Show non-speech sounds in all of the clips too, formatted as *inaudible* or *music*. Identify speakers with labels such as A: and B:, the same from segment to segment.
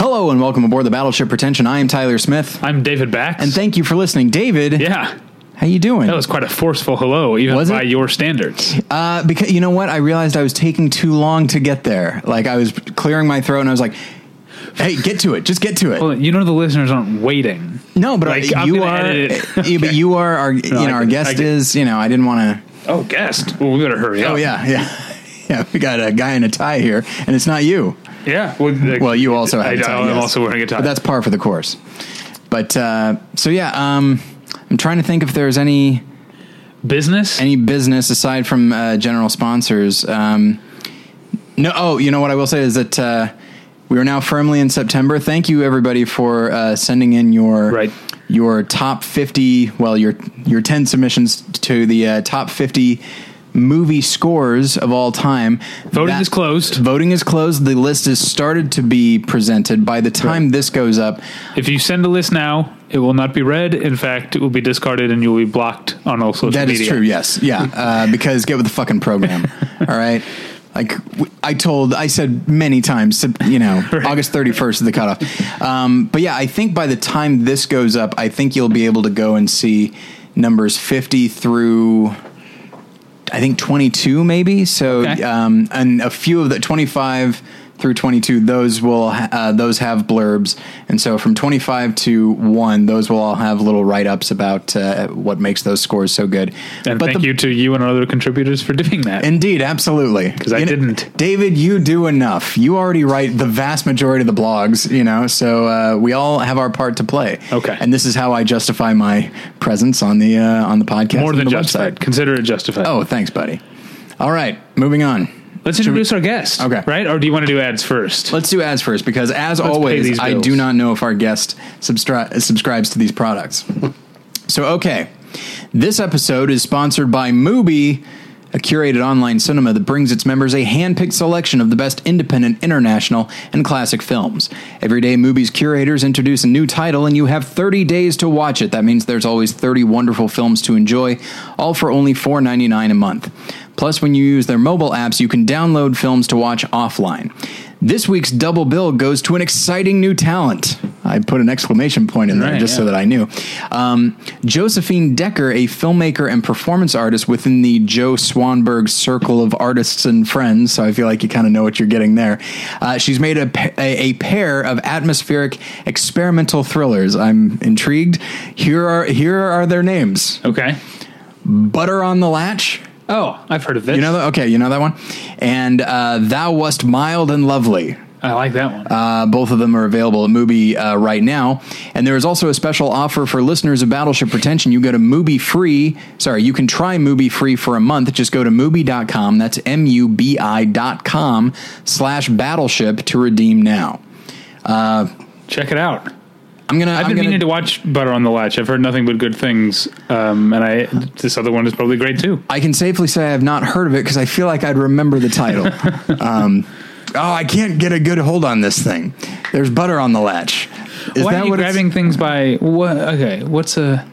A: welcome aboard the Battleship Pretension. I am Tyler Smith,
B: I'm David Bax.
A: and thank you for listening, David.
B: yeah,
A: How you doing?
B: that was quite a forceful hello, even
A: Was it?
B: by your standards.
A: Uh, because you know what, I realized I was taking too long to get there. Like I was clearing my throat, and I was like, "Hey, get to it! Just get to it!"
B: Well, you know the listeners aren't waiting.
A: no, but
B: like,
A: I,
B: I'm
A: you
B: gonna
A: are.
B: edit it. *laughs*
A: yeah, But you are our. you know,
B: I
A: our
B: get- I
A: guest
B: get-
A: is. You know, I didn't want to.
B: Oh, guest. Well, we better hurry up.
A: Oh yeah, yeah, *laughs* yeah. We got a guy in a tie here, and it's not you.
B: yeah. Well,
A: Well, you also had
B: I,
A: a tie.
B: am
A: yes.
B: also wearing a tie.
A: But that's par for the course. But uh, so yeah, um, I'm trying to think if there's any
B: business.
A: any business aside from uh, general sponsors. Um, no, oh, you know what I will say is that uh, we are now firmly in September. Thank you everybody for uh, sending in your
B: Right.
A: your top fifty, well your your ten submissions to the uh, top fifty movie scores of all time.
B: Voting
A: is
B: is closed.
A: Voting is closed. The list is started to be presented. By the time this goes up,
B: if you send a list now, it will not be read. In fact, it will be discarded and you will be blocked on all social
A: That is
B: media.
A: true. Yes. Yeah. Uh, because get with the fucking
B: *laughs*
A: program. all right. Like w- I told, I said many times, to, you
B: *laughs*
A: know, August 31st is the cutoff. Um, but yeah, I think by the time this goes up, I think you'll be able to go and see numbers 50 through, I think 22 maybe. So,
B: Okay.
A: um, and a few of the 25 through 22, those will, ha- uh, those have blurbs. And so from 25 to one, those will all have little write ups about, uh, what makes those scores so good.
B: And
A: But
B: thank
A: the-
B: you to you and other contributors for doing that.
A: Indeed, absolutely. Because
B: I didn't.
A: David, you do enough. You already write the vast majority of the blogs, you know, so uh, we all have our part to play.
B: Okay.
A: And this is how I justify my presence on the uh, on the podcast
B: More
A: and
B: than
A: the
B: justified.
A: website.
B: Consider it justified.
A: Oh, thanks, buddy. All right, moving on.
B: Let's introduce our guest.
A: Okay.
B: Right? Or do you want to do ads first?
A: Let's do ads first because, as
B: pay
A: always,
B: these
A: I
B: bills.
A: do not know if our guest substri- subscribes to these products. so, okay. This episode is sponsored by Mubi, a curated online cinema that brings its members a handpicked selection of the best independent, international, and classic films. Every day, Mubi's curators introduce a new title, and you have 30 days to watch it. That means there's always 30 wonderful films to enjoy, all for only $4.99 a month. Plus, when you use their mobile apps, you can download films to watch offline. This week's double bill goes to an exciting new talent. I put an exclamation point in there
B: Right,
A: just so
B: yeah.
A: that I knew. Um, Josephine Decker, a filmmaker and performance artist within the Joe Swanberg circle of artists and friends, so I feel like you kind of know what you're getting there. Uh, she's made a, pa- a, a pair of atmospheric experimental thrillers. I'm intrigued. Here are here are their names:
B: Okay.
A: Butter on the Latch.
B: Oh, I've heard of this.
A: You know that? Okay, you know that one. And uh, Thou Wast Mild and Lovely.
B: I like that one.
A: Uh, both of them are available at Mubi uh, right now. And there is also a special offer for listeners of Battleship Pretension. You go to Mubi free. Sorry, you can try Mubi free for a month. Just go to Mubi.com. That's M-U-B-I dot com slash Battleship to redeem now.
B: Check it out.
A: I'm going to...
B: I've been meaning to watch Butter on the Latch. I've heard nothing but good things, um, and I this other one is probably great too.
A: I can safely say I have not heard of it because I feel like I'd remember the
B: *laughs*
A: title. um, oh, I can't get a good hold on this thing. There's butter on the latch. Is
B: Why are you
A: what it's-
B: grabbing things by what? Okay, what's a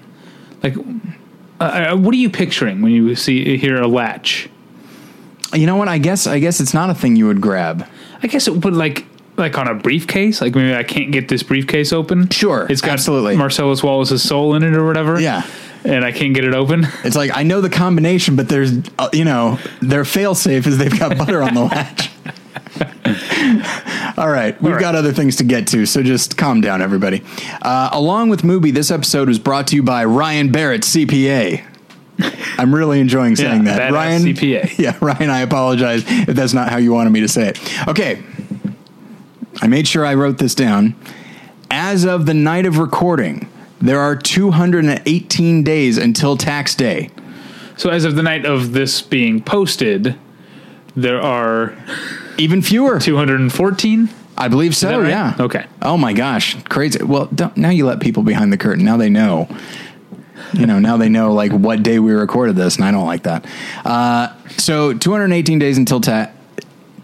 B: like? Uh, uh, what are you picturing when you see hear a latch?
A: You know what? I guess I guess it's not a thing you would grab.
B: I guess it would like like on a briefcase. Like maybe I can't get this briefcase open.
A: Sure,
B: it's got
A: absolutely.
B: Marcellus Wallace's soul in it or whatever.
A: Yeah.
B: and I can't get it open.
A: It's like I know the combination, but there's uh, you know their failsafe is they've got butter
B: *laughs*
A: on the latch. *laughs* All right, we've
B: right.
A: got other things to get to, so just calm down, everybody. Uh, along with Mubi, this episode was brought to you by Ryan Barrett, CPA. I'm really enjoying saying
B: Yeah,
A: that,
B: badass
A: Ryan. *laughs*
B: CPA.
A: Yeah, Ryan. I apologize if that's not how you wanted me to say it. Okay, I made sure I wrote this down. As of the night of recording, there are 218 days until tax day.
B: So as of the night of this being posted, there are
A: Even fewer.
B: two hundred and fourteen.
A: I believe
B: that
A: so.
B: right?
A: Yeah.
B: Okay.
A: Oh my gosh, crazy. Well, don't, now you let people behind the curtain. Now they know. You know, now they know like what day we recorded this, and I don't like that. Uh, so 218 days until ta-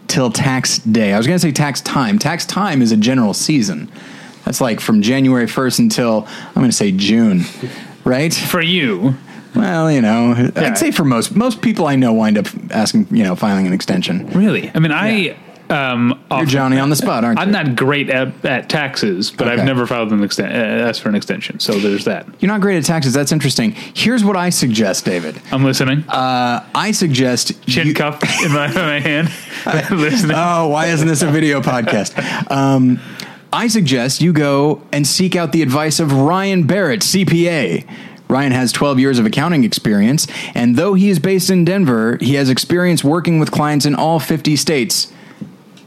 A: till tax day. I was going to say tax time. Tax time is a general season. That's like from January 1st until I'm going to say June, right?
B: for you.
A: Well, you know,
B: Yeah.
A: I'd say for most most people I know wind up asking, you know, filing an extension.
B: Really? I mean, I Um,
A: You're
B: off-
A: Johnny on the spot, aren't
B: I'm
A: you?
B: not great at, at taxes, but
A: Okay.
B: I've never filed an exten- uh, asked for an extension. So there's that.
A: You're not great at taxes. That's interesting. Here's what I suggest, David.
B: I'm listening.
A: Uh, I suggest
B: Chin
A: you-
B: cup in my,
A: *laughs*
B: my hand. *laughs* listening.
A: Oh, why isn't this a
B: *laughs*
A: video podcast? Um, I suggest you go and seek out the advice of Ryan Barrett, CPA. Ryan has 12 years of accounting experience, and though he is based in Denver, he has experience working with clients in all 50 states.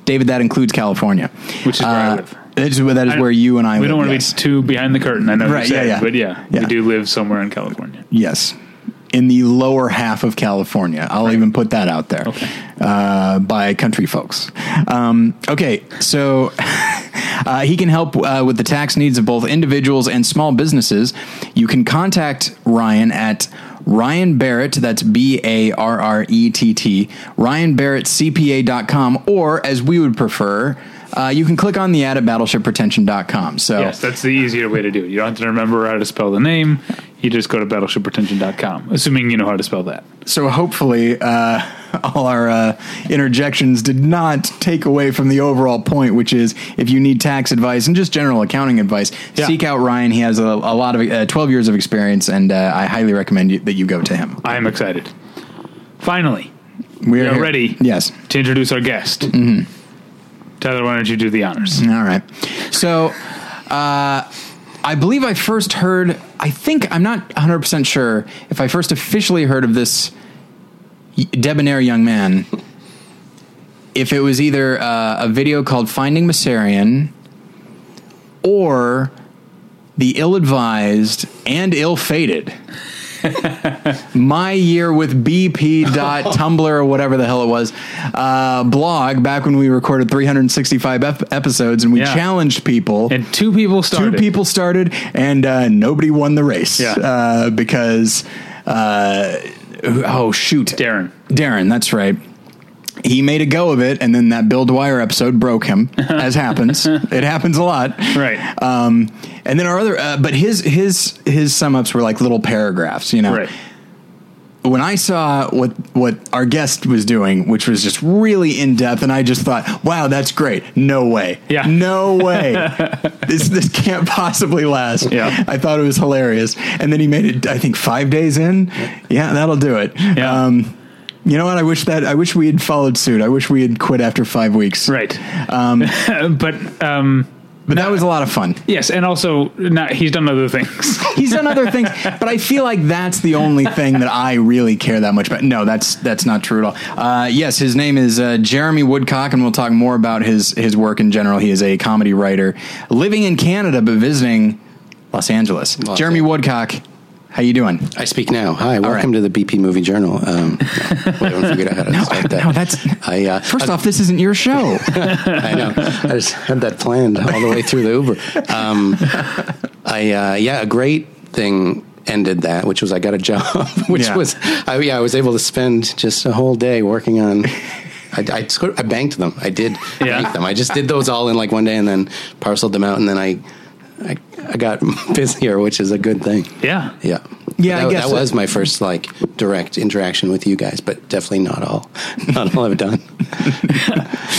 A: David, that includes California, Uh,
B: Which is where I live.
A: That is, that is where you and I
B: We
A: live.
B: don't want to
A: yes.
B: be too behind the curtain. I know
A: Right,
B: you said,
A: yeah, yeah.
B: but yeah,
A: Yeah.
B: we do live somewhere in California.
A: Yes. In the lower half of California. I'll even put that out there
B: Okay.
A: uh, by country folks. Um, okay, so *laughs* uh, he can help uh, with the tax needs of both individuals and small businesses. You can contact Ryan at Ryan Barrett, that's B A R R E T T, Ryan Barrett CPA.com, or as we would prefer, uh, you can click on the ad at battleshipretention.com. So
B: Yes, that's the easier way to do it. You don't have to remember how to spell the name. You just go to battleshipretention.com, assuming you know how to spell that.
A: So hopefully, uh, *laughs* all our uh, interjections did not take away from the overall point, which is if you need tax advice and just general accounting advice,
B: Yeah.
A: seek out Ryan. He has a, a lot of uh, twelve years of experience, and uh, I highly recommend you, that you go to him.
B: I am excited. Finally,
A: We
B: are
A: here.
B: ready.
A: Yes.
B: to introduce our guest, Tyler, why don't you do the honors?
A: All right. So, uh, I believe I first heard. I think I'm not 100 percent sure if I first officially heard of this y- debonair young man. *laughs* If it was either uh, a video called "Finding Masarian" or the ill-advised and ill-fated. *laughs* My year with BP
B: *laughs*
A: dot Tumblr or whatever the hell it was uh, blog back when we recorded 365 ep- episodes and we
B: Yeah.
A: challenged people
B: And two people started.
A: two people started and uh, nobody won the race
B: Yeah.
A: uh, because uh, oh shoot
B: Darren.
A: darren that's right he made a go of it and then that bill dwyer episode broke
B: *laughs*
A: him as happens it happens a lot
B: Right.
A: um, and then our other uh, but his his his sum ups were like little paragraphs you know
B: Right.
A: when I saw what what our guest was doing, which was just really in depth, and I just thought, "Wow, that's great! No way,
B: Yeah.
A: no
B: *laughs*
A: way, this this can't possibly last."
B: Yeah.
A: I thought it was hilarious, and then he made it. I think five days in, yeah, that'll do it.
B: Yeah.
A: Um, you know what? I wish that I wish we had followed suit. I wish we had quit after five weeks.
B: Right. *laughs* but um,
A: But that was a lot of fun.
B: yes, and also not, he's done other things.
A: He's done other things, but I feel like that's the only thing that I really care that much about. No, that's that's not true at all. Uh, yes, his name is uh, Jeremy Woodcock, and we'll talk more about his his work in general. He is a comedy writer living in Canada but visiting Los Angeles.
C: Los
A: Jeremy
C: Angeles.
A: Woodcock, how you doing?
C: I speak now. Hi, welcome
A: right.
C: to the BP Movie Journal. Um, no, I haven't figured out how to start
A: *laughs*
C: that.
A: no, that's-
C: I, uh,
A: First off, this isn't your show.
C: I know. I just had that planned all the way through the Uber. Um, I uh, yeah, a great thing ended that, which was I got a job, *laughs* which
A: Yeah.
C: was I, yeah, I was able to spend just a whole day working on. I, I, sort of- I banked them. I did
B: Yeah.
C: bank them. I just did those all in like one day, and then parceled them out, and then I. I, I got *laughs* busier, which is a good thing.
B: yeah.
C: Yeah.
A: Yeah,
C: that,
A: I guess
C: that
A: so.
C: was my first like direct interaction with you guys, but definitely not all, *laughs* not all I've done.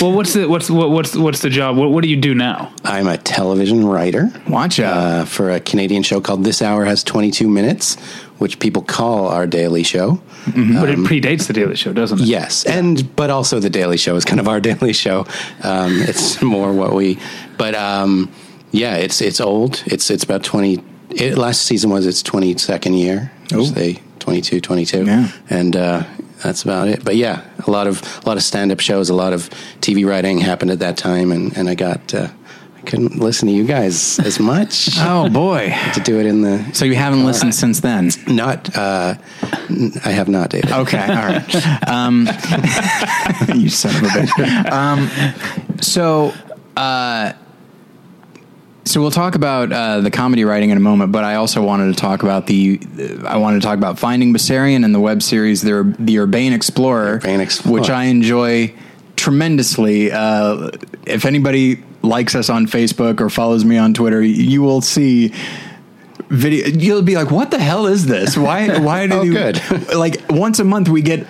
B: Well, what's the what's what, what's what's the job? What, what do you do now?
C: I'm a television writer
A: Watch out.
C: uh, for a Canadian show called This Hour Has 22 Minutes, which people call our daily show.
B: but it predates the Daily Show, doesn't it?
C: Yes, and but also the Daily Show is kind of our *laughs* Daily Show. Um, it's *laughs* more what we, but um, yeah, it's it's old. It's it's about twenty. It, last season was its twenty second year.
A: Ooh.
C: They 22, 22.
A: Yeah.
C: and uh, that's about it. But yeah, a lot of a lot of stand up shows, a lot of TV writing happened at that time, and and I got uh, I couldn't listen to you guys as much
A: *laughs* oh boy.
C: to do it in the
A: So you haven't listened since then.
C: not. Uh, n- I have not dated.
A: Okay, all right. Um, *laughs* you son of a bitch. Um, so, uh, so we'll talk about uh, the comedy writing in a moment, but I also wanted to talk about the. I wanted to talk about finding Bessarian and the web series the the Urbane Explorer,
C: Urbane Explorer.
A: which I enjoy tremendously. Uh, if anybody likes us on Facebook or follows me on Twitter, you will see video
C: *laughs*
A: you'll be *laughs* like what the hell is this why why did
C: Oh,
A: you
C: good.
A: like once a month we get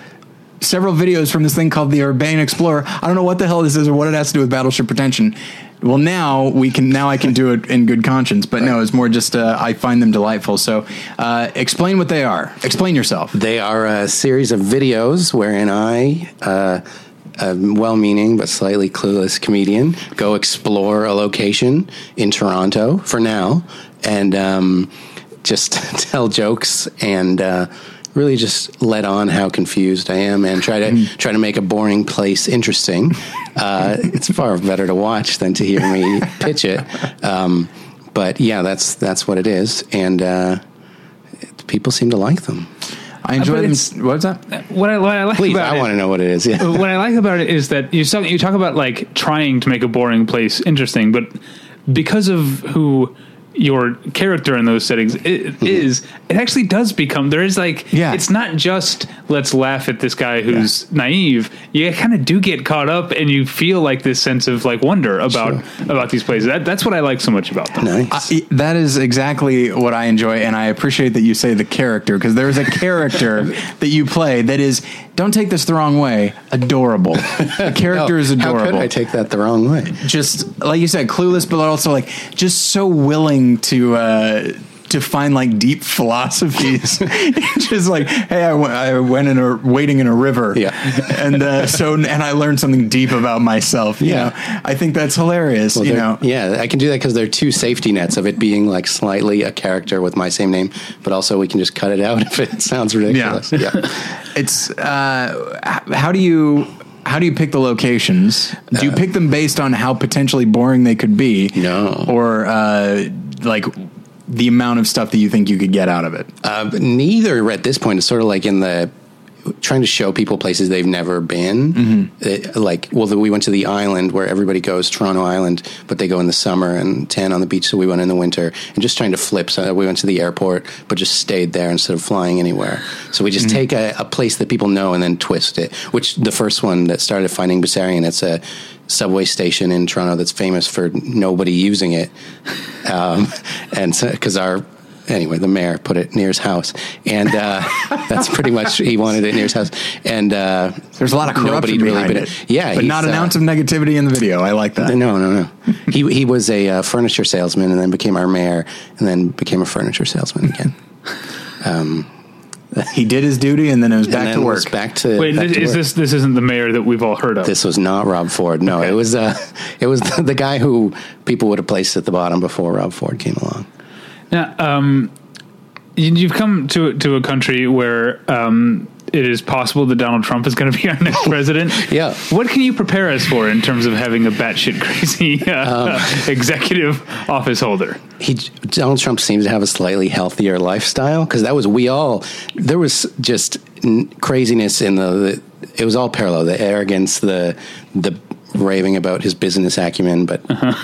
A: several videos from this thing called the Urbane Explorer. I don't know what the hell this is or what it has to do with Battleship Pretension. Well, now we can. Now I can do it in good conscience. But no, it's more just uh, I find them delightful. So, uh, explain what they are. Explain yourself.
C: They are a series of videos wherein I, uh, a well meaning but slightly clueless comedian, go explore a location in Toronto for now and um, just *laughs* tell jokes and. Uh, Really, just let on how confused I am, and try to try to make a boring place interesting. Uh, it's far better to watch than to hear me pitch it. Um, but yeah, that's that's what it is, and uh, it- people seem to like them.
A: I
C: Uh,
A: enjoy
B: bet
A: them.
B: it's-
A: What's that?
B: What I, what I like
C: Please,
B: about
C: I
B: it,
C: want to know what it is. Yeah.
B: what I like about it is that you talk, you talk about like trying to make a boring place interesting, but because of who your character in those settings i-
C: Mm-hmm.
B: is, it actually does become there is like
A: Yeah.
B: it's not just let's laugh at this guy who's naive. You kind of do get caught up, and you feel like this sense of like wonder about about these places. That, that's what I like so much about them.
C: Nice.
A: I, that is exactly what I enjoy, and I appreciate that you say the character because there is a character
C: *laughs*
A: that you play that is. Don't take this the wrong way. Adorable. The
C: *laughs*
A: character is adorable.
C: Oh, How could I take that the wrong way?
A: just like you said, clueless, but also like just so willing to uh, to find like deep philosophies.
C: *laughs*
A: *laughs* just like, hey, I went, I went in a wading in a river,
C: Yeah.
A: and uh, so and I learned something deep about myself. You
C: Yeah.
A: know, I think that's hilarious. you
C: They're-
A: know,
C: Yeah, I can do that because there are two safety nets of it being like slightly a character with my same name, but also we can just cut it out *laughs* if it sounds ridiculous. Yeah.
A: *laughs* it's uh, h- how do you. How do you pick the locations? Do
C: Uh,
A: you pick them based on how potentially boring they could be?
C: No.
A: Or uh, like the amount of stuff that you think you could get out of it?
C: Uh, but neither at this point is sort of like in the trying to show people places they've never been. It- like, well, the, we went to the island where everybody goes, Toronto Island, but they go in the summer and tan on the beach. So we went in the winter and just trying to flip. So we went to the airport, but just stayed there instead of flying anywhere. So we just take a, a place that people know and then twist it, which the first one that started finding Bessarion, it's a subway station in Toronto that's famous for nobody using it. Um, and so, cause our, anyway, the mayor put it near his house, and uh, that's pretty much he wanted it near his house. And uh,
A: There's a lot of corruption
C: nobody
A: behind
C: been-
A: it.
C: Yeah,
A: but
C: he's,
A: not an
C: uh,
A: ounce of negativity in the video. I like that.
C: No, no, no. he he was a uh, furniture salesman, and then became our mayor, and then became a furniture salesman again.
A: He did his duty and then it was
C: And
A: back
C: then
A: to
C: was
A: work.
C: Back to
B: Wait,
C: back
B: this,
C: to
B: is
C: work.
B: this this isn't the mayor that we've all heard of?
C: This was not Rob Ford. No, it was uh, it was *laughs* the, the guy who people would have placed at the bottom before Rob Ford came along.
B: Now, um, you- you've come to to a country where um, it is possible that Donald Trump is going to be *laughs* our next president.
A: *laughs*
C: Yeah.
B: What can you prepare us for in terms of having a batshit crazy *laughs* uh,
A: Um.
B: executive office holder?
C: he Donald Trump seems to have a slightly healthier lifestyle because that was we all there was just n- craziness in the, the it was all parallel the arrogance the the raving about his business acumen but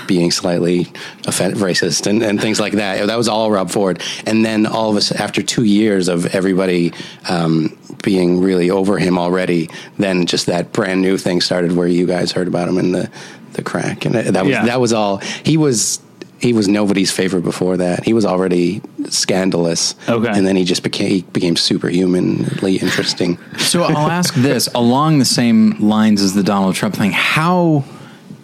C: being slightly offend, racist and, and things like that that was all Rob Ford and then all of us after two years of everybody um, being really over him already then just that brand new thing started where you guys heard about him in the the crack and uh, that was
B: Yeah.
C: that was all he was he was nobody's favorite before that. He was already scandalous.
B: Okay.
C: And then he just became he became superhumanly
A: *laughs*
C: interesting.
A: so I'll ask
C: *laughs*
A: this along the same lines as the Donald Trump thing. How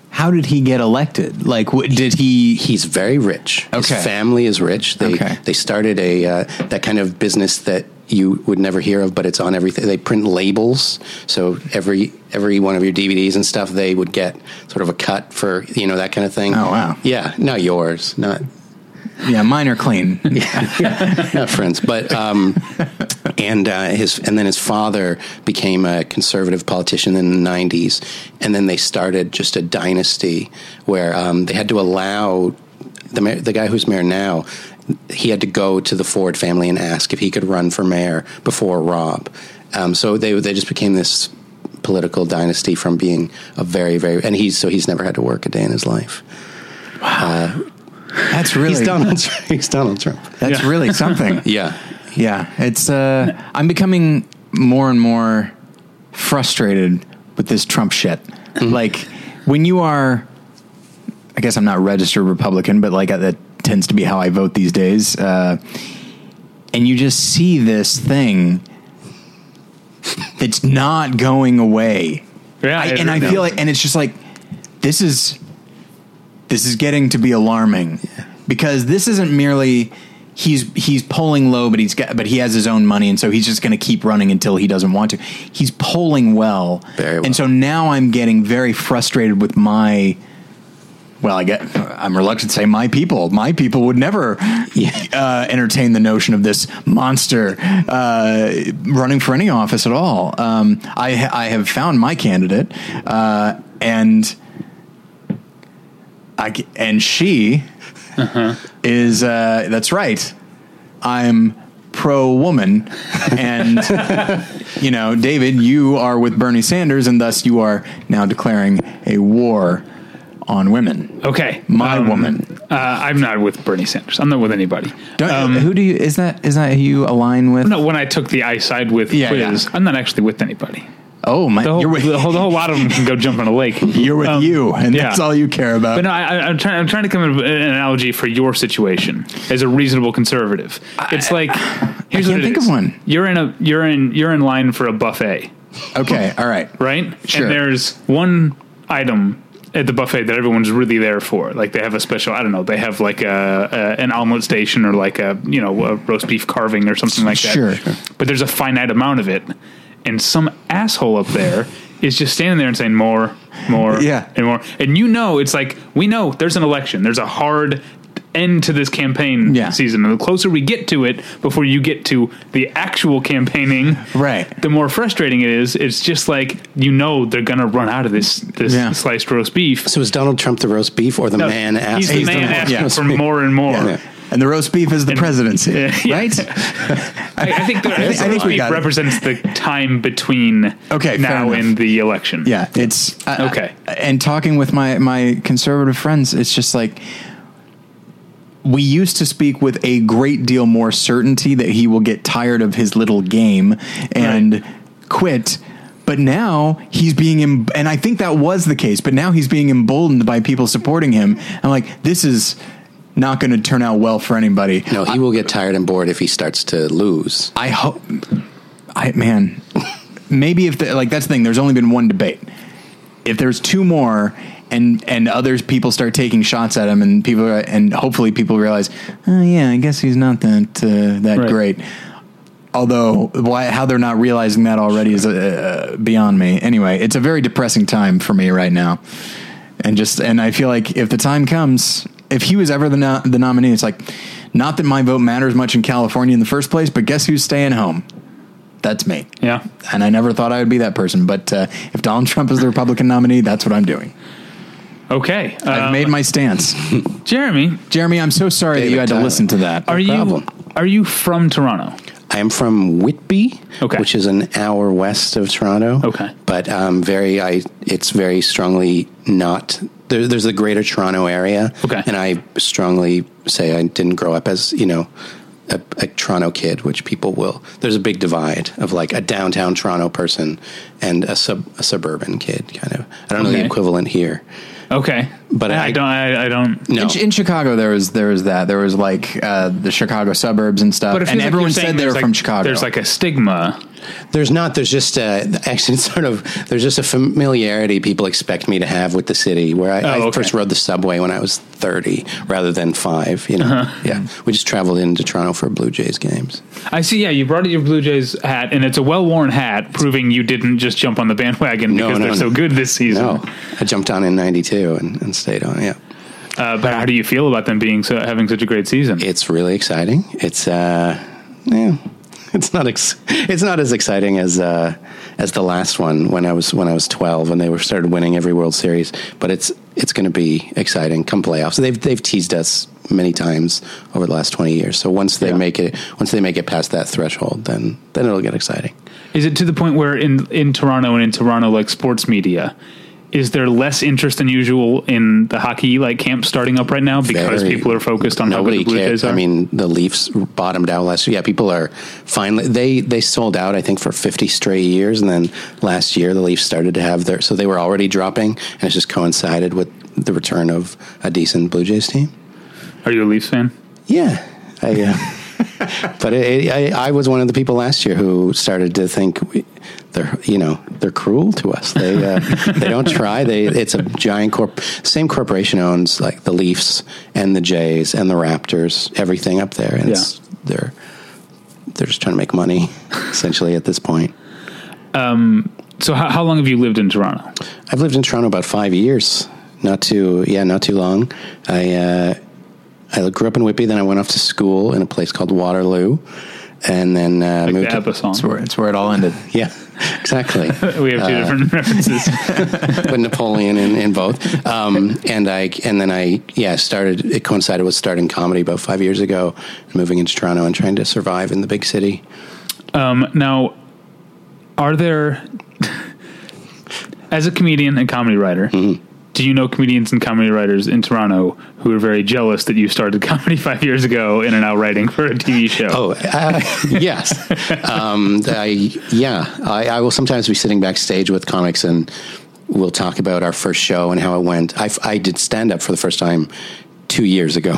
A: how did he get elected? Like what, did he
C: He's very rich.
A: Okay.
C: His family is rich. They
A: Okay.
C: they started a uh, that kind of business that you would never hear of, but it's on everything. They print labels, so every every one of your DVDs and stuff, they would get sort of a cut for you know that kind of thing.
A: Oh, wow.
C: Yeah, not yours, not
A: Yeah, mine are
C: *laughs*
A: clean.
C: not friends, but um, and uh, his and then his father became a conservative politician in the '90s, and then they started just a dynasty where um, they had to allow the mayor, the guy who's mayor now. He had to go to the Ford family and ask if he could run for mayor before Rob. Um, so they they just became this political dynasty from being a very very and he's so he's never had to work a day in his life.
A: That's really
C: He's Donald Trump. He's Donald Trump.
A: that's
B: Yeah.
A: really something.
B: *laughs*
C: Yeah.
A: Yeah, it's. Uh, I'm becoming more and more frustrated with this Trump shit.
B: Mm-hmm.
A: Like when you are, I guess I'm not registered Republican, but like uh, that tends to be how I vote these days. Uh, and you just see this thing that's not going away.
B: Yeah,
A: I,
B: I
A: and I
B: agree.
A: feel like, and it's just like, this is, this is getting to be alarming because this isn't merely he's he's polling low, but he's got but he has his own money, and so he's just going to keep running until he doesn't want to. He's polling well,
C: Very well.
A: and so now I'm getting very frustrated with my. Well, I get. I'm reluctant to say my people. My people would never uh, entertain the notion of this monster uh, running for any office at all. Um, I, ha- I have found my candidate, uh, and I c- and she
B: Uh-huh.
A: is. Uh, that's right. I'm pro woman,
B: *laughs*
A: and you know, David, you are with Bernie Sanders, and thus you are now declaring a war on women.
B: Okay,
A: My woman.
B: Uh, I'm not with Bernie Sanders. I'm not with anybody.
A: Don't, who do you is that? Is that who you align with?
B: um, No, when I took the I side with
A: Yeah,
B: quiz,
A: yeah.
B: I'm not actually with anybody.
A: Oh my!
B: The whole,
A: you're with
B: the, whole, the whole lot of them can go jump in
A: *laughs*
B: a lake.
A: you're with
B: Um,
A: you, and
B: yeah.
A: that's all you care about.
B: But no, I, I- I'm trying. I'm trying to come up with an analogy for your situation as a reasonable conservative. It's like here's what
A: can't
B: it
A: think of
B: is.
A: one.
B: You're in a you're in you're in line for a buffet,
A: okay, all right.
B: right?
A: Sure.
B: And there's one item at the buffet that everyone's really there for. Like they have a special. I don't know. They have like a, a an omelet station or like a you know a roast beef carving or something like that.
A: Sure.
B: But there's a finite amount of it, and some asshole up there is just standing there and saying more, more,
A: Yeah.
B: and more. And you know, it's like we know there's an election. There's a hard end to this campaign
A: Yeah.
B: season, and the closer we get to it, before you get to the actual campaigning,
A: Right.
B: The more frustrating it is. It's just like you know they're gonna run out of this this
A: Yeah.
B: sliced roast beef.
C: So is Donald Trump the roast beef or the
B: No,
C: man
B: he's the
C: asking?
B: man asking
A: yeah.
B: for more and more.
C: Yeah.
A: And the roast beef is the presidency,
B: *laughs* yeah.
A: right?
B: I, I
A: *laughs*
B: think the
C: *laughs*
B: I
A: think- I think we got it.
B: represents the time between
A: Okay, fair
B: now
A: enough.
B: and the election.
A: Yeah, it's I-
B: Okay.
A: I- and talking with my my conservative friends, it's just like we used to speak with a great deal more certainty that he will get tired of his little game and quit. But now he's being, em- and I think that was the case. But now he's being emboldened by people supporting him. I'm like, this is not going to turn out well for anybody.
C: *laughs* No, he will get tired and bored if he starts to lose.
A: I hope, I man, maybe if the, like that's the thing. There's only been one debate. If there's two more, and and others people start taking shots at him, and people are, and hopefully people realize, oh yeah, I guess he's not that uh, that
B: Right.
A: great. Although why how they're not realizing that already is uh, beyond me. Anyway, it's a very depressing time for me right now, and just and I feel like if the time comes, if he was ever the no, the nominee, it's like not that my vote matters much in California in the first place, but guess who's staying home? That's me.
B: Yeah.
A: And I never thought I would be that person, but uh, if Donald Trump is the Republican nominee, that's what I'm doing.
B: Okay.
A: I've
B: um,
A: made my stance.
B: Jeremy,
A: Jeremy, I'm so sorry that
C: David uh,
A: you had
C: Tyler.
A: to listen to that.
B: are
C: problem.
B: you are you from Toronto?
C: I am from Whitby,
B: Okay.
C: which is an hour west of Toronto.
B: Okay.
C: but um, very, I it's very strongly not. There, there's the Greater Toronto area.
B: Okay.
C: and I strongly say I didn't grow up as you know a, a Toronto kid, which people will. There's a big divide of like a downtown Toronto person and a sub a suburban kid, kind of. I don't know
B: Okay.
C: the equivalent here.
B: Okay.
C: But
B: I,
C: I-
B: don't I, I don't
C: No,
A: In, in Chicago, there was there was that there was like uh, the Chicago suburbs and stuff,
B: But it feels
A: and
B: like
A: everyone
B: you're saying
A: said they were
B: there's
A: from
B: like-
A: Chicago.
B: There's like a stigma.
C: There's not. There's just a, actually *laughs* it's sort of there's just a familiarity people expect me to have with the city where I, I
B: okay.
C: first rode the subway when I was 30 rather than five. You know, yeah. We just traveled into Toronto for Blue Jays games.
B: I see. Yeah, you brought your Blue Jays hat, and it's a well-worn hat, proving you didn't just jump on the bandwagon
C: No,
B: because
C: no,
B: they're
C: no.
B: so good this season.
C: No, I jumped on in '92 and, and stayed on. Yeah,
B: Uh, but how do you feel about them being so having such a great season?
C: it's really exciting. It's uh, yeah, it's not ex- it's not as exciting as uh, as the last one when I was when I was 12 and they were started winning every World Series. But it's it's going to be exciting come playoffs. They've they've teased us many times over the last 20 years. So once they make it once they make it past that threshold, then then it'll get exciting.
B: Is it to the point where in in Toronto and in Toronto like sports media? Is there less interest than usual in the hockey like camp starting up right now because
C: Very-
B: people are focused on how good the
C: Nobody
B: Blue
C: cares.
B: Jays are?
C: I mean, the Leafs bottomed out last year. Yeah, people are finally they they sold out. I think for fifty straight years, and then last year the Leafs started to have their so they were already dropping, and it just coincided with the return of a decent Blue Jays team.
B: are you a Leafs fan?
C: Yeah, I, uh, *laughs* but it, it, I, I was one of the people last year who started to think we- they're you know they're cruel to us. They uh, *laughs* they don't try. They it's a giant corp. Same corporation owns like the Leafs and the Jays and the Raptors, everything up there, and it's, they're they're just trying to make money *laughs* essentially at this point.
B: So how, how long have you lived in Toronto?
C: I've lived in Toronto about five years. Not too, yeah, not too long. I uh, I grew up in Whippy, then I went off to school in a place called Waterloo, and then uh,
B: Like
C: moved.
B: the
C: to-
B: ABBA song.
A: It's where, it's where it all ended.
C: yeah, *laughs* exactly.
B: We have
C: Uh,
B: two different *laughs* references.
C: Put Napoleon in, in both, um, and I and then I yeah started. It coincided with starting comedy about five years ago, and moving into Toronto and trying to survive in the big city.
B: Um, now, are there, as a comedian and comedy writer,
C: Mm-hmm.
B: do you know comedians and comedy writers in Toronto who are very jealous that you started *laughs* comedy five years ago and are now writing for a TV show?
C: Oh, uh, yes. Um, I, yeah, I, I will sometimes be sitting backstage with comics and we'll talk about our first show and how it went. I, I did stand up for the first time two years ago.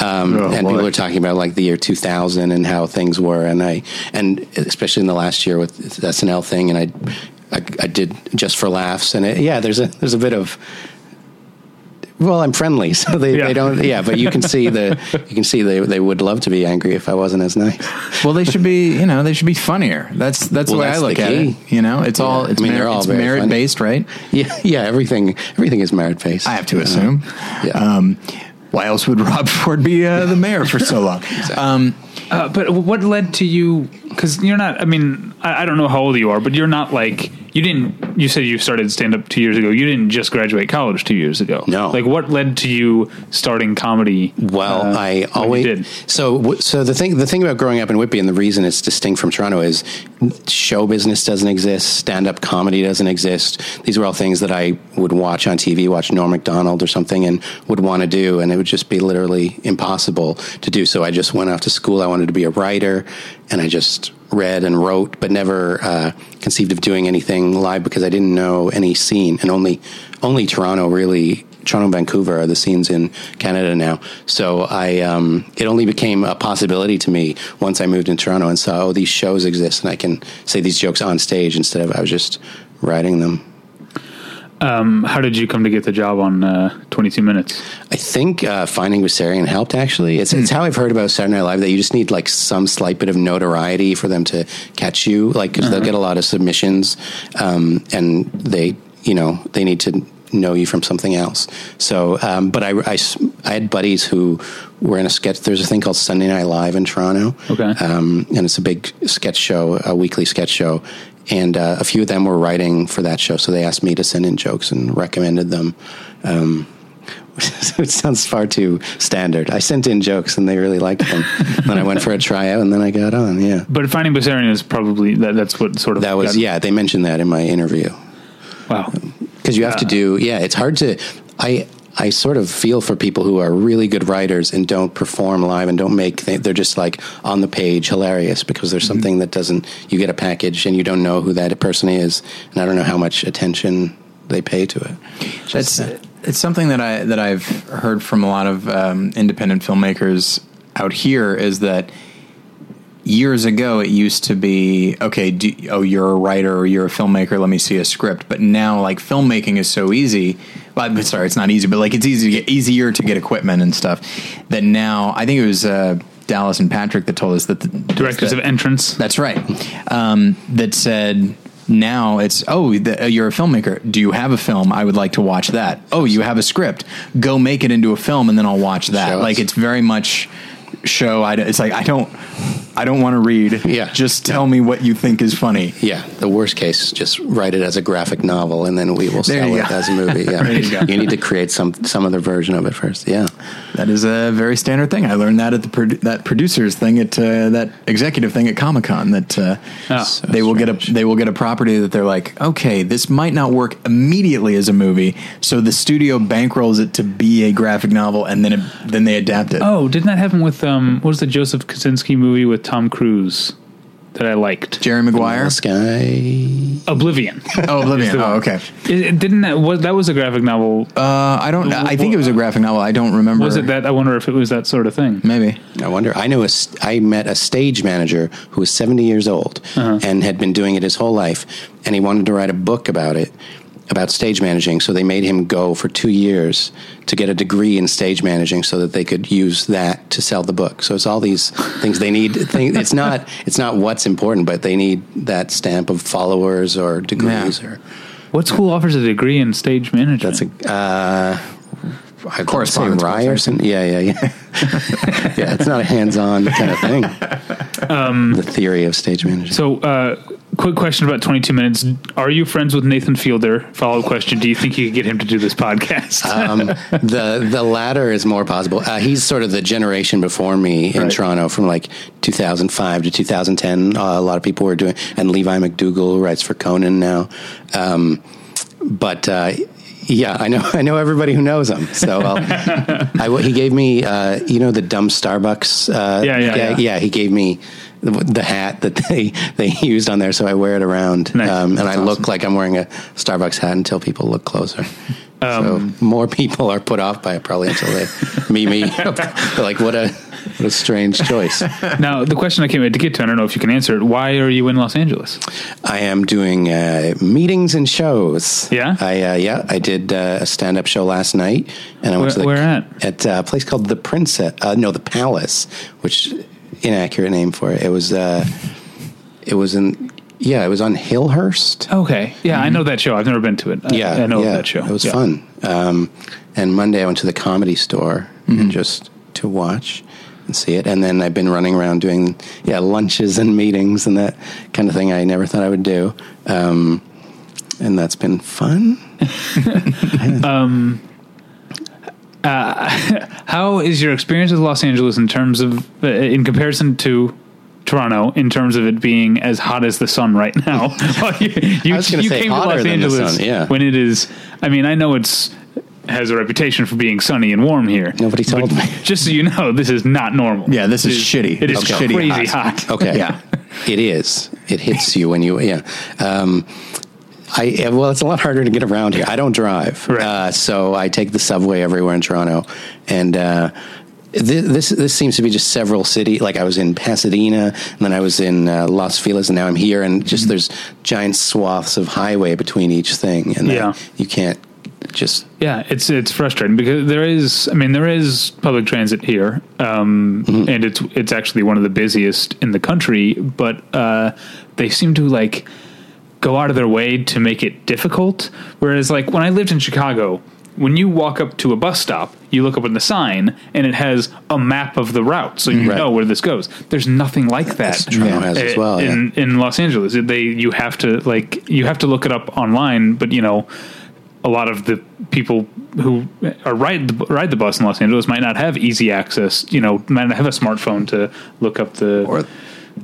C: Um,
A: Oh,
C: and people
A: boy.
C: are talking about like the year 2000 and how things were. And I, and especially in the last year with the SNL thing. And I, I, I did just for laughs. And it, yeah, there's a, there's a bit of, well, I'm friendly, *laughs* so they,
B: Yeah.
C: they don't. Yeah, but you can see the you can see they, they would love to be angry if I wasn't as nice.
A: Well, they should be, you know, they should be funnier. That's that's
C: Well,
A: the way
C: that's
A: I look
C: the
A: at
C: key.
A: it. You know, it's all
C: I
A: it's,
C: mean,
A: mer-
C: they're all
A: it's
C: very funny.
A: merit based, right?
C: Yeah, yeah. Everything everything is merit based.
A: I have to assume.
C: Yeah.
A: Um, why else would *laughs* Rob Ford be uh, the mayor for so long? Um,
B: Uh, but what led to you? Because you're not. I mean, I, I don't know how old you are, but you're not like you didn't. You said you started stand up two years ago. You didn't just graduate college two years ago.
C: No.
B: Like, what led to you starting comedy?
C: Well,
B: uh, when
C: I
B: you
C: always
B: did.
C: so w- so the thing the thing about growing up in Whitby and the reason it's distinct from Toronto is show business doesn't exist, stand up comedy doesn't exist. These were all things that I would watch on TV, watch Norm Macdonald or something, and would want to do, and it would just be literally impossible to do. So I just went off to school. I wanted to be a writer, and I just read and wrote, but never uh, conceived of doing anything live because I didn't know any scene, and only only Toronto really Toronto and Vancouver are the scenes in Canada now. So I, um, it only became a possibility to me once I moved in Toronto and saw, oh, these shows exist and I can say these jokes on stage instead of I was just writing them.
B: How did you come to get the job on uh, 22 Minutes?
C: I think uh, finding Viserion helped actually. It's, it's how I've heard about Saturday Night Live that you just need like some slight bit of notoriety for them to catch you, like because they'll get a lot of submissions, um, and they you know they need to know you from something else. So, um, but I, I s- I had buddies who were in a sketch. There's a thing called Sunday Night Live in Toronto,
B: Okay.
C: um, and it's a big sketch show, a weekly sketch show. And uh, a few of them were writing for that show, so they asked me to send in jokes and recommended them. Um, so *laughs* it sounds far too standard. I sent in jokes and they really liked them. then I went for a tryout and then I got on. Yeah,
B: But finding Bessarion is probably that, that's what sort of
C: that was
B: got-
C: yeah. They mentioned that in my interview
B: Wow.
C: because you have to do yeah it's hard to i i sort of feel for people who are really good writers and don't perform live and don't make th- they're just like on the page hilarious because there's something that doesn't you get a package and you don't know who that person is and i don't know how much attention they pay to it
A: That's it's something that I that I've heard from a lot of um, independent filmmakers out here is that years ago it used to be okay do, oh you're a writer or you're a filmmaker let me see a script but now like filmmaking is so easy well, I'm sorry it's not easy but like it's easy to get, easier to get equipment and stuff that now I think it was uh, Dallas and Patrick that told us that the
B: Directors
A: that-
B: of Entrance.
A: that's right. Um, that said, now it's oh, the, uh, you're a filmmaker. Do you have a film? I would like to watch that. Oh, you have a script. Go make it into a film, and then I'll watch that.
C: Show us.
A: like it's very much show. I, don't- it's like I don't, I don't want to read.
C: Yeah.
A: just tell me what you think is funny.
C: yeah the worst case just write it as a graphic novel and then we
A: There
C: will sell
A: you
C: it
A: go.
C: as
A: *laughs*
C: a movie yeah
A: There you go.
C: need to create some some other version of it first yeah
A: That is a very standard thing. I learned that at the produ- that producers thing at uh, that executive thing at Comic Con that uh,
B: Oh.
A: they will get a they will get a property that they're like, okay, this might not work immediately as a movie, so the studio bankrolls it to be a graphic novel, and then it, then they adapt it.
B: Oh, didn't that happen with um? What was the Joseph Kaczynski movie with Tom Cruise? that I liked.
A: Jerry Maguire.
C: This guy. *laughs*
B: Oblivion.
A: Oh, Oblivion.
B: the
A: Oh,
B: one.
A: okay.
B: It, it didn't that was that was a graphic novel?
A: Uh, I don't. I think it was a graphic novel. I don't remember.
B: was it that? I wonder if it was that sort of thing.
A: Maybe.
C: I wonder. I knew a s I met a stage manager who was 70 years old and had been doing it his whole life, and he wanted to write a book about it, about stage managing. So they made him go for two years to get a degree in stage managing, so that they could use that to sell the book. So it's all these things they need. Thing, it's not it's not what's important, but they need that stamp of followers or degrees or
B: What school offers a degree in stage management?
C: that's a uh, I
A: Correspondence
C: Rye or
A: course,
C: something. Yeah, yeah, yeah. *laughs* yeah, it's not a hands-on kind of thing. the theory of stage management.
B: Um, So, uh, quick question about 22 minutes. Are you friends with Nathan Fielder? Follow up question. Do you think you could get him to do this
C: *laughs*
B: podcast?
C: um, the the latter is more possible. Uh, he's sort of the generation before me in
B: Right.
C: Toronto, from like 2005 to 2010. Uh, a lot of people were doing, and Levi McDougall who writes for Conan now. Um, but uh, yeah, I know *laughs* I know everybody who knows him. So
B: *laughs*
C: I'll, I w he gave me, uh, you know, the dumb Starbucks. Uh,
B: Yeah, yeah,
C: gag?
B: yeah.
C: He gave me. The, the hat that *laughs* they they used on there, so I wear it around,
B: Nice.
C: um, and I look like I'm wearing a Starbucks hat until people look
B: *laughs*
C: closer.
B: Um,
C: so more people are put off by it probably until
B: *laughs*
C: they meet me. *laughs* They're like, what a what a strange choice.
B: now, the question I can't wait to get to, I don't know if you can answer it. Why are you in Los Angeles?
C: I am doing uh, meetings and shows.
B: Yeah?
C: I uh, yeah, I did uh, a stand up show last night, and I went
B: Where-
C: to the,
B: where at?
C: At uh, a place called the Princess. Uh, no, the Palace, which inaccurate name for it. It was uh, it was in yeah, it was on Hillhurst.
B: Okay. Yeah, I know that show. I've never been to it. I-
C: Mm-hmm. yeah,
B: I, know
C: yeah,
B: that show.
C: It was
B: Yeah.
C: fun. Um, and Monday I went to the comedy store
B: Mm-hmm.
C: and just to watch and see it. And then I've been running around doing yeah lunches and meetings and that kind of thing I never thought I would do. Um, and that's been fun.
B: How is your experience with Los Angeles in terms of, uh, in comparison to Toronto, in terms of it being as hot as the sun right now?
C: *laughs*
B: *laughs* Well, you you,
C: I was gonna
B: you
C: say
B: came to
C: hotter
B: Los
C: than the
B: Angeles
C: sun, yeah.
B: when it is, I mean, I know it's has a reputation for being sunny and warm here.
C: Nobody
B: But
C: told me.
B: *laughs* Just so you know, this is not normal.
A: Yeah, this is shitty.
B: It is
A: Okay. Shitty
B: crazy
A: hot.
B: hot.
C: Okay.
A: Yeah.
C: It is. It hits you when you, yeah. Um, I, yeah, well, it's a lot harder to get around here. I don't drive.
B: Right.
C: Uh, so I take the subway everywhere in Toronto. And, uh, thi- this this seems to be just several city like I was in Pasadena and then I was in uh, Los Feliz and now I'm here and just
A: Mm-hmm.
C: there's giant swaths of highway between each thing and uh,
B: Yeah.
C: you can't just
B: Yeah, it's it's frustrating because there is, I mean, there is public transit here, um,
C: Mm-hmm.
B: and it's it's actually one of the busiest in the country. But uh, they seem to like go out of their way to make it difficult. Whereas, like when I lived in Chicago, when you walk up to a bus stop, you look up at the sign, and it has a map of the route, so you
C: Right.
B: know where this goes. There's nothing like that.
C: Toronto has as
B: Uh,
C: well, yeah.
B: in in Los Angeles. They you have to like you have to look it up online, but you know a lot of the people who are ride the, ride the bus in Los Angeles might not have easy access. You know, might not have a smartphone to look up the.
A: Or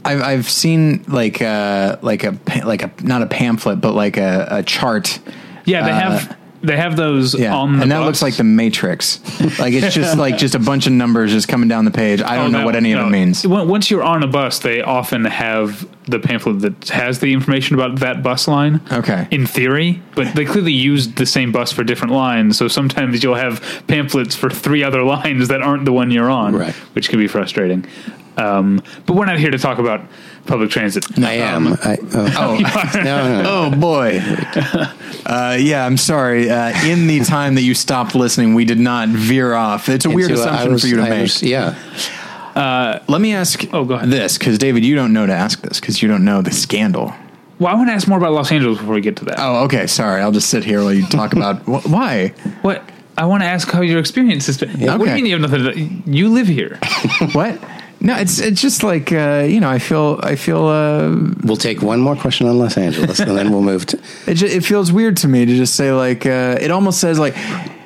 A: I've I've seen like uh like a pa- like a not a pamphlet but like a, a chart.
B: yeah, they have they have those
A: uh, Yeah,
B: on the
A: and that
B: bus.
A: looks like the Matrix. like it's just like just a bunch of numbers just coming down the page. I don't
B: Oh,
A: know
B: that-
A: what any of
B: no.
A: it
B: *laughs*
A: means.
B: When- Once you're on a bus, they often have the pamphlet that has the information about that bus line.
A: Okay.
B: In theory, but they clearly used the same bus for different lines, so sometimes you'll have pamphlets for three other *laughs* lines that aren't the one you're on,
C: Right.
B: which can be frustrating. Um, but we're not here to talk about public transit.
C: I am I, oh,
A: *laughs* Oh.
C: no, no, no.
A: Oh boy! Uh, yeah, I'm sorry. Uh, in the time that you stopped listening, we did not veer off. It's a weird
C: Into- I
A: assumption
C: was-
A: for you to
C: I
A: make.
C: was- yeah
A: Let me ask
B: Oh, go ahead.
A: this because David, you don't know to ask this because you don't know the scandal.
B: Well, I want to ask more about Los Angeles before we get to that.
A: Oh, okay. Sorry, I'll just sit here while you talk about *laughs* wh- why.
B: What? I want to ask how your experience has been. What do
A: Okay.
B: you mean you have nothing? To, you
A: *laughs*
B: live here.
A: What? No, it's it's just like uh, you know. I feel I feel uh,
C: we'll take one more question on Los Angeles and then we'll move to
A: it. Ju- it feels weird to me to just say like uh, it almost says like.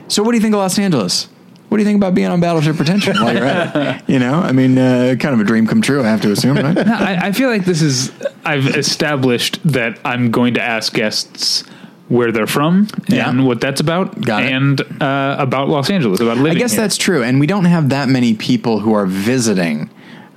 A: So what do you think of Los Angeles? What do you think about being on Battleship Retention while you're at it? You know, I mean, uh, kind of a dream come true. I have to assume, right?
B: No, I, I feel like this is. I've established that I'm going to ask guests where they're from
A: Yeah.
B: and what that's about,
A: Got it.
B: and uh, about Los Angeles, about living.
A: I guess
B: here.
A: that's true, and we don't have that many people who are visiting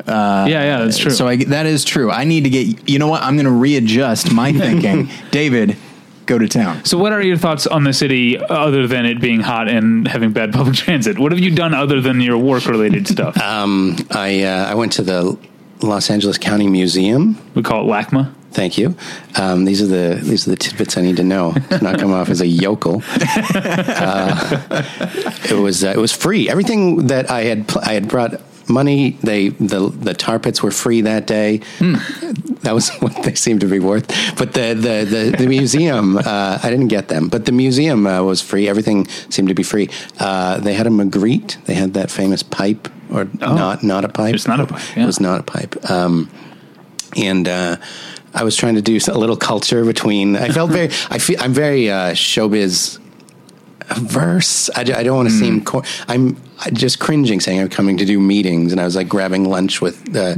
B: yeah, yeah, that's true.
A: uh, So I, that is true. I need to get. You know what? I'm going to readjust my thinking. David, go to town.
B: So, what are your thoughts on the city other than it being hot and having bad *laughs* public transit? What have you done other than your work
A: *laughs*
B: related stuff?
C: Um, I uh, I went to the Los Angeles County Museum.
B: we call it LACMA.
C: Thank you. Um, these are the these are the tidbits I need to know to not come off as a yokel. Uh, it was uh, it was free. Everything that I had pl- I had brought money. They the the tar pits were free that day.
B: Hmm.
C: That was *laughs* what they seemed to be worth. But the the the, the museum uh, I didn't get them. But the museum uh, was free. Everything seemed to be free. Uh, they had a Magritte. They had that famous pipe or not not a pipe.
B: Oh. It's not a pipe, yeah.
C: It was not a pipe. Um, and uh, I was trying to do a little culture between. I felt very. I feel I'm very uh, showbiz verse. I, d- I don't want to seem. Cor- I'm just cringing saying I'm coming to do meetings, and I was like grabbing lunch with. Uh,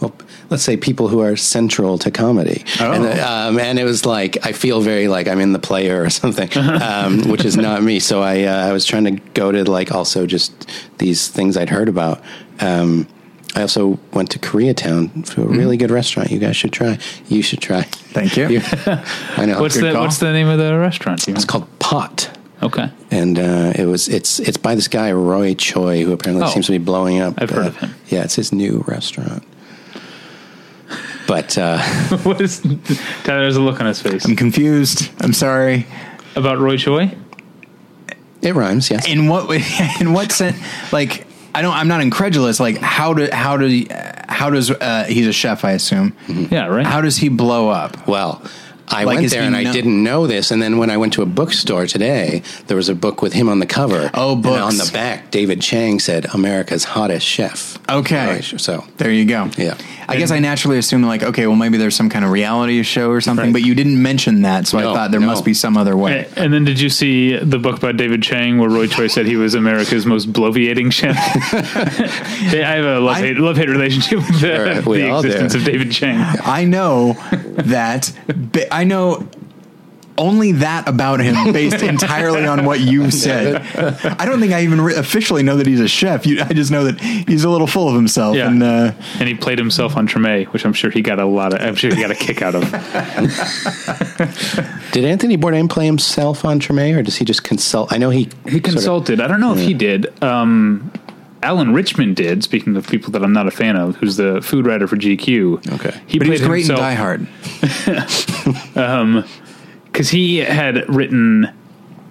C: well, let's say people who are central to comedy, and, uh, um, and it was like I feel very like I'm in the player or something, um, which is not me. So I uh, I was trying to go to like also just these things I'd heard about. Um, I also went to Koreatown to a really good restaurant. You guys should try. You should try.
A: Thank
C: *laughs*
A: you.
C: I know
B: What's
C: Good
B: the
C: call.
B: What's the name of the restaurant? Do you
C: It's
B: know?
C: called Pot
B: Okay,
C: and uh, it was it's it's by this guy Roy Choi who apparently
B: Oh.
C: seems to be blowing up.
B: I've heard
C: Uh,
B: of him.
C: Yeah, it's his new restaurant. But uh,
B: *laughs* what is Tyler? There's a look on his face
A: I'm confused. I'm sorry.
B: about Roy Choi.
C: it rhymes, yes.
A: In what way- *laughs* in what sense? Like I don't. I'm not incredulous. Like how do how do how does uh, he's a chef? I assume.
B: Yeah, right.
A: How does he blow up?
C: Well, I
A: Like,
C: went
A: is
C: there
A: he
C: and I
A: known?
C: didn't know this, and then when I went to a bookstore today, there was a book with him on the cover.
A: Oh,
C: And
A: books.
C: on the back, David Chang said, "America's hottest chef."
A: Okay.
C: All right, so
A: There you go.
C: Yeah.
A: I guess I naturally assume like okay, well maybe there's some kind of reality show or something,
C: Right.
A: but you didn't mention that, so I
C: No,
A: thought there
C: no.
A: must be some other way.
B: A- And then did you see the book by David Chang where Roy Choi said he was America's most bloviating chef?
C: *laughs*
B: They- I have a love hate love hate relationship with the,
C: Sure, we
B: the
C: all do.
B: existence of David Chang.
A: I
B: *laughs*
A: know that bi- I know only that about him based entirely on what
B: *laughs*
A: you've said. I don't think I even re- officially know that he's a chef. You, I just know that he's a little full of himself.
B: Yeah.
A: And uh,
B: And he played himself on Treme, which I'm sure he got a lot of. I'm sure he got a kick out
C: *laughs*
B: of.
C: did Anthony Bourdain play himself on Treme, or does he just consult? I know he
B: He consulted. I don't know if he did. Um, Alan Richmond did. Speaking of people that I'm not a fan of, who's the food writer for GQ.
C: Okay.
B: he
A: but he
B: played
A: was great
B: himself
A: in Die Hard.
B: because he had written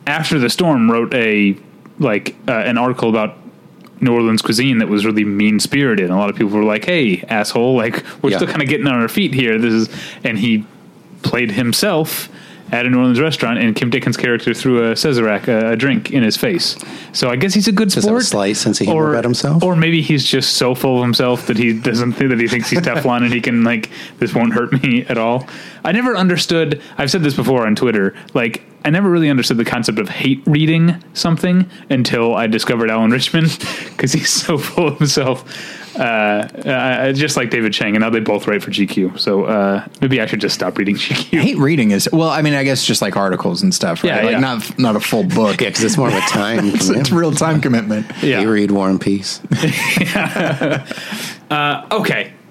B: after the storm wrote a like uh, an article about New Orleans cuisine that was really mean spirited. And a lot of people were like, "Hey, asshole! Like we're
C: Yeah.
B: still kind of getting on our feet here." This is and he played himself at a New Orleans restaurant, and Kim Dickens' character threw a Cesarac, a, a drink, in his face. So I guess he's a good
C: that a
B: sport.
C: slight sense of humor
B: or,
C: about himself?
B: or maybe he's just so full of himself that he doesn't think that he thinks he's Teflon and he can like this won't hurt me at all. I never understood. I've said this before on Twitter. Like I never really understood the concept of hate reading something until I discovered Alan Richmond because he's so full of himself. Uh, I, I just like David Chang, and now they both write for GQ. So uh, maybe I should just stop reading GQ.
A: Hate reading is well. I mean, I guess just like articles and stuff, right?
B: Yeah,
A: like
B: yeah.
A: not not a full book.
C: yeah, because it's more of a time.
A: *laughs* it's, it's
C: commitment.
A: real time commitment.
C: You read War and Peace.
B: Okay,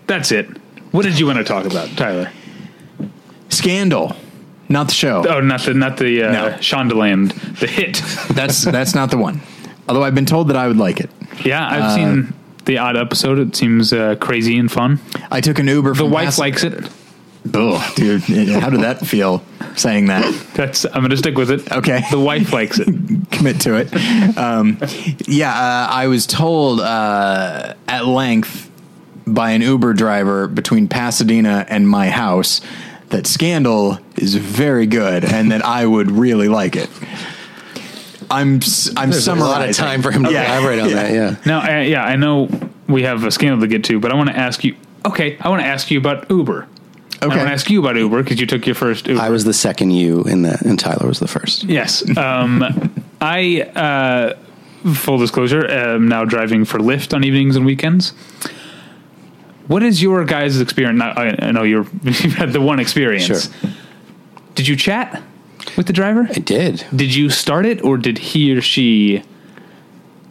B: that's it. What did you want to talk about, Tyler?
A: Scandal, not the show.
B: *laughs* Oh, not the not the uh,
A: No.
B: Shondaland, the *laughs* hit.
A: That's that's not the one. Although I've been told that I would like it.
B: Yeah, I've seen the odd episode. It seems uh, crazy and fun.
A: I took an Uber.
B: The wife likes it.
A: Ugh, dude. *laughs* How did that feel saying that?
B: That's I'm gonna stick with it.
A: Okay.
B: The wife likes *laughs* it.
A: commit to it. Um, yeah, uh, I was told uh, at length by an Uber driver between Pasadena and my house that Scandal is very good and that I would really like it. I'm s- I'm
C: There's a
A: summarizing.
C: lot of time for him to elaborate on that. Yeah.
B: Now, uh, yeah, I know we have a scandal to get to, but I want to ask you. Okay, I want to ask you about Uber. I
A: Okay.
B: want to ask you about Uber because you took your first Uber.
C: I was the second you in that, and Tyler was the first.
B: Yes. Um, *laughs* I, uh, full disclosure, am now driving for Lyft on evenings and weekends. What is your guys' experience? Now, I, I know you're, *laughs* you've had the one experience.
C: Sure.
B: Did you chat with the driver?
C: I did.
B: Did you start it or did he or she?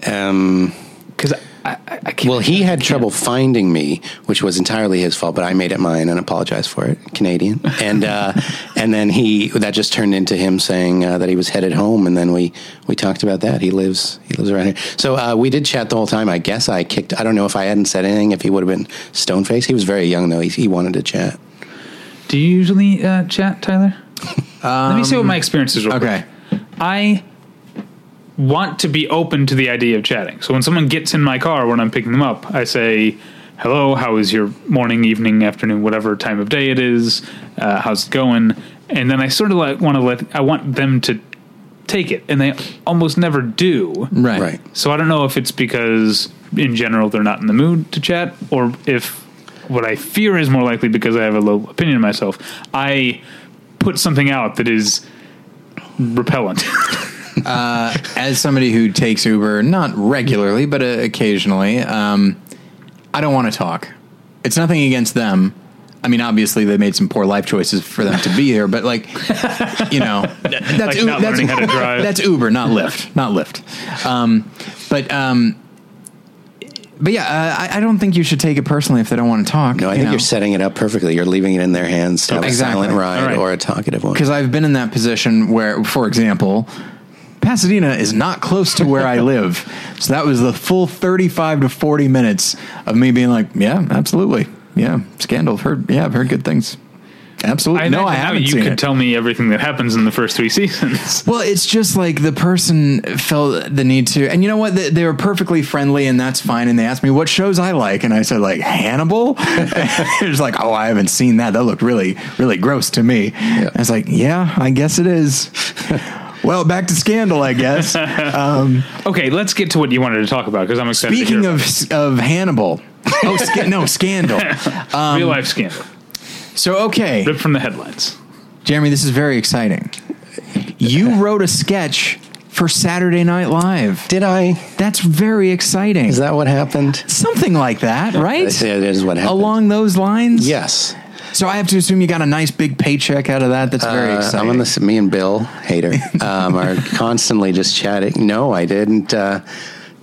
C: Um,
B: Because I, I, I I can't.
C: Well, he had trouble finding me, which was entirely his fault, but I made it mine and apologized for it, *laughs* Canadian. And uh, and then he that just turned into him saying uh, that he was headed home, and then we we talked about that. He lives he lives around here, so uh, we did chat the whole time. I guess I kicked. I don't know if I hadn't said anything, if he would have been stone faced. He was very young though. He, he wanted to chat.
B: Do you usually uh, chat, Tyler? Let me say what my experiences were.
A: Okay.
B: I want to be open to the idea of chatting. So when someone gets in my car when I'm picking them up, I say, "Hello, how is your morning, evening, afternoon, whatever time of day it is? Uh, how's it going?" And then I sort of like want to let I want them to take it, and they almost never do.
A: Right.
C: Right.
B: So I don't know if it's because in general they're not in the mood to chat, or if what I fear is more likely because I have a low opinion of myself. I put something out that is repellent. *laughs*
A: As somebody who takes Uber, not regularly, but uh, occasionally, um, I don't want to talk. It's nothing against them. I mean, obviously, they made some poor life choices for them to be here, but
B: *laughs*
A: like, you know, that's,
B: Like not learning how to drive.
A: that's Uber, not
B: *laughs*
A: Lyft, not Lyft. Um, but um, but yeah, uh, I, I don't think you should take it personally if they don't want to talk.
C: No, I
A: you
C: think
A: know?
C: you're setting it up perfectly. You're leaving it in their hands to have
A: Exactly.
C: a silent ride
B: All right.
C: or a talkative one.
A: because I've been in that position where, for example, Pasadena is not close to where
B: *laughs*
A: I live. So that was the full 35 to 40 minutes of me being like, yeah, absolutely. Yeah, scandal. I've Heard, yeah, I've heard good things. Absolutely. no, I
B: imagine now
A: haven't
B: You
A: seen
B: could
A: it.
B: tell me everything that happens in the first three *laughs* seasons.
A: Well, it's just like the person felt the need to, and you know what? They, they were perfectly friendly, and that's fine. And they asked me what shows I like, and I said like Hannibal. *laughs* it was like, oh, I haven't seen that. That looked really, really gross to me. I was like, yeah, I guess it is. well, back to Scandal, I guess.
B: okay, let's get to what you wanted to talk about because I'm excited.
A: Speaking
B: to hear
A: of of Hannibal, oh sca- no, Scandal.
B: about it. real life scandal,
A: So okay,
B: ripped from the *laughs* headlines.
A: Jeremy, this is very exciting. You wrote a sketch for Saturday Night Live.
C: Did I?
A: That's very exciting.
C: Is that what happened?
A: something like that, right?
C: That's- That is what happened.
A: Along those lines,
C: yes.
A: So I have to assume you got a nice big paycheck out of that. That's very
C: Uh,
A: exciting.
C: I'm on this. Me and Bill
A: *laughs*
C: Hader um, are constantly just chatting. No, I didn't. Uh,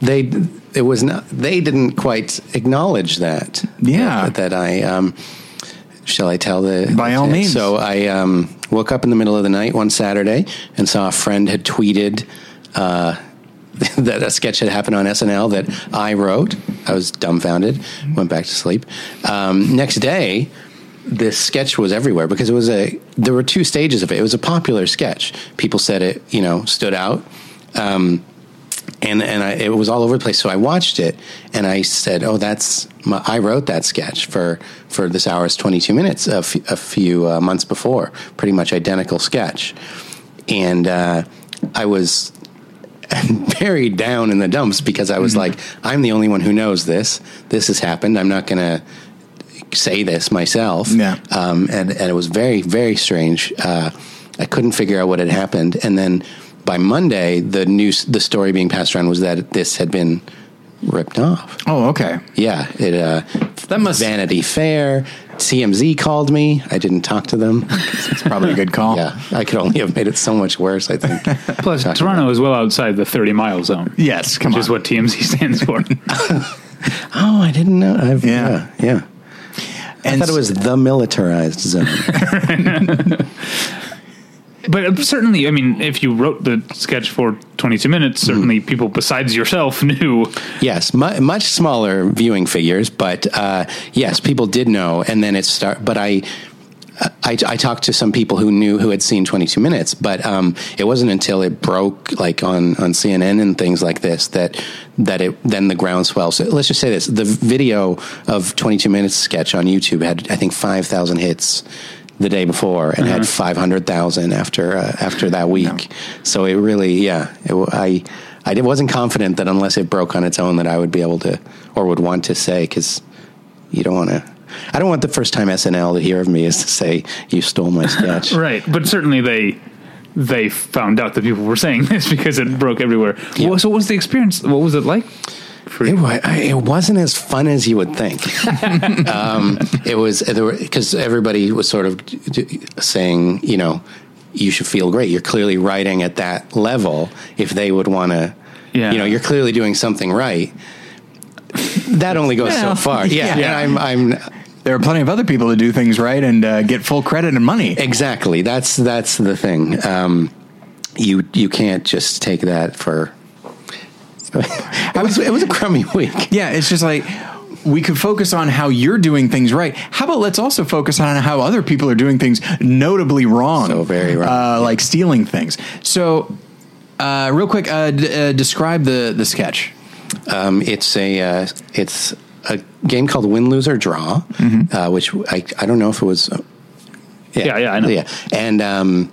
C: they it was not. They didn't quite acknowledge that.
A: Yeah.
C: that, that I. Um, shall I tell the?
A: By all means.
C: So I um, woke up in the middle of the night one Saturday and saw a friend had tweeted. Uh, *laughs* that a sketch had happened on SNL that I wrote. I was dumbfounded, went back to sleep. Um, next day, this sketch was everywhere because it was a there were two stages of it. It was a popular sketch. People said it, you know, stood out. Um, and and I, it was all over the place. So I watched it and I said, "Oh, that's my, I wrote that sketch for for this hour's twenty two minutes a f- a few uh, months before, pretty much identical sketch." And uh, I was buried down in the dumps because I was
A: Mm-hmm.
C: like, "I'm the only one who knows this. This has happened. I'm not gonna." say this myself.
A: Yeah.
C: Um, and, and it was very, very strange. Uh, I couldn't figure out what had happened. And then by Monday, the news, the story being passed around was that this had been ripped off.
A: oh, okay.
C: Yeah. It, uh,
A: That must-
C: Vanity Fair, CMZ called me. I didn't talk to
A: *laughs*
C: them.
A: It's probably a good call.
C: *laughs* yeah. I could only have made it so much worse, I think.
B: Plus,
C: Talking
B: Toronto is well outside the 30 mile zone,
A: Yes, come
B: which
A: on.
B: is what TMZ *laughs* stands for.
C: oh, I didn't know. I've,
A: Yeah.
C: yeah. Yeah. I
A: and
C: thought it was the militarized zone.
B: but certainly, I mean, if you wrote the sketch for 22 minutes, certainly people besides yourself *laughs* knew.
C: Yes, mu- much smaller viewing figures, but uh, yes, people did know. And then it start, but I. I, I talked to some people who knew who had seen 22 minutes, but um, it wasn't until it broke like on, on CNN and things like this that that it then the groundswell. So let's just say this: the video of 22 minutes sketch on YouTube had I think 5,000 hits the day before and had 500,000 after uh, after that week. So it really, yeah, it, wa- I I did- wasn't confident that unless it broke on its own that I would be able to or would want to say because you don't want to. I don't want the first time SNL to hear of me is to say you stole my
B: *laughs*
C: sketch.
B: Right. But certainly they they found out that people were saying *laughs* this because it broke everywhere. Well, so what was the experience? What was it like?
C: It, wa- I- it wasn't as fun as you would think. um, it was because everybody was sort of d- d- saying, you know, you should feel great. You're clearly writing at that level. If they would want to,
B: Yeah.
C: you know, you're clearly doing something right. that only goes so
A: Well,
C: far. Yeah,
A: yeah.
C: yeah. And I'm, I'm
A: There are plenty of other people that do things right and uh, get full credit and money.
C: exactly. That's that's the thing. Um, you you can't just take that for. I was it was a crummy *laughs* week.
A: Yeah, it's just like we could focus on how you're doing things right. How about let's also focus on how other people are doing things notably wrong.
C: So very wrong.
A: Uh, like stealing things. So, uh, real quick, uh, d- uh, describe the the sketch.
C: Um, it's a uh, it's a game called Win Lose or Draw, uh, which I I don't know if it was. uh,
B: Yeah, yeah, I know.
C: Yeah, and um,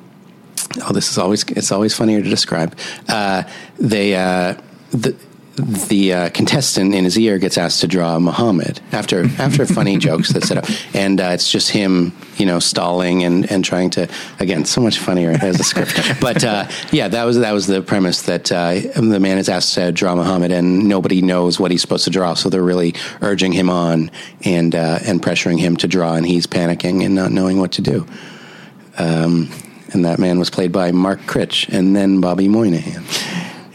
C: oh, this is always it's always funnier to describe. Uh, they uh, the. The uh, contestant in his ear gets asked to draw Muhammad after after funny jokes that set up, and uh, it's just him, you know, stalling and, and trying to again so much funnier *laughs* as a script. But uh, yeah, that was that was the premise that uh, the man is asked to draw Muhammad, and nobody knows what he's supposed to draw, so they're really urging him on and uh, and pressuring him to draw, and he's panicking and not knowing what to do and that man was played by Mark Critch and then Bobby Moynihan.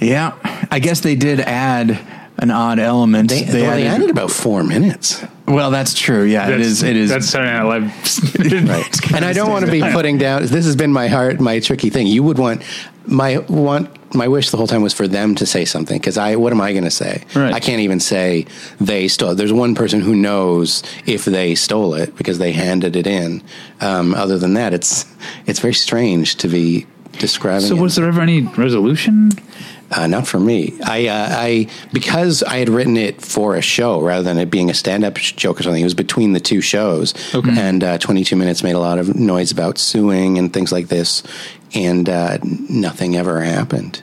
A: Yeah, I guess they did add an odd element.
C: They, well, they added about four minutes,
A: well, that's true. Yeah, it is. It is.
B: That's Saturday Night *laughs* Live.
C: and I don't want *laughs* to be putting down. This has been my heart, my tricky thing. You would want my want my wish the whole time was for them to say something because I what am I going to say?
B: Right.
C: I can't even say they stole. it. There's one person who knows if they stole it because they handed it in. Um, other than that, it's it's very strange to be describing.
B: So
C: it.
B: was there ever any resolution?
C: Uh, not for me. I, uh, I because I had written it for a show rather than it being a stand-up sh- joke or something. It was between the two shows, okay. and uh, 22 minutes made a lot of noise about suing and things like this, and uh, nothing ever happened.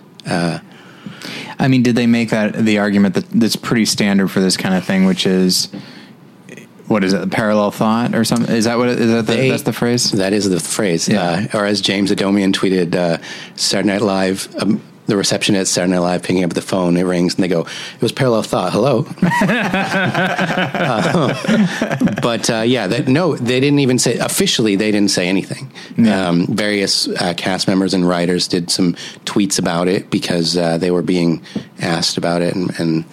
A: I mean, did they make that the argument that that's pretty standard for this kind of thing, which is what is it, the parallel thought or something? Is that what it- is that the,
C: They-
A: that's the phrase?
C: That is the phrase.
A: Yeah.
C: Uh, or as James Adomian tweeted, uh, Saturday Night Live. Um, the receptionist at Saturday Night Live picking up the phone. It rings and they go, "It was parallel thought."
A: *laughs*
C: Hello. Uh, but uh, yeah, that no, they didn't even say officially. They didn't say anything. Um, various uh, cast members and writers did some tweets about it because uh, they were being asked about it and. and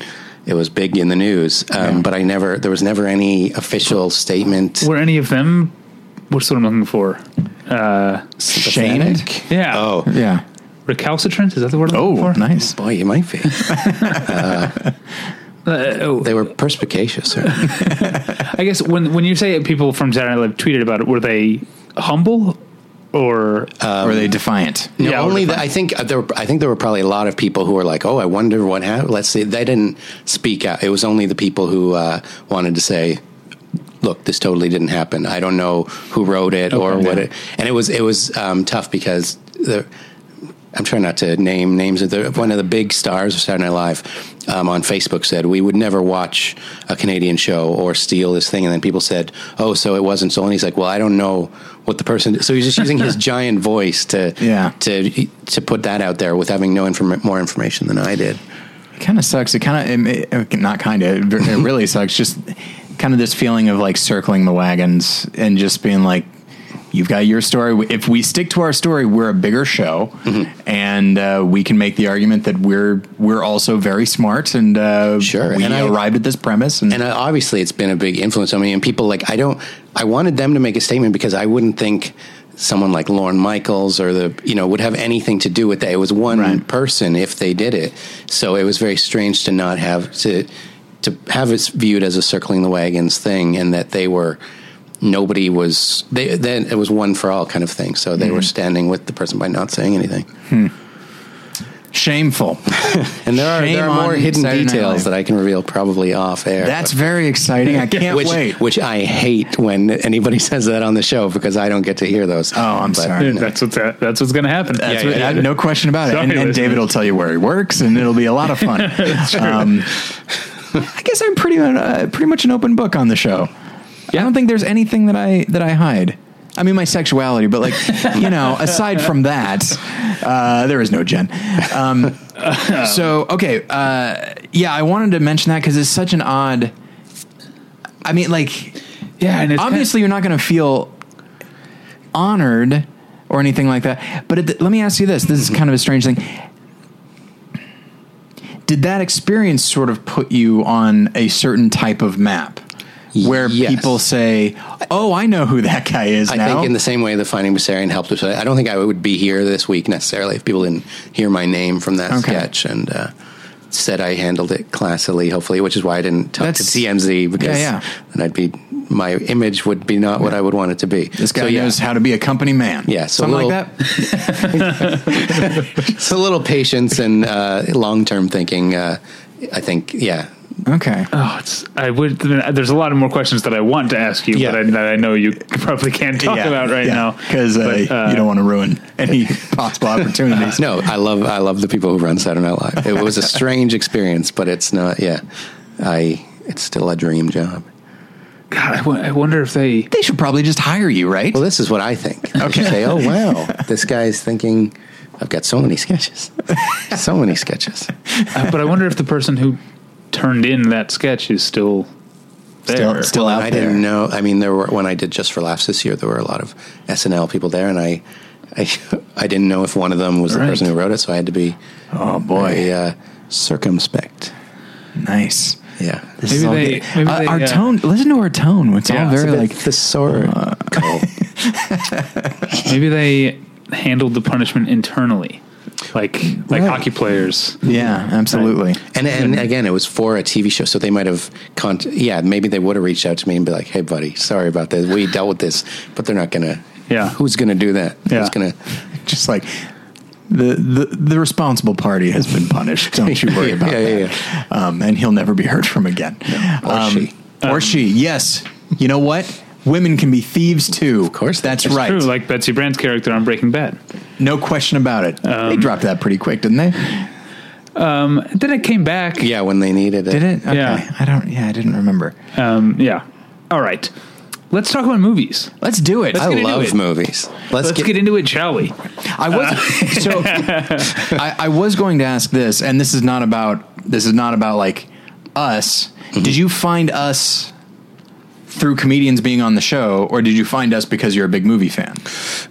C: it was big in the news, um, but I never. There was never any official statement.
B: Were any of them? What's what I'm looking for? Uh,
A: Shamed?
C: Pathetic.
B: Yeah.
C: Oh,
A: Yeah.
B: recalcitrant? Is that the word? I'm
A: Oh,
B: looking for?
A: nice.
C: Boy, you might be.
B: Uh, oh, *laughs*
C: They were perspicacious. Or,
B: I guess when when you say people from Saturday Night Live tweeted about it, were they humble
A: or
B: or
A: are they defiant?
C: no,
B: Yeah,
C: only
B: or
C: that. I think uh, there. Were, I think there were probably a lot of people who were like, "Oh, I wonder what happened." Let's see. They didn't speak out. It was only the people who uh, wanted to say, "Look, this totally didn't happen. I don't know who wrote it or
B: Okay.
C: what it." And it was it was um, tough because the. I'm trying not to name names. The- One of the big stars of Saturday Night Live um, on Facebook said, We would never watch a Canadian show or steal this thing. And then people said, Oh, so it wasn't stolen. He's like, Well, I don't know what the person. So he's just using his giant voice to
A: Yeah.
C: to to put that out there with having no inform- more information than I did.
A: It kind of sucks. It kind of not kind of. It really sucks. Just kind of this feeling of like circling the wagons and just being like, "You've got your story. If we stick to our story, we're a bigger show,
C: Mm-hmm.
A: and uh, we can make the argument that we're we're also very smart and uh,
C: Sure.
A: we
C: And I-
A: arrived at this premise and,
C: and I- obviously it's been a big influence on me. And people like I don't, I wanted them to make a statement because I wouldn't think someone like Lauren Michaels or the you know would have anything to do with that. It was one
A: Right.
C: person if they did it, so it was very strange to not have to to have it viewed as a circling the wagons thing, and that they were nobody was they then it was one for all kind of thing. So they
A: Mm-hmm.
C: were standing with the person by not saying anything.
A: shameful.
C: And there are
A: Shame
C: there are more
A: on
C: hidden
A: Saturday Night Live.
C: details that I can reveal probably off air.
A: That's very exciting.
C: *laughs*
A: I can't
C: which,
A: wait.
C: Which I hate when anybody *laughs* says that on the show because I don't get to hear those. Oh,
A: I'm sorry.
B: *laughs* that's what's that's what's going to happen?
A: That's
C: Yeah,
A: what-
C: yeah,
A: uh, no question about it.
B: Sorry,
A: and and
B: listeners.
A: David will tell you where he works, and it'll be a lot of
C: *laughs*
A: fun. um, I guess I'm pretty uh, pretty much an open book on the show. I don't think there's anything that I that I hide. I mean, my sexuality, but like *laughs* you know, aside from that, uh, there is no Jen. Um, so okay, uh, yeah, I wanted to mention that because it's such an odd. I mean, like
B: yeah, and it's
A: obviously you're not going to feel honored or anything like that. But it, let me ask you this: This is kind of a strange thing. did that experience sort of put you on a certain type of map where
C: Yes.
A: people say, "Oh, I know who that guy is
C: I
A: now."
C: think in the same way the Finding Bessarion helped us. I don't think I would be here this week necessarily if people didn't hear my name from that
A: Okay.
C: sketch and uh, said I handled it classily, hopefully, which is why I didn't talk to
A: That's-
C: TMZ because
A: Yeah, yeah.
C: then I'd be my image would be not what I would want it to be.
A: this guy
C: So, yeah.
A: knows how to be a company man.
C: Yeah, so
A: something
C: little-
A: like that.
C: It's a little patience and uh, long term thinking. Uh, I think, yeah,
A: Okay.
B: Oh, it's, I would. There's a lot of more questions that I want to ask you,
C: Yeah.
B: but I, that I know you *laughs* probably can't talk about right now
A: because uh,
B: But, uh,
A: you don't want to ruin any possible opportunities.
C: no, I love I love the people who run Saturday Night Live. It was a strange experience, but it's not. Yeah, I it's still a dream job.
B: God, I, w- I wonder if they.
A: They should probably just hire you, right?
C: Well, this is what I think. I should say,
A: *laughs*
C: oh wow, this guy's thinking. I've got so many sketches, so
A: *laughs*
C: many sketches.
B: uh, but I wonder if the person who turned in that sketch is still there.
A: still, still out
C: I
A: there.
C: didn't know. I mean, there were when I did Just for Laughs this year, there were a lot of SNL people there, and I, I, *laughs* I didn't know if one of them was the
B: Right.
C: person who wrote it, so I had to be
A: Oh boy,
C: very, uh, circumspect.
A: nice.
C: Yeah,
A: This is
B: Maybe
A: all
B: they-
A: good.
B: maybe
A: Uh,
B: they,
A: our
B: uh,
A: tone. Listen to our tone. It's
B: Yeah,
A: all
B: it's
A: very like uh,
C: the sword.
B: Maybe they handled the punishment internally, like like hockey players.
A: yeah, absolutely.
C: And and again, it was for a TV show, so they might have, con- yeah, maybe they would have reached out to me and be like, "Hey, buddy, sorry about this. We dealt with this, but they're not gonna.
B: Yeah.
C: who's gonna do that?
B: Yeah.
C: Who's gonna?
A: Just like the, the the responsible party has been punished. Don't you worry
C: Yeah,
A: about
C: yeah,
A: that. Um, and he'll never be heard from again.
C: or
A: Um,
C: she.
A: or she. Yes. You know what? Women can be thieves too. Of
C: course they
A: that's
C: can.
A: right.
B: True, like Betsy Brandt's character on Breaking Bad.
A: No question about it. they dropped that pretty quick, didn't they?
B: Um, then it came back.
C: Yeah, when they needed it.
A: Did it? Okay.
B: Yeah.
A: I don't. Yeah, I didn't remember.
B: Um, yeah. All right. Let's talk about movies.
A: Let's do it.
B: Let's
A: I,
C: I
B: get into
C: love
B: it.
C: movies. Let's,
B: Let's,
C: get,
B: get, into it, shall we?
A: I was
B: Uh.
A: so. *laughs* I, I was going to ask this, and this is not about. This is not about like us.
B: Mm-hmm.
A: Did you find us through comedians being on the show, or did you find us because you're a big movie fan?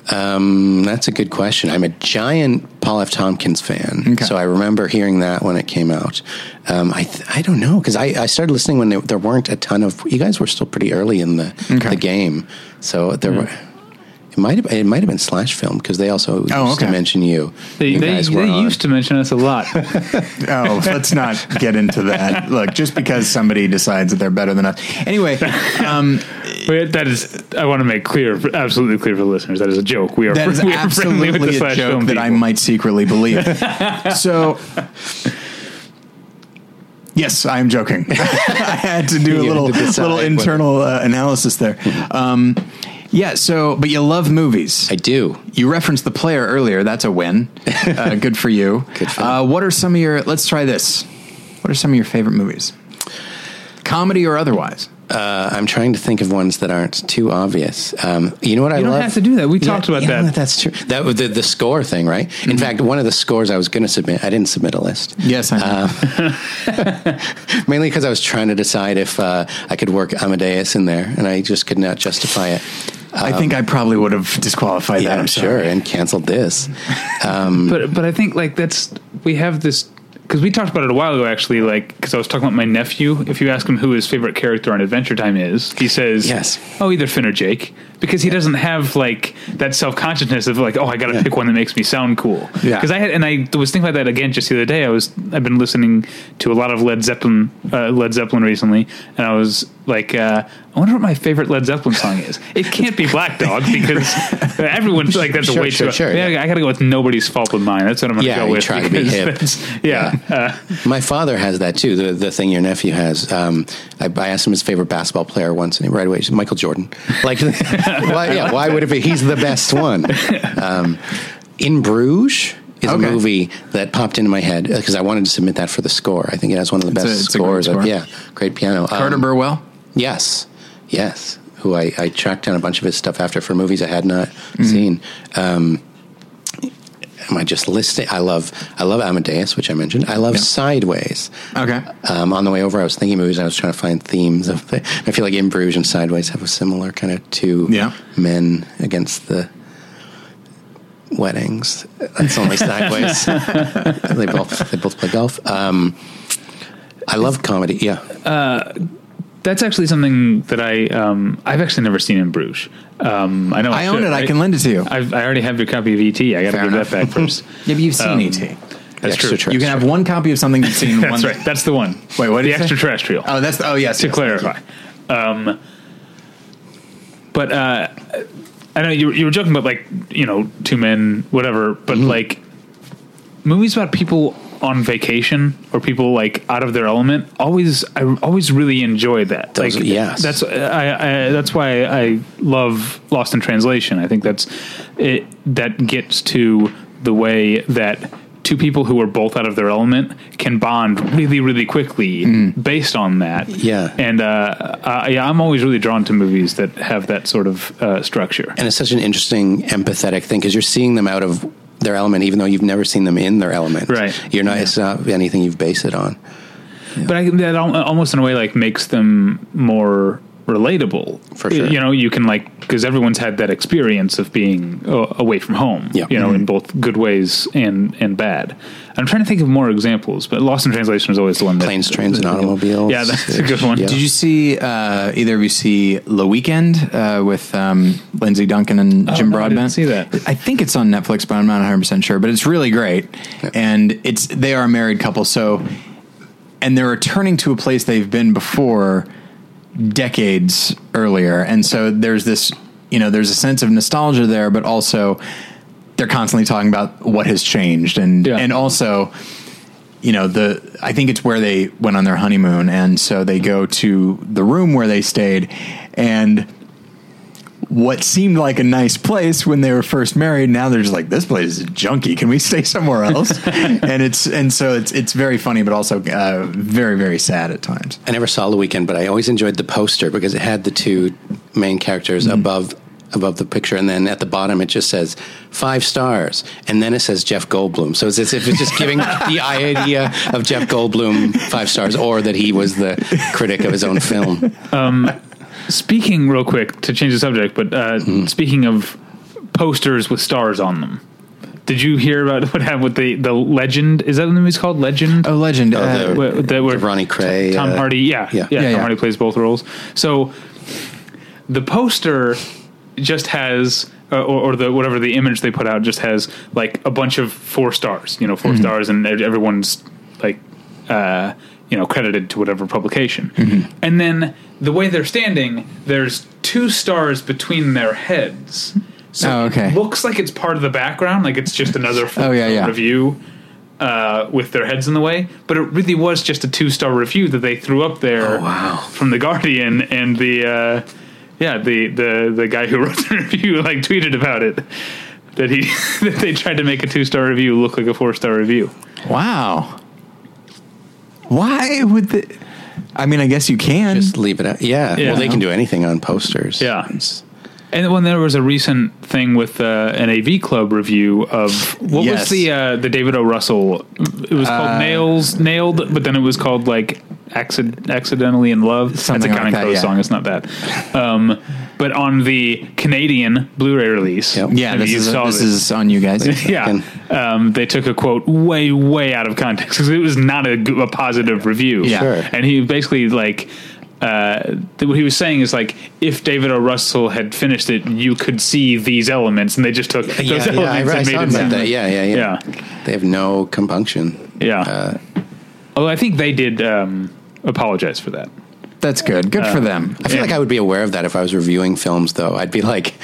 C: Um, that's a good question. I'm a giant Paul F. Tompkins fan,
A: Okay.
C: so I remember hearing that when it came out. Um, I th- I don't know because I, I started listening when there, there weren't a ton of. You guys were still pretty early in the
A: Okay.
C: the game, so there were. It might have it might have been Slash Film because they also
A: Oh,
C: used
A: okay.
C: to mention you.
B: *laughs* They,
C: You
B: they,
C: guys
B: they
C: were on.
B: used to mention us a lot.
A: Oh, let's not get into that. *laughs* Look, just because somebody decides that they're better than us. *laughs* Anyway, um,
B: But that is, I want to make clear, absolutely clear for the listeners, that is a joke. We are,
A: that is
B: *laughs* we are friendly with the
A: absolutely a
B: slash
A: joke
B: film
A: that I
B: people.
A: might secretly believe.
C: *laughs*
A: so, yes, I am joking. *laughs* I had to do a
C: You
A: little
C: had to decide
A: little
C: whether-
A: internal uh, analysis there. Um, yeah. So, but you love movies.
C: I do.
A: you referenced the player earlier. That's a
C: *laughs*
A: win. Uh, good for you.
C: Good for
A: uh, what are some of your? Let's try this. What are some of your favorite movies? Comedy or otherwise?
C: Uh, I'm trying to think of ones that aren't too obvious. Um, you know what I
B: You don't
C: love?
B: have to do that. We
C: Yeah,
B: talked about
C: you know
B: that. Mm-hmm.
C: what, that's true. That was the, the score thing, right? In fact, one of the scores I was going to submit, I didn't submit a list.
A: Yes, I know.
C: Uh, mainly because I was trying to decide if uh, I could work Amadeus in there, and I just could not justify it.
A: I think I probably would have disqualified that.
C: um, Yeah,
A: I'm
C: sure,
A: sorry.
C: and canceled this.
B: but but I think like that's we have this because we talked about it a while ago actually like because I was talking about my nephew. If you ask him who his favorite character on Adventure Time is, he says
C: Yes.
B: Oh, either Finn or Jake because he doesn't have like that self consciousness of like oh I got to pick one that makes me sound cool.
A: Yeah.
B: because I had and I was thinking about that again just the other day. I was I've been listening to a lot of Led Zeppelin uh, Led Zeppelin recently, and I was like. uh I wonder what my favorite Led Zeppelin song is. It can't be Black Dog because everyone's like that's
C: Sure,
B: a way
C: sure,
B: too.
C: sure,
B: yeah,
C: yeah.
B: I got to go with nobody's fault but mine. That's what I'm going to
C: Yeah,
B: go
C: you
B: with.
C: try to be
B: because
C: hip.
B: that's- Yeah. Uh,
C: My father has that too. The the thing your nephew has. Um, I, I asked him his favorite basketball player once, and he right away he said, Michael Jordan.
A: *laughs*
C: Like, *laughs* why, yeah, why would it be? He's the
A: *laughs*
C: best one. Um, in Bruges is
A: Okay.
C: a movie that popped into my head because I wanted to submit that for the score. I think it has one of the
A: a-
C: best
A: it's a great
C: scores.
A: score.
C: Yeah, great piano. Um,
A: Carter Burwell.
C: Yes, yes. Who I, I tracked down a bunch of his stuff after for movies I had not
A: Mm-hmm.
C: seen. Um, am I just listing? I love I love Amadeus, which I mentioned. I love Sideways.
A: Okay.
C: Um, on the way over, I was thinking movies. and I was trying to find themes of the. I feel like In Bruges and Sideways have a similar kind of two
A: Yeah.
C: men against the weddings. That's only
A: *laughs*
C: sideways. they both they both play golf. Um, I love comedy. Yeah,
B: That's actually something that I um, I've actually never seen in Bruges. Um, I know
A: I own it. I can lend it to you.
B: I've, I already have your copy of ET. I
A: Fair
B: got to give
A: enough.
B: that back first.
A: Yeah, but you've seen
B: um,
A: E ET.
B: That's true.
A: You can have one copy of something you've seen. and
B: *laughs* That's
A: one,
B: right. That's the one.
A: Wait, what did
B: The
A: you say?
B: extraterrestrial.
A: Oh, that's oh yes.
B: to
A: yes,
B: clarify. Um, but uh, I know you, were- you were joking about like you know two men, whatever. But
C: Mm-hmm.
B: like movies about people on vacation or people like out of their element, always I always really enjoy that.
C: Those-
B: like
C: yes.
B: that's I, I that's why I love Lost in Translation. I think that's it. That gets to the way that. Two people who are both out of their element can bond really, really quickly based on that.
C: Yeah.
B: And uh, uh, yeah, I'm always really drawn to movies that have that sort of uh, structure.
C: and it's such an interesting empathetic thing because you're seeing them out of their element, even though you've never seen them in their element.
B: Right.
C: You're not. It's not anything you've based it on.
B: But I, that al- almost in a way like makes them more relatable.
C: For sure.
B: You know, you can like because everyone's had that experience of being uh, away from home.
C: Yeah.
B: You know, in both good ways and and bad. I'm trying to think of more examples, but Lost in Translation is always the one. That,
C: Planes, trains, and automobiles.
B: Yeah, that's a good one.
C: Yeah.
A: Did you see uh, either of you see Le Weekend uh, with um, Lindsay Duncan and Jim
B: Oh, no, I
A: Broadbent?
B: didn't see that.
A: I think it's on Netflix, but I'm not 100 percent sure. But it's really great, and it's they are a married couple, so and they're returning to a place they've been before decades earlier, and so there's this you know there's a sense of nostalgia there, but also they're constantly talking about what has changed and
B: Yeah.
A: and also you know the I think it's where they went on their honeymoon, and so they go to the room where they stayed, and what seemed like a nice place when they were first married, now they're just like this place is junky. Can we stay somewhere *laughs* else? and it's and so it's it's very funny, but also uh, very very sad at times.
C: I never saw the weekend, but I always enjoyed the poster because it had the two main characters
B: Mm-hmm.
C: above above the picture, and then at the bottom it just says five stars, and then it says Jeff Goldblum. So it's as if it's
B: *laughs*
C: just giving the idea of Jeff Goldblum five stars, or that he was the critic of his own film.
B: Speaking real quick to change the subject, but uh,
C: Mm-hmm.
B: speaking of posters with stars on them. Did you hear about *laughs* what happened with the, the legend? Is that what the movie's called? Legend?
A: Oh, legend!
C: the-
A: uh,
B: Where- that where
C: The Ronnie Cray,
B: Tom
C: uh,
B: Hardy. Yeah,
C: yeah.
B: yeah,
C: Yeah,
B: Tom
A: yeah.
B: Hardy plays both roles. So the poster just has, uh, or, or the whatever the image they put out just has like a bunch of four stars. You know, 4
C: Mm-hmm.
B: stars, and ev- everyone's like, uh, you know, credited to whatever publication.
C: Mm-hmm.
B: And then the way they're standing, there's two stars between their heads. So
A: Oh, okay.
B: it looks like it's part of the background, like it's just another
A: *laughs* Oh, yeah, yeah.
B: review uh, with their heads in the way, but it really was just a two star review that they threw up there
A: Oh,
B: from the Guardian and the uh, yeah the, the the guy who *laughs* wrote the review like tweeted about it that he *laughs* that they tried to make a two star review look like a four star review.
A: wow. Why would the? I mean, I guess you can.
C: Just leave it out. Yeah.
B: Yeah.
C: Well, they can do anything on posters.
B: Yeah.
C: It's-
B: And when there was a recent thing with uh, an AV Club review of what
A: Yes. Uh,
B: was the uh, the David O. Russell? It was called Nails Nailed, but then it was called like Acci- Accidentally in Love. That's a
A: Something like
B: Counting
A: that,
B: Crows
A: yeah.
B: song. It's not that. Um, but on the Canadian Blu-ray release,
C: Yep.
A: yeah,
B: maybe
A: this
B: you
A: is
B: saw
A: this is on you
B: *laughs*
A: guys.
B: yeah. Um, they took a quote way, way out of context because it was not a, g- a positive review.
A: Yeah. Sure.
B: And he basically like. Uh, th- what he was saying is like if David O. Russell had finished it, you could see these elements, and they just took those
C: Yeah, yeah, I,
B: elements
C: I
B: and
C: saw
B: made it
C: about
B: sound
C: that. Yeah, yeah, yeah,
B: Yeah.
C: They have no compunction.
B: yeah.
C: Uh,
B: Although I think they did um, apologize for that.
A: That's good. Good for
B: Uh,
A: them.
C: I feel
B: Yeah.
C: like I would be aware of that if I was reviewing films, though. I'd be like,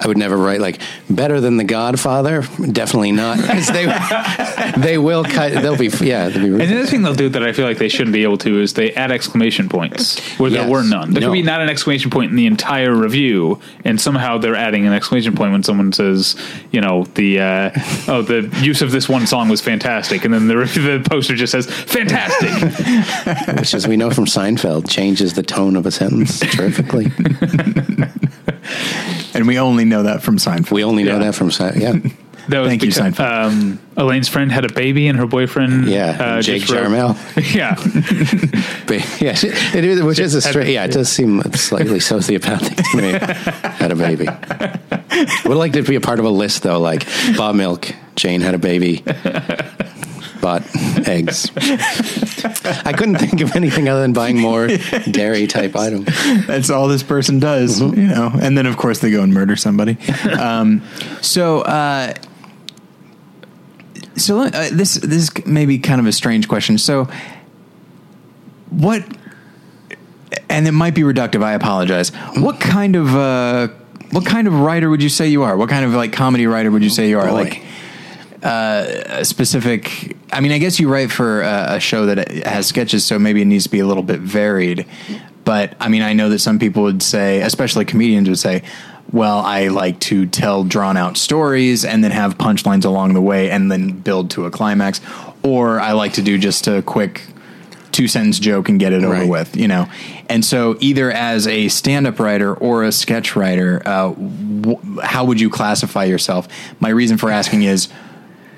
C: I would never write like better than The Godfather. Definitely not. *laughs* 'Cause they they will cut. They'll be yeah. They'll be
B: And the other thing they'll do that I feel like they shouldn't be able to is they add exclamation points where
C: Yes.
B: there were none. There
C: No.
B: could be not an exclamation point in the entire review, and somehow they're adding an exclamation point when someone says, you know, the uh, oh the use of this one song was fantastic, and then the *laughs* the poster just says
C: *laughs*
B: fantastic.
C: which, as we know from Seinfeld, changes the tone of
B: *laughs*
C: a sentence terrifically.
A: And we only know that from Seinfeld.
C: We only know
B: Yeah.
C: that from Seinfeld. Yeah,
B: That was
A: Thank you,
B: because- Um, Elaine's friend had a baby, and her boyfriend,
C: yeah.
B: uh,
C: Jake
B: just wrote- *laughs*
C: Jarmel.
B: yeah.
C: *laughs* But, yeah, it is, which is a straight. Yeah, it does seem slightly sociopathic to me. Had a baby. would like to be a part of a list though, like bought milk, Jane had a baby, bought eggs. I couldn't think of anything other than buying more dairy type items.
A: That's all this person does, you know. And then, of course, they go and murder somebody. um, so, uh, so let- uh, this this may be kind of a strange question. So, what? And it might be reductive. I apologize. What kind of uh, what kind of writer would you say you are? What kind of like comedy writer would you say you are?
C: boy.
A: Like a specific. I mean, I guess you write for uh, a show that has sketches, so maybe it needs to be a little bit varied. But I mean, I know that some people would say, especially comedians, would say, "Well, I like to tell drawn out stories and then have punchlines along the way, and then build to a climax." Or I like to do just a quick two sentence joke and get it over
C: Right.
A: with, you know. And so, either as a stand up writer or a sketch writer, uh, w- how would you classify yourself? My reason for asking is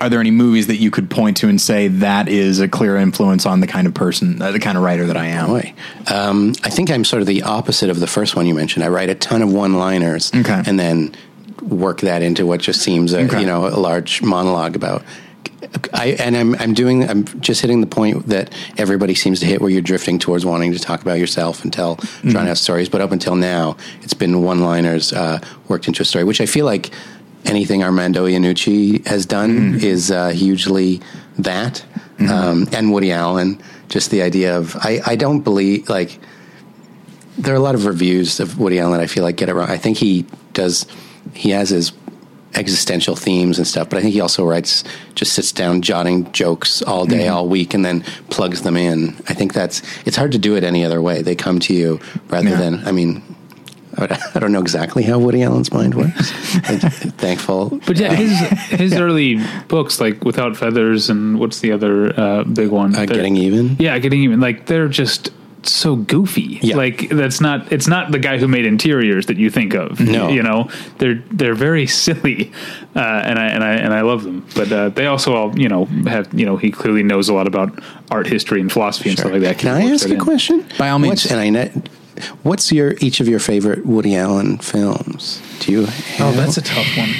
A: are there any movies that you could point to and say that is a clear influence on the kind of person, uh, the kind of writer that I am?
C: Boy, um, I think I'm sort of the opposite of the first one you mentioned. I write a ton of one-liners,
A: Okay.
C: and then work that into what just seems a
A: Okay.
C: you know a large monologue about. I, and I'm I'm doing I'm just hitting the point that everybody seems to hit where you're drifting towards wanting to talk about yourself and tell drawn out stories. But up until now, it's been one-liners uh, worked into a story, which I feel like anything Armando Iannucci has done is uh, hugely that. Um, and Woody Allen, just the idea of I I don't believe like there are a lot of reviews of Woody Allen. I feel like get it wrong. I think he does. He has his existential themes and stuff, but I think he also writes just sits down jotting jokes all day, all week, and then plugs them in. I think that's it's hard to do it any other way. They come to you rather
A: Yeah.
C: than. I mean, I I don't know exactly how Woody Allen's mind works. I'm thankful,
B: But yeah,
C: *laughs*
B: his his early books like Without Feathers and what's the other uh, big one?
C: uh,
B: They're-
C: getting even.
B: Yeah, getting even. Like they're just so goofy.
C: Yeah.
B: Like that's not it's not the guy who made interiors that you think of.
C: No.
B: You know, they're they're very *laughs* silly. Uh, and I and I and I love them. But uh, they also all, you know, have you know, he clearly knows a lot about art history and philosophy and stuff like that.
C: Can
B: He
C: I
B: works
C: ask
B: that
C: a
B: in.
C: question?
A: By all means.
C: What's, and I know, what's your each of your favorite Woody Allen films? Do you?
D: Oh,
C: have-
D: that's a tough one.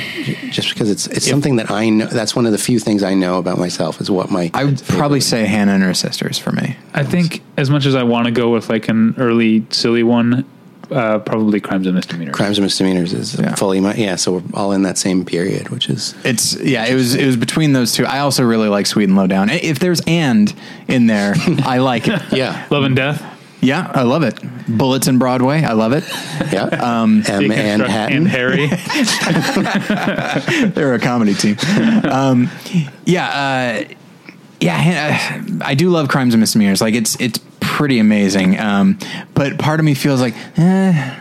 C: just because it's it's something that I know. That's one of the few things I know about myself is what my
A: I would probably say Hannah and her sisters for me.
B: I think as much as I want to go with like an early silly one, uh, probably crimes and misdemeanors.
C: crimes and misdemeanors is
A: Yeah.
C: fully my yeah. So we're all in that same period, which is
A: It's yeah, it was it was between those two. I also really like Sweet and Low Down. I- If there's and in there, I like it.
C: *laughs* yeah
B: Love and death.
A: Yeah, I love it. Bullets in Broadway, I love it. *laughs*
C: yeah. Um, M and
B: Deconstruct and
C: Hatton.
B: Harry.
C: *laughs*
A: They're a comedy team. Um, yeah, uh, yeah. Han- uh, I do love Crimes and Misdemeanors. Like it's it's pretty amazing. Um, but part of me feels like eh,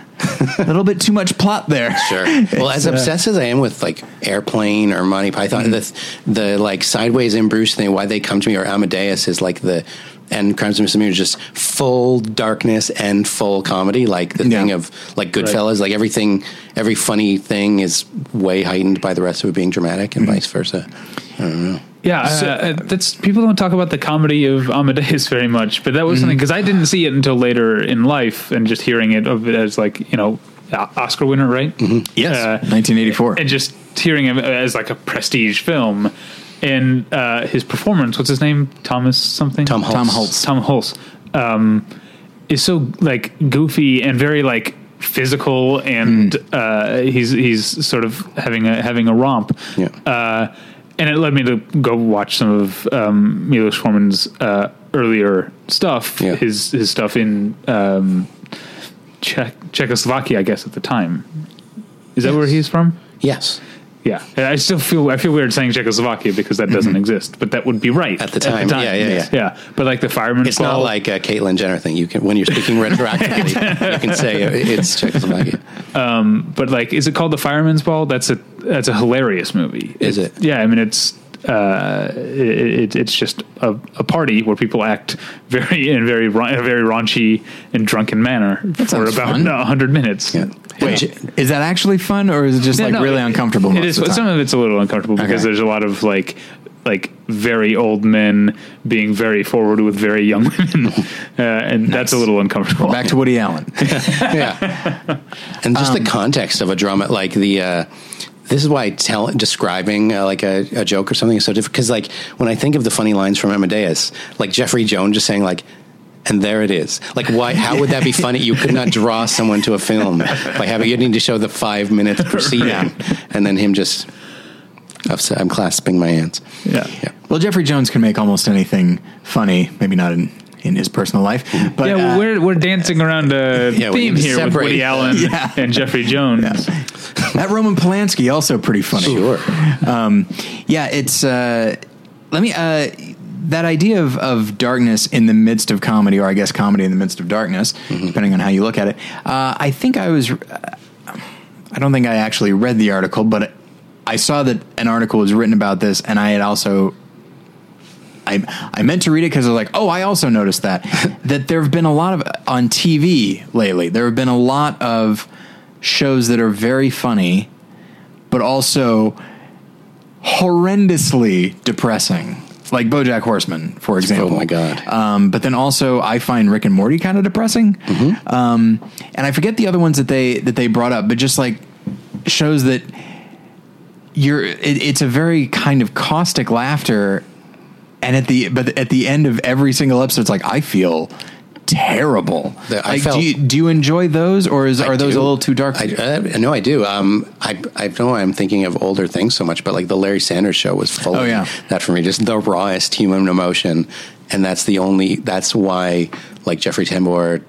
A: a little bit too much plot there. *laughs*
C: Sure. Well,
A: uh,
C: as obsessed as I am with like Airplane or Monty Python,
A: Mm-hmm.
C: the the like sideways in Bruce thing, why they come to me or Amadeus is like the and Crimes and Misdemeanors just full darkness and full comedy, like the
A: Yeah.
C: thing of like Goodfellas, like everything, every funny thing is way heightened by the rest of it being dramatic
A: Mm-hmm.
C: and vice versa.
B: Yeah, uh, uh, that's people don't talk about the comedy of Amadeus *laughs* very much, but that was
C: Mm-hmm.
B: something because I didn't see it until later in life, and just hearing it of it as like you know O- Oscar winner, right? Mm-hmm.
A: Yes,
B: Uh,
A: 1984.
B: and just hearing him as like a prestige film, and uh, his performance. What's his name? Thomas something.
C: Tom Hulse.
A: Tom Hulse.
B: Tom Hulse um, is so like goofy and very like physical, and
C: Mm.
B: uh, he's he's sort of having a having a romp.
C: Yeah.
B: Uh, and it led me to go watch some of um, Milos Forman's uh, earlier stuff,
C: Yeah.
B: his his stuff in um, Czech, Czechoslovakia, I guess at the time. Is that where he's from?
C: Yes,
B: Yeah, And I still feel I feel weird saying Czechoslovakia because that doesn't exist, but that would be right
C: Mm-hmm. At the time. Yeah, yeah, yeah.
B: But like the fireman,
C: it's not like a Caitlyn Jenner thing. You can when you're speaking
A: *laughs*
C: retroactively, you can say it's Czechoslovakia.
B: but like, is it called the Fireman's Ball? That's a that's a hilarious movie.
C: Is
B: It's-
C: it?
B: Yeah, I mean it's uh, it, it, it's just a, a party where people act very in very ra- in a very raunchy and drunken manner for
A: sounds
B: about
A: fun.
B: a hundred minutes.
C: Yeah.
A: Wait, is that actually fun or is it just
B: No,
A: like
B: no,
A: really
B: it-
A: uncomfortable?
B: It
A: most
B: is.
A: of the time?
B: Some of it's a little uncomfortable because
A: Okay.
B: there's a lot of like like very old men being very forward with very young women, *laughs* uh, and that's a little uncomfortable.
A: Back to Woody Allen.
C: yeah. And just the context of a drama, like the, uh, this is why tell, describing uh, like a, a joke or something is so different. Because like when I think of the funny lines from Amadeus, like Jeffrey Jones just saying like, and there it is. Like why? How would that be funny? You could not draw someone to a film by having you need to show the five minutes preceding, and then him just. upset- I'm clasping my hands.
B: yeah.
A: Well, Jeffrey Jones can make almost anything funny. Maybe not in, in his personal life, but
B: yeah,
A: uh,
B: we're we're dancing around
A: *laughs*
B: a
C: Yeah, we
B: theme
C: need to
B: here with
C: separate.
B: Woody Allen
A: Yeah.
B: and Jeffrey Jones.
A: *laughs* that Roman Polanski also pretty funny.
C: Sure.
A: Um, yeah, it's uh, let me uh, that idea of of darkness in the midst of comedy, or I guess comedy in the midst of darkness, depending on how you look at it. Uh, I think I was. I don't think I actually read the article, but I saw that an article was written about this, and I had also. I, I meant to read it because I was like, oh, I also noticed
C: *laughs*
A: that that there have been a lot of on TV lately. There have been a lot of shows that are very funny, but also horrendously depressing, like BoJack Horseman, for example.
C: Oh my God.
A: Um, but then also, I find Rick and Morty kind of depressing.
C: Mm-hmm.
A: Um, and I forget the other ones that they that they brought up, but just like shows that you're. It, it's a very kind of caustic laughter, and at the but at the end of every single episode, it's like I feel terrible.
C: The- I
A: like,
C: felt-
A: do you do you enjoy those, or is are
C: I
A: those
C: do.
A: a little too dark? for
C: I,
A: you?
C: uh, no, I do. Um, I I don't know. why I'm thinking of older things so much, but like the Larry Sanders Show was full.
A: Oh, yeah.
C: of that for me, just the rawest human emotion, and that's the only. That's why, like Jeffrey Tambor,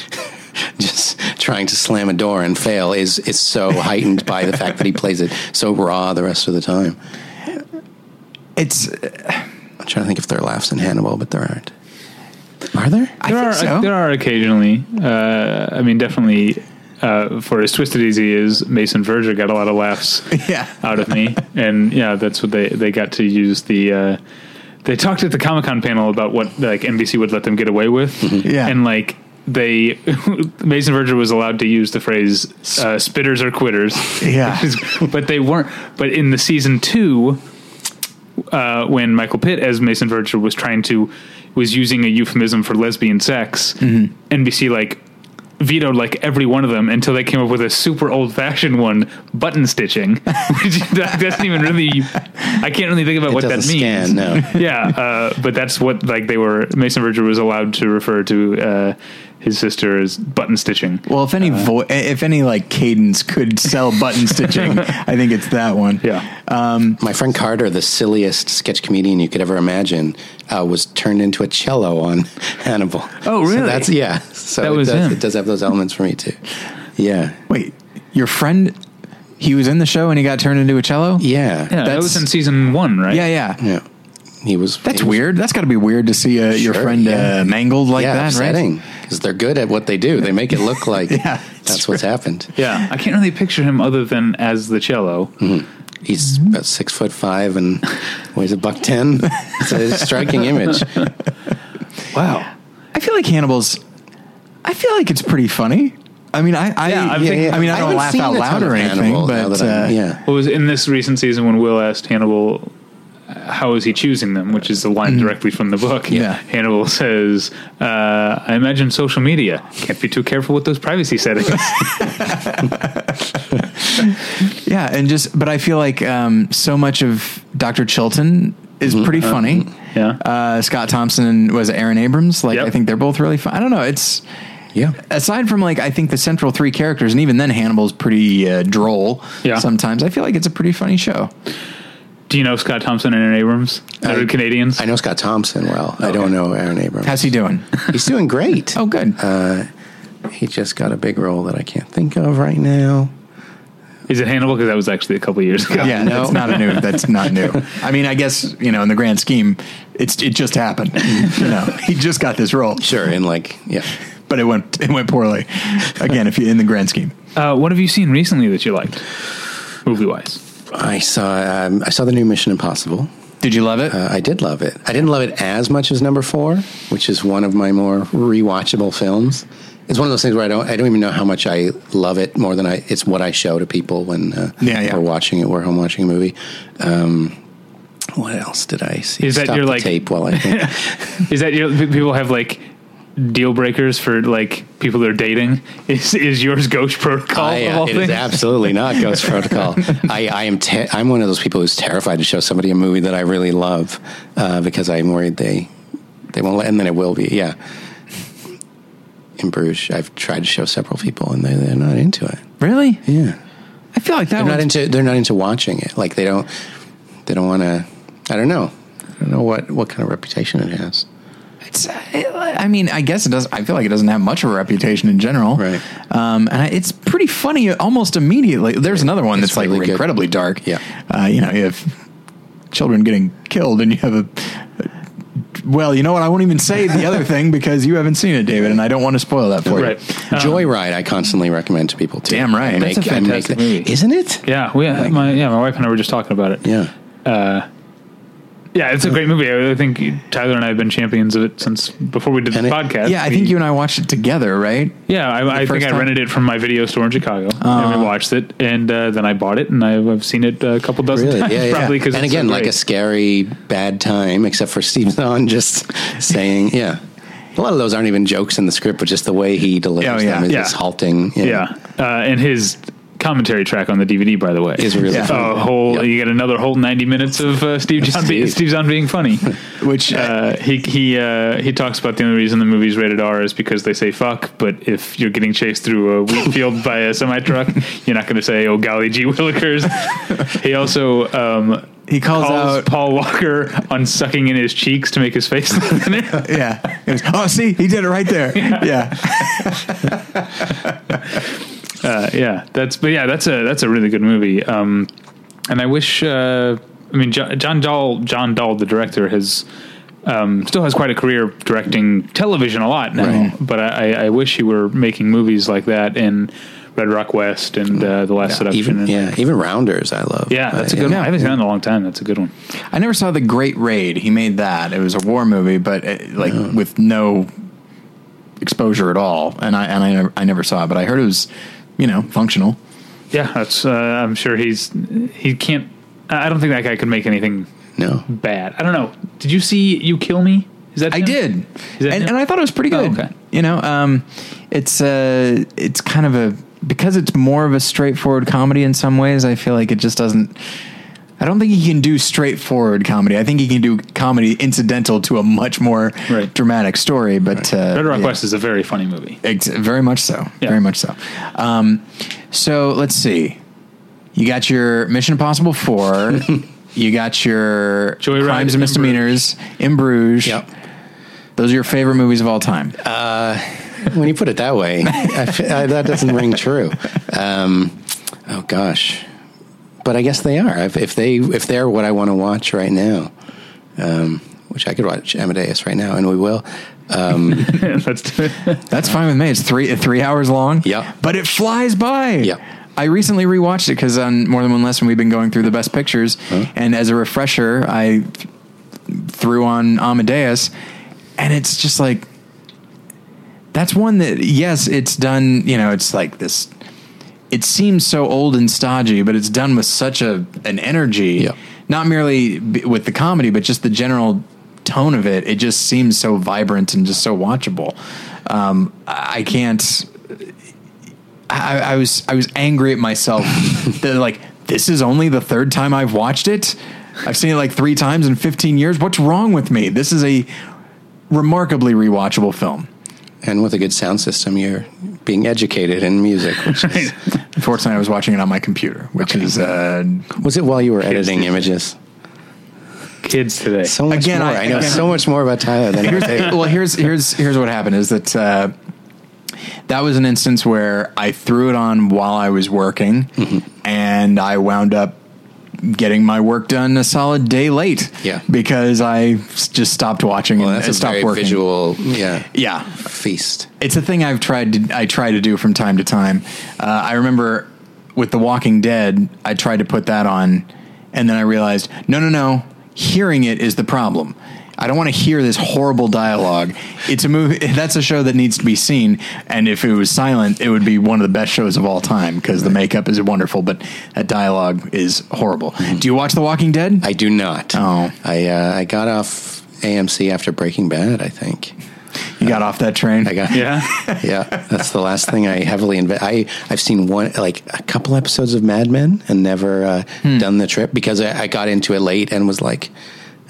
C: *laughs* just trying to slam a door and fail is is so heightened by the fact that he plays it so raw the rest of the time.
A: it's
C: I'm trying to think if there are laughs in Hannibal, but there aren't. Are there?
B: There
A: think
B: are
A: so.
B: there are occasionally. Uh, I mean, definitely. Uh, for as twisted easy as Mason Verger got a lot of laughs
A: *laughs* Yeah.
B: out of me, and yeah, that's what they they got to use the. Uh, they talked at the Comic Con panel about what like NBC would let them get away with,
A: *laughs* Yeah.
B: and like they *laughs* Mason Verger was allowed to use the phrase uh, "spitters or quitters,"
A: *laughs*
B: *laughs*
A: Yeah.
B: but they weren't. But in the season two, uh, when Michael Pitt as Mason Verger was trying to was using a euphemism for lesbian sex, NBC like vetoed like every one of them until they came up with a super old fashioned one, button stitching, *laughs* which that doesn't even really. I can't really think about what that means.
C: doesn't scan, no.
B: *laughs* yeah, uh, but that's what like they were. Mason Verger was allowed to refer to uh, his sister as button stitching.
A: Well, if any
B: uh,
A: vo- if any like cadence could sell button
B: *laughs*
A: stitching, I think it's that one.
B: Yeah.
C: My friend Carter, the silliest sketch comedian you could ever imagine, uh, was turned into a cello on *laughs* Hannibal.
B: Oh, really?
C: So that's yeah. So
B: That
C: it
B: was
C: does,
B: him.
C: It does have those elements for me too. Yeah,
A: Wait, your friend, he was in the show and he got turned into a cello.
C: yeah,
B: yeah, that
A: that's-
B: was in season one, right?
A: yeah, yeah.
C: yeah. He was.
A: That's
C: he was-
A: weird. That's got to be weird to see uh, your
C: Sure,
A: friend
C: yeah.
A: uh, mangled like
C: yeah,
A: that, right?
C: upsetting because they're good at what they do. They make
A: *laughs*
C: it look like
A: Yeah,
C: that's what's happened.
B: yeah. I can't really picture him other than as the cello.
C: He's about six foot five and weighs a buck ten. It's a striking image.
B: Wow.
A: I feel like Hannibal's. I feel like it's pretty funny. I mean, I, I,
B: Yeah, I'm
A: yeah,
B: thinking-
A: yeah. *laughs* I mean, I don't
C: haven't
A: laugh
C: seen
A: out
C: a
A: loud
C: ton of
A: or anything,
C: Hannibal now
A: but
C: that I'm-
A: uh,
C: yeah.
B: What was in this recent season when Will asked Hannibal uh, how is he choosing them, which is the line directly from the book.
A: Yeah.
B: Hannibal says, uh, "I imagine social media can't be too careful with those privacy settings."
A: Yeah, and just but I feel like um, so much of Dr. Chilton
C: Mm-hmm.
A: is pretty funny.
B: Yeah.
A: uh, Scott Thompson and was it Aaron Abrams. Like
B: Yep.
A: I think they're both really fun. I don't know. It's
C: Yeah.
A: aside from like I think the central three characters, and even then Hannibal's pretty uh, droll.
B: Yeah.
A: sometimes I feel like it's a pretty funny show.
B: Do you know Scott Thompson and Aaron Abrams? They're Canadians.
C: I know Scott Thompson well. I don't know Aaron Abrams.
A: How's he doing?
C: He's doing great.
A: oh, good.
C: He just got a big role that I can't think of right now.
B: is it Hannibal? Because that was actually a couple years ago.
A: yeah,
C: no.
A: that's not a new. That's not new. *laughs* I mean, I guess you know, in the grand scheme, it's it just happened. *laughs* you know, he just got this role,
C: Sure, and like yeah,
A: but it went it went poorly. Again, if you in the grand scheme.
B: Uh, what have you seen recently that you liked, movie wise?
C: I saw um, I saw the new Mission Impossible.
A: Did you love it?
C: Uh, I did love it. I didn't love it as much as number four, which is one of my more rewatchable films. It's one of those things where I don't I don't even know how much I love it more than I. It's what I show to people when uh,
A: Yeah, yeah.
C: we're watching it. We're home watching a movie. Um, What else did I see?
B: Is that
C: Stop
B: your,
C: the
B: like-
C: tape? While I think.
B: Is that your p- people have like deal breakers for like people they're dating? *laughs* Is is yours Ghost Protocol?
C: I,
B: of
C: uh,
B: all
C: it is
B: things?
C: absolutely
B: *laughs*
C: not Ghost Protocol. I, I am. Te- I'm one of those people who's terrified to show somebody a movie that I really love uh, because I'm worried they they won't let. And then it will be. Yeah. In Bruges, I've tried to show several people, and they they're not into it.
A: Really?
C: Yeah,
A: I feel like that
C: they're not
A: one's
C: into. They're not into watching it. Like they don't. They don't want to. I don't know. I don't know what what kind of reputation it has.
A: It's, I mean, I guess it does. I feel like it doesn't have much of a reputation in general,
C: Right.
A: Um, and I, it's pretty funny almost immediately. There's another one
C: It's
A: that's
C: really
A: like
C: good.
A: incredibly dark.
C: Yeah.
A: uh, you know, you have children getting killed, and you have a. Well, you know what? I won't even say the other thing because you haven't seen it, David, and I don't want to spoil that for
B: Right.
A: you.
B: Um,
C: Joyride, I constantly recommend to people too.
A: Damn right.
C: I make,
A: That's
B: a
C: I make
B: fantastic
C: the-
B: movie.
C: isn't it?
B: Yeah, we, uh, my yeah, my wife and I were just talking about it.
C: Yeah.
B: Yeah, it's a great movie. I think Tyler and I have been champions of it since before we did
C: And
B: the
C: it-
B: podcast.
A: Yeah, I
B: We-
A: think you and I watched it together, right?
B: Yeah, I, I
A: first
B: think I
A: time?
B: rented it from my video store in Chicago,
C: Ah.
B: and we watched it, and uh, then I bought it, and I've, I've seen it a couple dozen *laughs*
C: Really?
B: times,
C: Yeah, yeah.
B: probably because
C: and again, like a scary bad time, except for *laughs* Steve Zahn just saying, yeah. A lot of those aren't even jokes in the script, but just the way he delivers
A: Oh, yeah.
C: them is
B: Yeah.
C: just halting. Yeah.
B: yeah, uh, and his commentary track on the DVD, by the way,
C: Is really
B: yeah.
C: funny.
B: a whole.
C: Yeah.
B: You get another whole ninety minutes of uh, Steve John Being,
C: Steve.
B: Steve John being
C: *laughs*
B: funny.
A: Which uh,
B: Uh, he he uh, he talks about the only reason the movie's rated R is because they say fuck, but if you're getting chased through a wheat field by a semi truck, *laughs* you're not going to say oh golly gee
C: *laughs*
B: willikers. he also um,
A: He calls out-
B: Paul Walker on sucking in his cheeks to make his face
C: *laughs*
B: thinner.
A: yeah, It was, oh, see, he did it right there. yeah.
B: uh, yeah, that's but yeah, that's a that's a really good movie. Um, and I wish uh, I mean John, John Dahl John Dahl the director has um, still has quite a career directing television a lot now. Mm-hmm.
C: Right.
B: But I, I wish he were making movies like that in Red Rock West and uh, The Last Seduction.
C: Even,
B: and,
C: yeah. Even Rounders, I love.
B: Yeah,
C: Uh,
B: that's a good one. I haven't seen that in a long time. That's a good one.
A: I never saw The Great Raid. He made that. It was a war movie, but uh like with no exposure at all. And I and I never, I never saw it, but I heard it was, you know, functional.
B: Yeah, that's. Uh, I'm sure he's he can't. I I don't think that guy could make anything
C: No.
B: bad. I don't know. Did you see You Kill Me? Is that
A: I
B: him?
A: did,
B: Is that
A: and,
B: him?
A: and I thought it was pretty
B: Oh,
A: good.
B: okay.
A: You know, um, it's uh, it's kind of a because it's more of a straightforward comedy in some ways. I feel like it just doesn't. I don't think he can do straightforward comedy. I think he can do comedy incidental to a much more
B: Right.
A: dramatic story. But uh,
B: Red Rock
A: yeah.
B: West is a very funny movie.
A: Ex- very much so.
B: Yeah.
A: Very much so. Um, so let's see. You got your Mission Impossible
B: *laughs*
A: Four. you got your
B: Joyride
A: Crimes
B: in
A: and Misdemeanors in Bruges.
C: Yep.
A: Those are your favorite movies of all time.
B: Uh,
C: when you put it that way, I f I that doesn't ring true. Um, oh gosh, but I guess they are. If, if they if they're what I want to watch right now, um, which I could watch Amadeus right now, and we will. Um,
A: *laughs*
B: That's
A: That's fine with me. It's three three hours long.
C: Yeah.
A: but it flies by.
C: Yeah.
A: I recently rewatched it because on more than one lesson we've been going through the best pictures, and as a refresher, I th- threw on Amadeus, and it's just like that's one that yes, it's done. You know, it's like this. It seems so old and stodgy, but it's done with such a an energy.
C: Yeah.
A: Not merely b- with the comedy, but just the general tone of it. It just seems so vibrant and just so watchable. Um, I I can't. I, I was I was angry at myself that like this is only the third time I've watched it. I've seen it like three times in 15 years. What's wrong with me? This is a remarkably rewatchable film.
C: and with a good sound system, you're being educated in music.
A: *laughs*
C: Which is,
A: Unfortunately, I was watching it on my computer, which is uh,
C: was it while you were editing images?
B: kids today.
C: So much
A: Again,
C: more.
A: I-
C: I, know
A: again-
C: so much more about Tyler than I
A: Hey,
C: do.
A: well, here's here's here's what happened is that uh, that was an instance where I threw it on while I was working,
C: Mm-hmm.
A: and I wound up getting my work done a solid day late.
C: Yeah.
A: because I s- just stopped watching
C: Well,
A: and,
C: that's
A: and
C: a
A: stopped
C: very
A: working.
C: visual, yeah,
A: Yeah,
C: feast.
A: it's a thing I've tried to I try to do from time to time. Uh, I remember with The Walking Dead, I tried to put that on, and then I realized no, no, no. Hearing it is the problem. I don't want to hear this horrible dialogue. It's a movie. *laughs* That's a show that needs to be seen. And if it was silent, it would be one of the best shows of all time because the makeup is wonderful, but that dialogue is horrible. Do you watch The Walking Dead?
C: I do not.
A: Oh.
C: I uh, I got off AMC after Breaking Bad. I think
A: you got off that train.
C: I got
B: Yeah.
C: yeah. That's the last thing I heavily invest. I I've seen one like a couple episodes of Mad Men and never uh, done the trip because I, I got into it late and was like,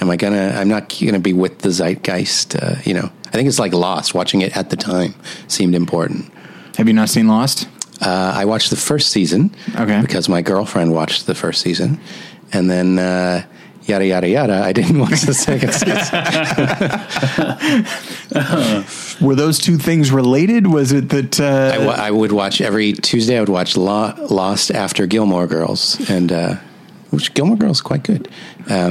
C: am I gonna? I'm not gonna be with the zeitgeist. Uh, you know. I think it's like Lost. Watching it at the time seemed important.
A: Have you not seen Lost?
C: Uh, I watched the first season
A: Okay.
C: because my girlfriend watched the first season, and then uh, yada yada yada. I didn't watch the second season.
A: Were those two things related? Was it that uh,
C: I, wa- I would watch every Tuesday. I would watch Lo- Lost after Gilmore Girls, and uh, which Gilmore Girls is quite good. Um,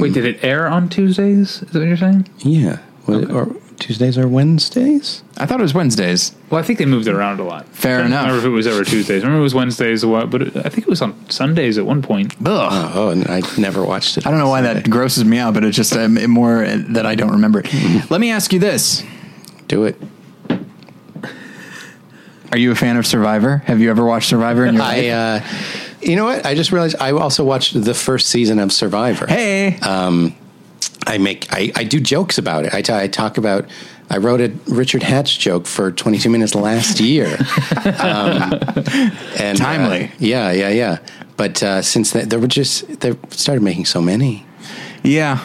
B: *laughs* Wait, did it air on Tuesdays? Is that what you're saying?
C: yeah, Wa- or Tuesdays or Wednesdays.
A: I thought it was Wednesdays?
B: Well, I think they moved it around a lot.
A: Fair
B: I don't
A: enough.
B: Remember if it was ever Tuesdays? I remember it was Wednesdays a lot, but it, I think it was on Sundays at one point.
A: Ugh.
C: Oh, and I never watched it.
A: I don't know why that
C: Sunday.
A: grosses me out, but it's just um, more uh, that I don't remember it. Let me ask you this:
C: Do it.
A: Are you a fan of Survivor? Have you ever watched Survivor in your
C: I,
A: life?
C: uh, you know what? I just realized I also watched the first season of Survivor.
A: hey,
C: um, I make I, I do jokes about it. I ta- I talk about I wrote a Richard Hatch joke for 22 minutes last year. um, and uh,
A: Timely.
C: yeah, yeah, yeah. But uh, since then, there were just they started making so many.
A: yeah.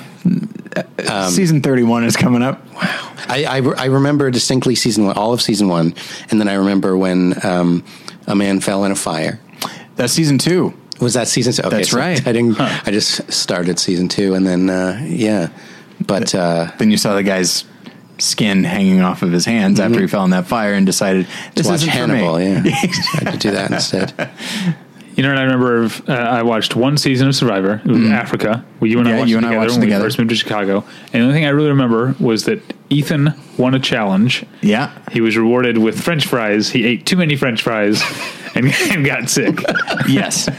A: Uh, Season thirty-one is coming up.
C: I, I, I remember distinctly season one, all of season one, and then I remember when um, a man fell in a fire.
A: That's season two.
C: Was that season two? Okay,
A: That's right.
C: I didn't. I just started season two, and then uh, yeah, but uh,
A: Then you saw the guy's skin hanging off of his hands after he fell in that fire and decided Mm-hmm. this
C: watch
A: isn't for
C: Hannibal.
A: me. *laughs*
C: Yeah, tried to do that instead.
B: You know, what I remember of, uh, I watched one season of Survivor. It was Africa. Well, you and
A: Mm. Yeah,
B: I watched
A: you
B: it
A: and I
B: together
A: watched
B: when
A: together.
B: we first moved to Chicago. And the only thing I really remember was that Ethan won a challenge.
A: Yeah.
B: He was rewarded with French fries. He ate too many French fries *laughs* and, and got sick.
A: *laughs* Yes.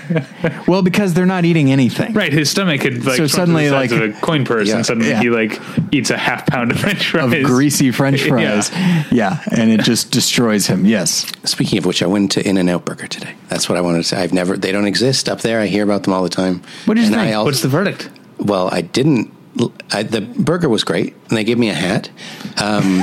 A: well, because they're not eating anything.
B: Right, his stomach had like
A: So
B: shrunk to
A: suddenly,
B: the size
A: like-
B: of a coin purse,
C: Yeah,
B: and suddenly
A: yeah.
B: he like eats a half pound of *laughs* French
A: Of
B: fries,
A: greasy French *laughs*
B: *laughs* Yeah.
A: fries. yeah. And it just destroys him. Yes.
C: Speaking of which, I went to In and Out Burger today. That's what I wanted to say. I've never they don't exist up there. I hear about them all the time.
A: What did you
C: And
A: think?
C: I also-
B: What's the verdict?
C: well, I didn't. I, the burger was great, and they gave me a hat. Um,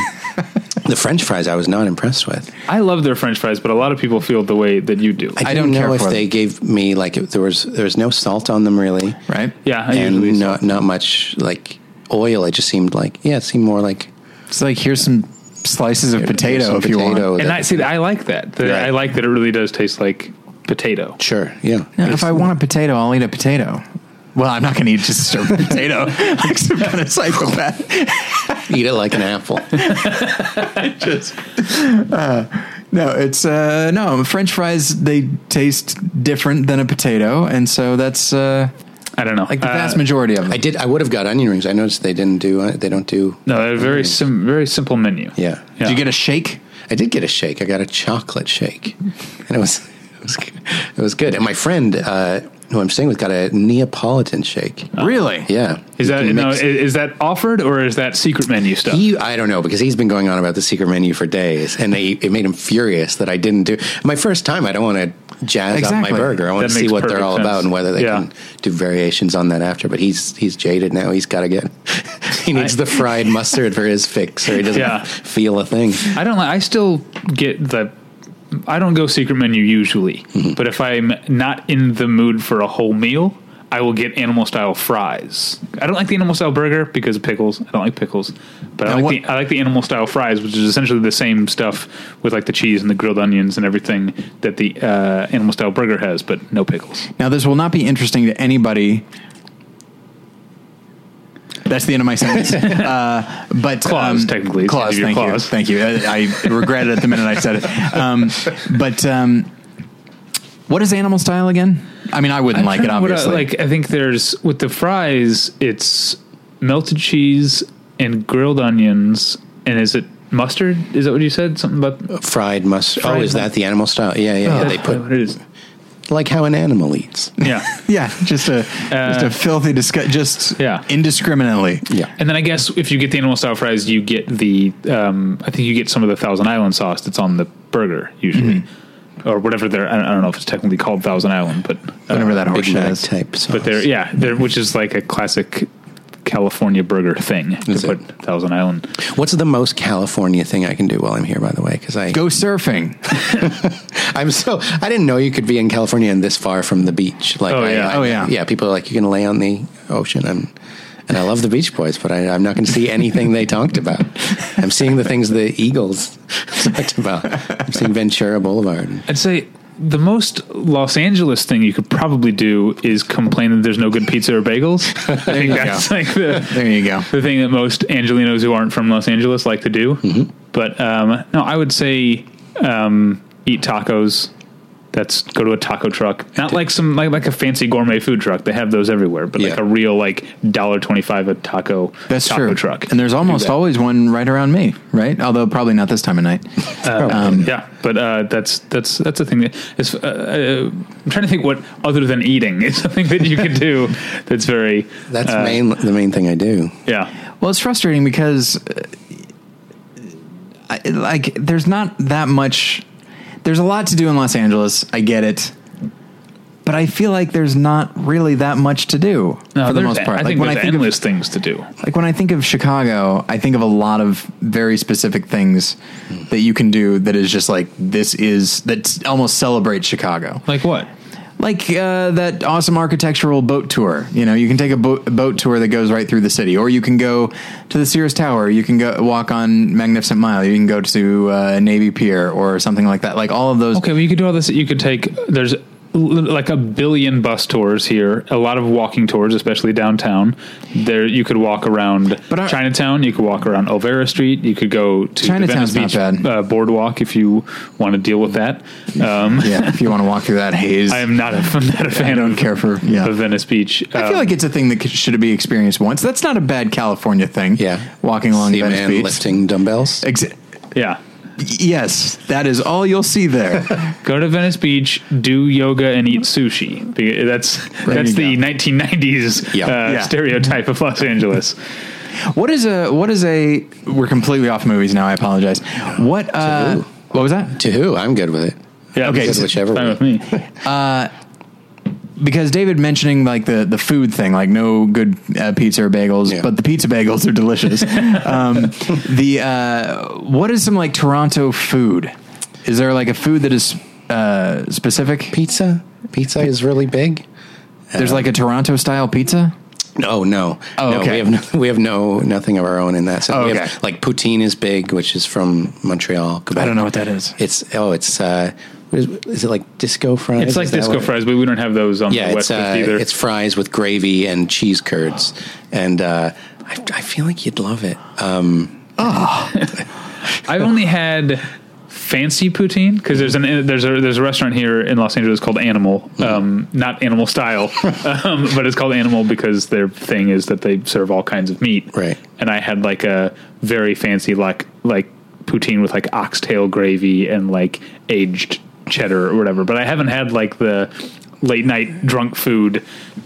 C: the French fries I was not impressed with.
B: I love their French fries, but a lot of people feel the way that you do.
A: I
C: I don't
A: don't care
C: know if
A: for
C: they
A: them.
C: gave me like if there was there was no salt on them really,
A: Right. Uh-huh,
B: yeah, I usually
C: and not not much like oil. It just seemed like yeah, it seemed more like
A: It's like here's some slices of
C: here's
A: potato
C: some
A: if you
C: potato
A: want.
B: and
C: that-
B: I see. I like that. That-
C: Right.
B: I like that it really does taste like potato.
C: sure yeah.
A: Yeah, if I want a potato, I'll eat a potato. Well, I'm not going to eat just
C: *laughs*
A: a potato *laughs* like some kind of psychopath.
C: Eat it like an apple.
A: No, it's uh, no French fries. They taste different than a potato, and so that's uh,
B: I don't know.
A: like the vast
B: Uh,
A: majority of them.
C: I did. I would have got onion rings. I noticed they didn't do. uh, They don't do.
B: No, they're very sim- very simple menu.
C: Yeah.
A: Mm. Did you get a shake?
C: I did get a shake. I got a chocolate shake, and it was it was good. it was good. And my friend uh, who I'm staying with got a Neapolitan shake.
A: Really?
C: Uh, Yeah,
B: Oh. Is
C: You
B: that
C: can
B: no?
C: mix-
B: Is, is that offered or is that secret menu stuff?
C: He, I don't know because he's been going on about the secret menu for days, and they, it made him furious that I didn't do my first time. I don't want to jazz up
A: Exactly.
C: my burger. I want
B: That
C: to see
B: makes
C: what they're
B: perfect
C: all about
B: sense.
C: and whether they
B: Yeah.
C: can do variations on that after. But he's he's jaded now. He's got to get *laughs* he needs
B: I-
C: the fried mustard for his fix, or he doesn't
B: Yeah.
C: feel a thing.
B: I don't. like I still get the. I don't go secret menu usually,
A: Mm-hmm.
B: but if I'm not in the mood for a whole meal, I will get animal style fries. I don't like the animal style burger because of pickles. I don't like pickles, but I
A: Now
B: like,
A: what-
B: the, I like the animal style fries, which is essentially the same stuff with like the cheese and the grilled onions and everything that the uh, animal style burger has, but no pickles.
A: Now this will not be interesting to anybody. That's the end of my
B: *laughs*
A: sentence. Uh, but
B: Claws, technically, it's the
A: claws.
B: end
A: Thank
B: of your
A: you. Thank you. I, I regret it the minute I said it. Um, but um, what is animal style again? I mean, I wouldn't like it.
B: Trying to what I-
A: Obviously,
B: like I think there's with the fries, it's melted cheese and grilled onions, and is it mustard? Is that what you said? Something about
C: Fried mustard. Oh,
B: Fried
C: is
B: mu-
C: that the animal style? Yeah, yeah. yeah.
B: Oh,
C: They
B: that's
C: put
B: what it is.
C: like how an animal eats.
B: Yeah.
A: Yeah, just a just a filthy discuss, just
B: uh, yeah.
A: indiscriminately.
C: Yeah.
B: And then I guess if you get the animal style fries, you get the um, I think you get some of the Thousand Island sauce that's on the burger usually, or whatever they're. I don't, I don't know if it's technically called Thousand Island, but uh,
A: Whatever that
C: Big
A: horseshit
C: Mac
A: is.
C: type. Sauce.
B: but they're yeah, they're, which is like a classic California burger thing to
C: Is it?
B: put Thousand Island.
C: What's the most California thing I can do while I'm here? By the way, because I
A: Go surfing.
C: I'm so I didn't know you could be in California and this far from the beach. Like,
B: Oh,
C: I-
B: yeah.
C: I-
A: Oh, yeah.
C: yeah. People are like you can lay on the ocean and and I love the Beach Boys, but I, I'm not going to see anything they talked about. I'm seeing the things the Eagles *laughs* talked about. I'm seeing Ventura Boulevard.
B: I'd say the most Los Angeles thing you could probably do is complain that there's no good pizza
A: *laughs*
B: or bagels. I think that's like the
A: There you
B: *laughs*
A: go.
B: the thing that most Angelinos who aren't from Los Angeles like to do.
A: Mm-hmm.
B: But um, no, I would say um, eat tacos. That's go to a taco truck, not like some like like a fancy gourmet food truck. They have those everywhere, but like
C: Yeah.
B: a real like dollar twenty five a taco
A: That's
B: taco
A: true.
B: truck.
A: And there's almost
C: that.
A: always one right around me, right? Although probably not this time of night.
B: yeah, but uh, that's that's that's a thing that is. Uh, uh, I'm trying to think what other than eating is *laughs* something that you can do that's very
C: That's
B: uh,
C: main the main thing I do.
B: yeah
A: Well, it's frustrating because, uh, I, like, there's not that much. There's a lot to do in Los Angeles. I get it, but I feel like there's not really that much to do for the
B: there's-
A: most part.
B: I
A: like
B: think
A: when I
B: there's
A: think of,
B: endless things to do.
A: like when I think of Chicago, I think of a lot of very specific things
B: Hmm.
A: that you can do. That is just like this is that almost celebrates Chicago
B: Like what?
A: like uh, that awesome architectural boat tour. You know, you can take a, bo- a boat tour that goes right through the city, or you can go to the Sears Tower. You can go walk on Magnificent Mile. You can go to uh, Navy Pier or something like that. Like all of those.
B: Okay, well, you could do all this. You could take there's l- like a billion bus tours here, a lot of walking tours, especially downtown. There, you could walk around
A: But I-
B: Chinatown. You could walk around Olvera Street. You could go to
A: Chinatown's
B: the Venice
A: not
B: Beach
A: bad.
B: Uh, boardwalk if you want to deal with that. Um,
A: Yeah, if you want to walk through that haze,
B: I
A: I'm,
B: am not a, *laughs* I'm not a fan.
A: I do not
B: of,
A: care for. Yeah,
B: of Venice Beach.
A: I feel like it's a thing that c- should be experienced once. That's not a bad California thing.
C: Yeah.
A: walking along
C: See a
A: Venice
C: man
A: Beach.
C: lifting dumbbells.
A: Exa-
B: yeah.
A: yes, that is all you'll see
B: *laughs*
A: there.
B: Go to Venice Beach, do yoga, and eat sushi. Be- That's that's
A: you
B: the
A: go.
B: 1990s
C: Yeah.
B: uh,
A: Yeah.
B: stereotype of Los Angeles.
A: what is a what is a? We're completely off movies now. I apologize. What uh,
C: Taboo.
A: what was that?
C: To who? I'm good with it.
B: Yeah,
A: Okay,
B: it's
C: whichever
B: fine
C: way.
B: with me.
A: because David mentioning like the the food thing, like no good uh, pizza or bagels,
C: Yeah.
A: but the pizza bagels are *laughs* delicious. um, the uh, what is some like Toronto food? Is there like a food that is uh, specific?
C: Pizza. Pizza is really big.
A: There's like a Toronto style pizza.
C: No, no.
A: Oh,
C: no,
A: okay.
C: We have no, we have no nothing of our own in that sense.
A: Oh,
C: We
A: okay.
C: have, like poutine is big, which is from Montreal. Quebec.
A: I don't know what that is.
C: It's oh, it's uh, what is, is it like disco fries?
B: It's like
C: Is that
B: disco
C: what-
B: fries, but we don't have those on
C: Yeah,
B: the
C: it's
B: West
C: uh,
B: Coast either.
C: it's fries with gravy and cheese curds, and uh, I, I feel like you'd love it. Um,
B: I've only had fancy poutine because there's an there's a there's a restaurant here in Los Angeles called Animal,
C: Mm-hmm.
B: um, not Animal
C: *laughs*
B: Style, um, but it's called Animal because their thing is that they serve all kinds of meat.
C: Right.
B: And I had like a very fancy like like poutine with like oxtail gravy and like aged cheddar or whatever. But I haven't had like the late night drunk food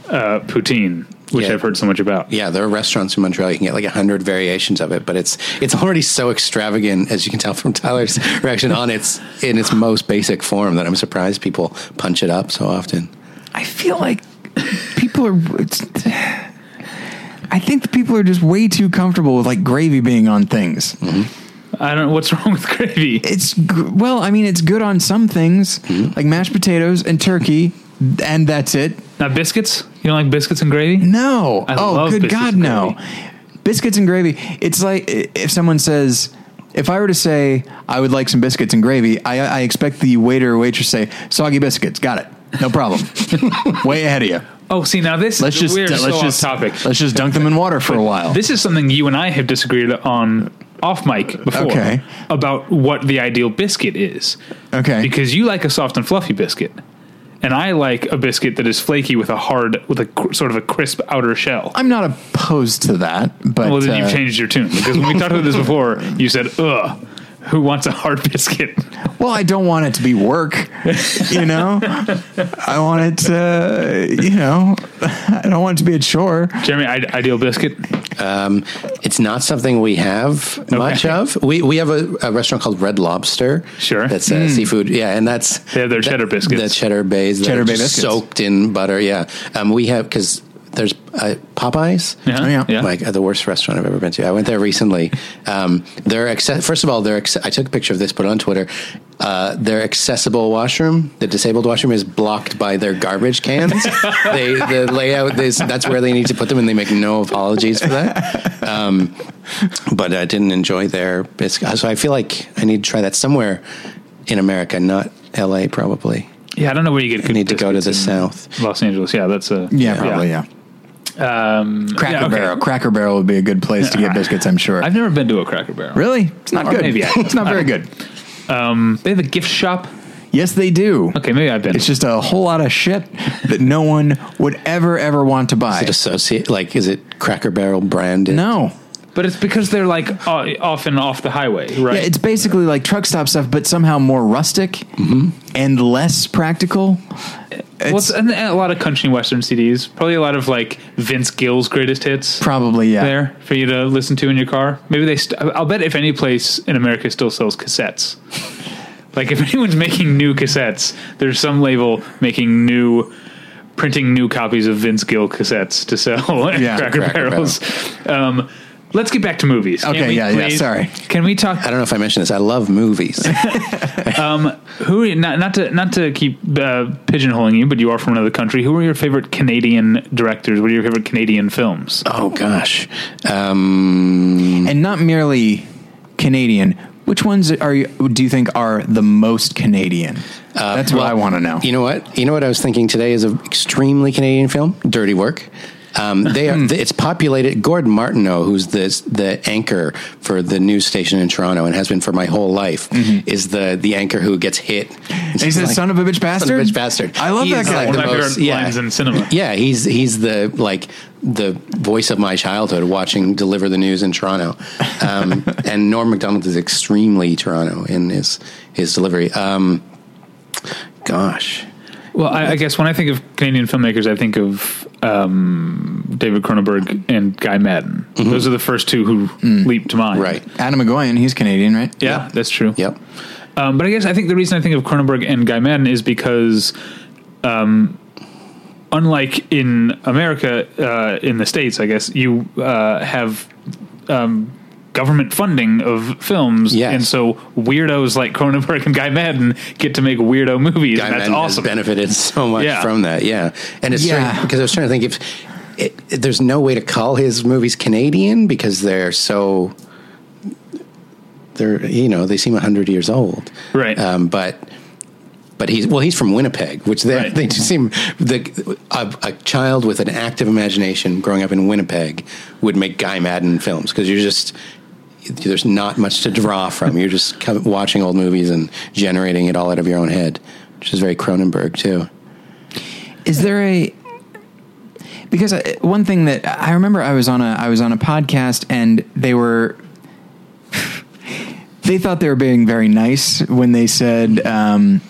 B: uh, poutine, which
C: Yeah.
B: I've heard so much about.
C: yeah, there are restaurants in Montreal you can get like hundred variations of it, but it's it's already so extravagant as you can tell from *laughs* Tyler's reaction on its in its most basic form that I'm surprised people punch it up so often.
A: I feel like people are. It's, I think the people are just way too comfortable with like gravy being on things.
B: I don't know what's *laughs* wrong with gravy.
A: it's g- well i mean it's good on some things like mashed potatoes and turkey and that's it
B: Not biscuits? You don't like biscuits and gravy?
A: no
B: I
A: oh
B: love
A: good
B: biscuits
A: god
B: and
A: no biscuits and gravy it's like i- if someone says if i were to say i would like some biscuits and gravy i, I expect the waiter or waitress to say soggy biscuits got it no problem
B: *laughs*
A: way ahead of you
B: Oh, see now this
A: let's
B: is
A: just
B: we're
A: let's
B: so off
A: just
B: topic.
A: let's just dunk them in water for a while
B: This is something you and I have disagreed on off mic before
A: Okay.
B: about what the ideal biscuit is.
A: okay
B: Because you like a soft and fluffy biscuit, and I like a biscuit that is flaky with a hard with a cr- sort of a crisp outer shell.
A: i'm not opposed to that but
B: well, then
A: uh, *laughs*
B: you've changed your tune because when we talked about this before, you said "ugh," who wants a hard *laughs* biscuit?
A: Well, I don't want it to be
B: *laughs*
A: work, you know. I want it to, you know, *laughs* I don't want it to be a chore.
B: Jeremy, I- ideal biscuit.
C: Um, it's not something we have much of. We we have a, a restaurant called Red Lobster.
B: Sure. Hmm.
C: that's uh, seafood. Yeah, and that's
B: They have their cheddar biscuits.
C: The cheddar bays, that
A: Cheddar
C: are
A: bay
C: just
A: biscuits.
C: soaked in butter. Yeah, um, we have because there's uh, Popeyes.
B: Uh-huh.
A: Oh, yeah.
B: yeah.
C: Like uh, the worst restaurant I've ever been to. I went there recently. Um, they're acce- first of all, they're acce- I took a picture of this, put it on Twitter. Uh, their accessible washroom, the disabled washroom, is blocked by their garbage cans. they the layout is that's where they need to put them, and they make no apologies for that. Um, but I didn't enjoy their biscuit, so I feel like I need to try that somewhere in America, not L.A. Probably
B: yeah, I don't know where you get.
C: I need to go to the south.
B: Los Angeles. Yeah, that's a
A: Yeah, probably. Yeah,
B: Um,
A: Cracker
B: yeah, okay.
A: Barrel. Cracker Barrel would be a good place to
B: *laughs*
A: get biscuits. I'm sure.
B: I've never been to a Cracker Barrel.
A: really, it's not
B: Or
A: good. *laughs*
B: maybe I-
A: it's not very good.
B: Um, they have a gift shop.
A: Yes, they do.
B: Okay, maybe I've been.
A: It's just a whole lot of shit that no one would ever ever want to buy.
C: Is it associate like is it Cracker Barrel branded?
A: no.
B: but it's because they're like o- off and off the highway, right?
A: Yeah, it's basically like truck stop stuff, but somehow more rustic
B: Mm-hmm.
A: and less practical.
B: well, it's, and, and a lot of country and western CDs. Probably a lot of like Vince Gill's greatest hits.
A: Probably, yeah.
B: There for you to listen to in your car. Maybe they. St- I'll bet if any place in America still sells cassettes, *laughs* like if anyone's making new cassettes, there's some label making new, printing new copies of Vince Gill cassettes to sell *laughs* at
A: Yeah,
B: Cracker,
C: Cracker
B: Barrels. Um, let's get back to movies. Can't
A: Okay, yeah, yeah, sorry.
B: Can we talk?
C: I don't know if I mentioned this. I love movies.
B: Who are you, not not to not to keep uh, pigeonholing you, but you are from another country. Who are your favorite Canadian directors? What are your favorite Canadian films?
C: oh gosh, um,
A: And not merely Canadian. Which ones are you, do you think are the most Canadian?
B: Uh,
A: That's what I want to know.
C: you know what? You know what I was thinking today is an extremely Canadian film, Dirty Work. Um, they
A: Hmm.
C: are. it's populated. Gordon Martineau, who's the the anchor for the news station in Toronto and has been for my whole life, is the the anchor who gets hit.
A: And he says, Mm-hmm. "Son of a bitch bastard."
C: Son of a bitch bastard.
A: I love
C: He
A: that
C: is
A: guy.
B: One of
C: the
B: my
C: most-
B: favorite
C: yeah.
B: lines in cinema.
C: *laughs* Yeah, he's he's the like the voice of my childhood watching deliver the news in Toronto,
B: *laughs*
C: um, and Norm Macdonald is extremely Toronto in his his delivery. Um, gosh,
B: Well, I, I guess when I think of Canadian filmmakers, I think of um, David Cronenberg and Guy Madden. Those are the first two who leap to mind.
C: Mm-hmm. Mm. right?
A: Adam McGoyan, he's Canadian, right?
B: Yeah, that's true.
C: Yep.
B: Um, but I guess I think the reason I think of Cronenberg and Guy Madden is because, um, unlike in America, uh, in the states, I guess you uh, have um, government funding of films,
C: Yes.
B: and so weirdos like Cronenberg and Guy Madden get to make weirdo movies,
C: Guy
B: and that's
C: Madden
B: awesome.
C: has benefited so much
B: Yeah.
C: from that. Yeah, and it's
A: Yeah.
C: strange because I was trying to think if it, it- there's no way to call his movies Canadian because they're so they're you know they seem hundred years old,
B: Right.
C: Um, but but he's well he's from Winnipeg, which they
B: Right.
C: *laughs* they do seem the a, a child with an active imagination growing up in Winnipeg would make Guy Madden films because you're just. There's not much to draw from. You're just kind of watching old movies and generating it all out of your own head, which is very Cronenberg too.
A: Is there a because I, one thing that I remember I was on a I was on a podcast and they were *sighs* they thought they were being very nice when they said um,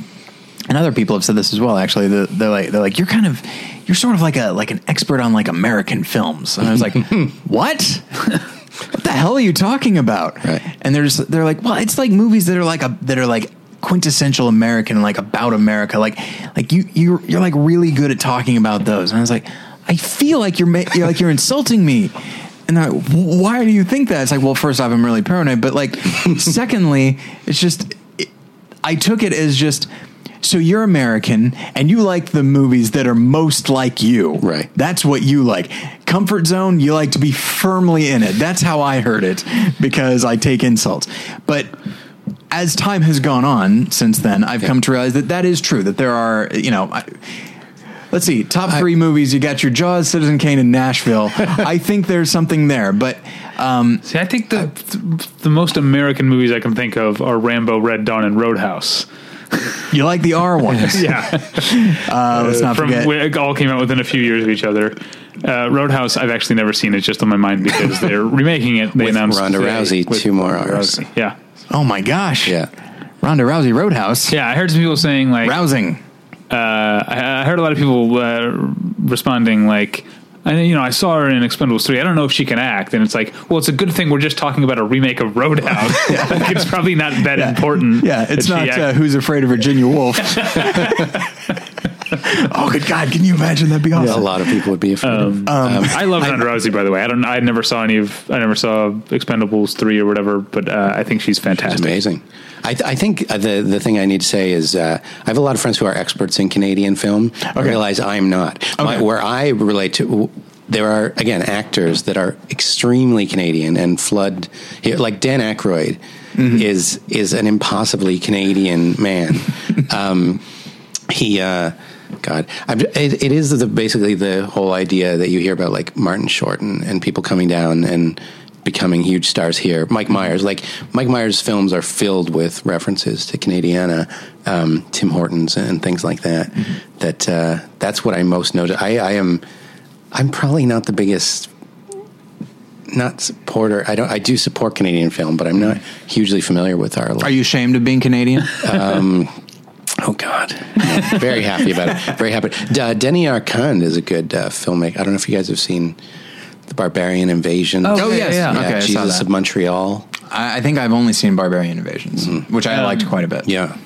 A: and other people have said this as well actually the, they're like they're like you're kind of you're sort of like a like an expert on like American films and I was like what *laughs* what the hell are you talking about
C: Right.
A: and they're just they're like well it's like movies that are like a that are like quintessential American like about America like like you you're you're like really good at talking about those and I was like I feel like you're, ma- you're like you're insulting me and they're like, "Wh- why do you think that? It's like, well, first off, I'm really paranoid, but like, secondly, it's just, it, I took it as just, so you're American and you like the movies that are most like you.
C: Right.
A: That's what you like. Comfort zone, you like to be firmly in it. That's how I heard it because I take insults. But as time has gone on since then, I've come to realize that that is true, that there are, you know, I, Let's see. Top three movies. You got your Jaws, Citizen Kane, and Nashville.
C: *laughs*
A: I think there's something there, but um,
B: See, I think the th- the most American movies I can think of are Rambo, Red Dawn, and Roadhouse.
A: you like the R ones.
B: *laughs* Yeah,
A: Uh, let's not
B: from
A: forget.
B: where it all came out within a few years of each other. Uh, Roadhouse, I've
A: *laughs*
B: actually never seen. It's just on my mind because they're remaking it. They
C: With
B: announced
C: Ronda
B: today
C: Rousey, two more hours.
B: Yeah,
A: Oh my gosh.
C: Yeah.
A: Ronda Rousey Roadhouse.
B: Yeah, I heard some people saying like
A: Rousing.
B: uh, I I heard a lot of people uh, responding like, I, you know, I saw her in Expendables three. I don't know if she can act, and it's like, well, it's a good thing we're just talking about a remake of Roadhouse.
A: *laughs*
B: like, it's probably not that important.
A: Yeah, it's
B: that
A: not
B: she
A: uh,
B: act-
A: Who's Afraid of Virginia Woolf. oh, good God. Can you imagine? That'd be
C: A
A: awesome.
C: lot of people would be afraid. of.
A: um,
B: Um, I love Ronda Rousey, by the way. I don't. I never saw any of. I never saw Expendables three or whatever, but uh, I think she's fantastic.
C: It's amazing. I, th- I think uh, the the thing I need to say is uh, I have a lot of friends who are experts in Canadian film. I realize I'm not. My-
A: Okay.
C: where I relate to. w- There are again actors that are extremely Canadian and flood here, like Dan Aykroyd is is an impossibly Canadian man. um, he, uh, God, I'm, it, it is the basically the whole idea that you hear about like Martin Short and, and people coming down and becoming huge stars here. Mike Myers, like Mike Myers' films are filled with references to Canadiana, um, Tim Hortons, and things like that. That uh, that's what I most notice. I, I am, I'm probably not the biggest. Not supporter. I don't. I do support Canadian film, but I'm not hugely familiar with our.
A: Are you ashamed of being Canadian?
C: Oh God! No, *laughs* very happy about it. Very happy. D- Uh, Denny Arcand is a good uh, filmmaker. I don't know if you guys have seen the Barbarian Invasion.
B: Oh, yeah,
A: yes.
B: yeah.
A: Okay, I saw
C: Jesus
A: that.
C: of Montreal.
A: I, I think I've only seen Barbarian Invasions, which I liked quite a bit.
C: Mm-hmm. Yeah,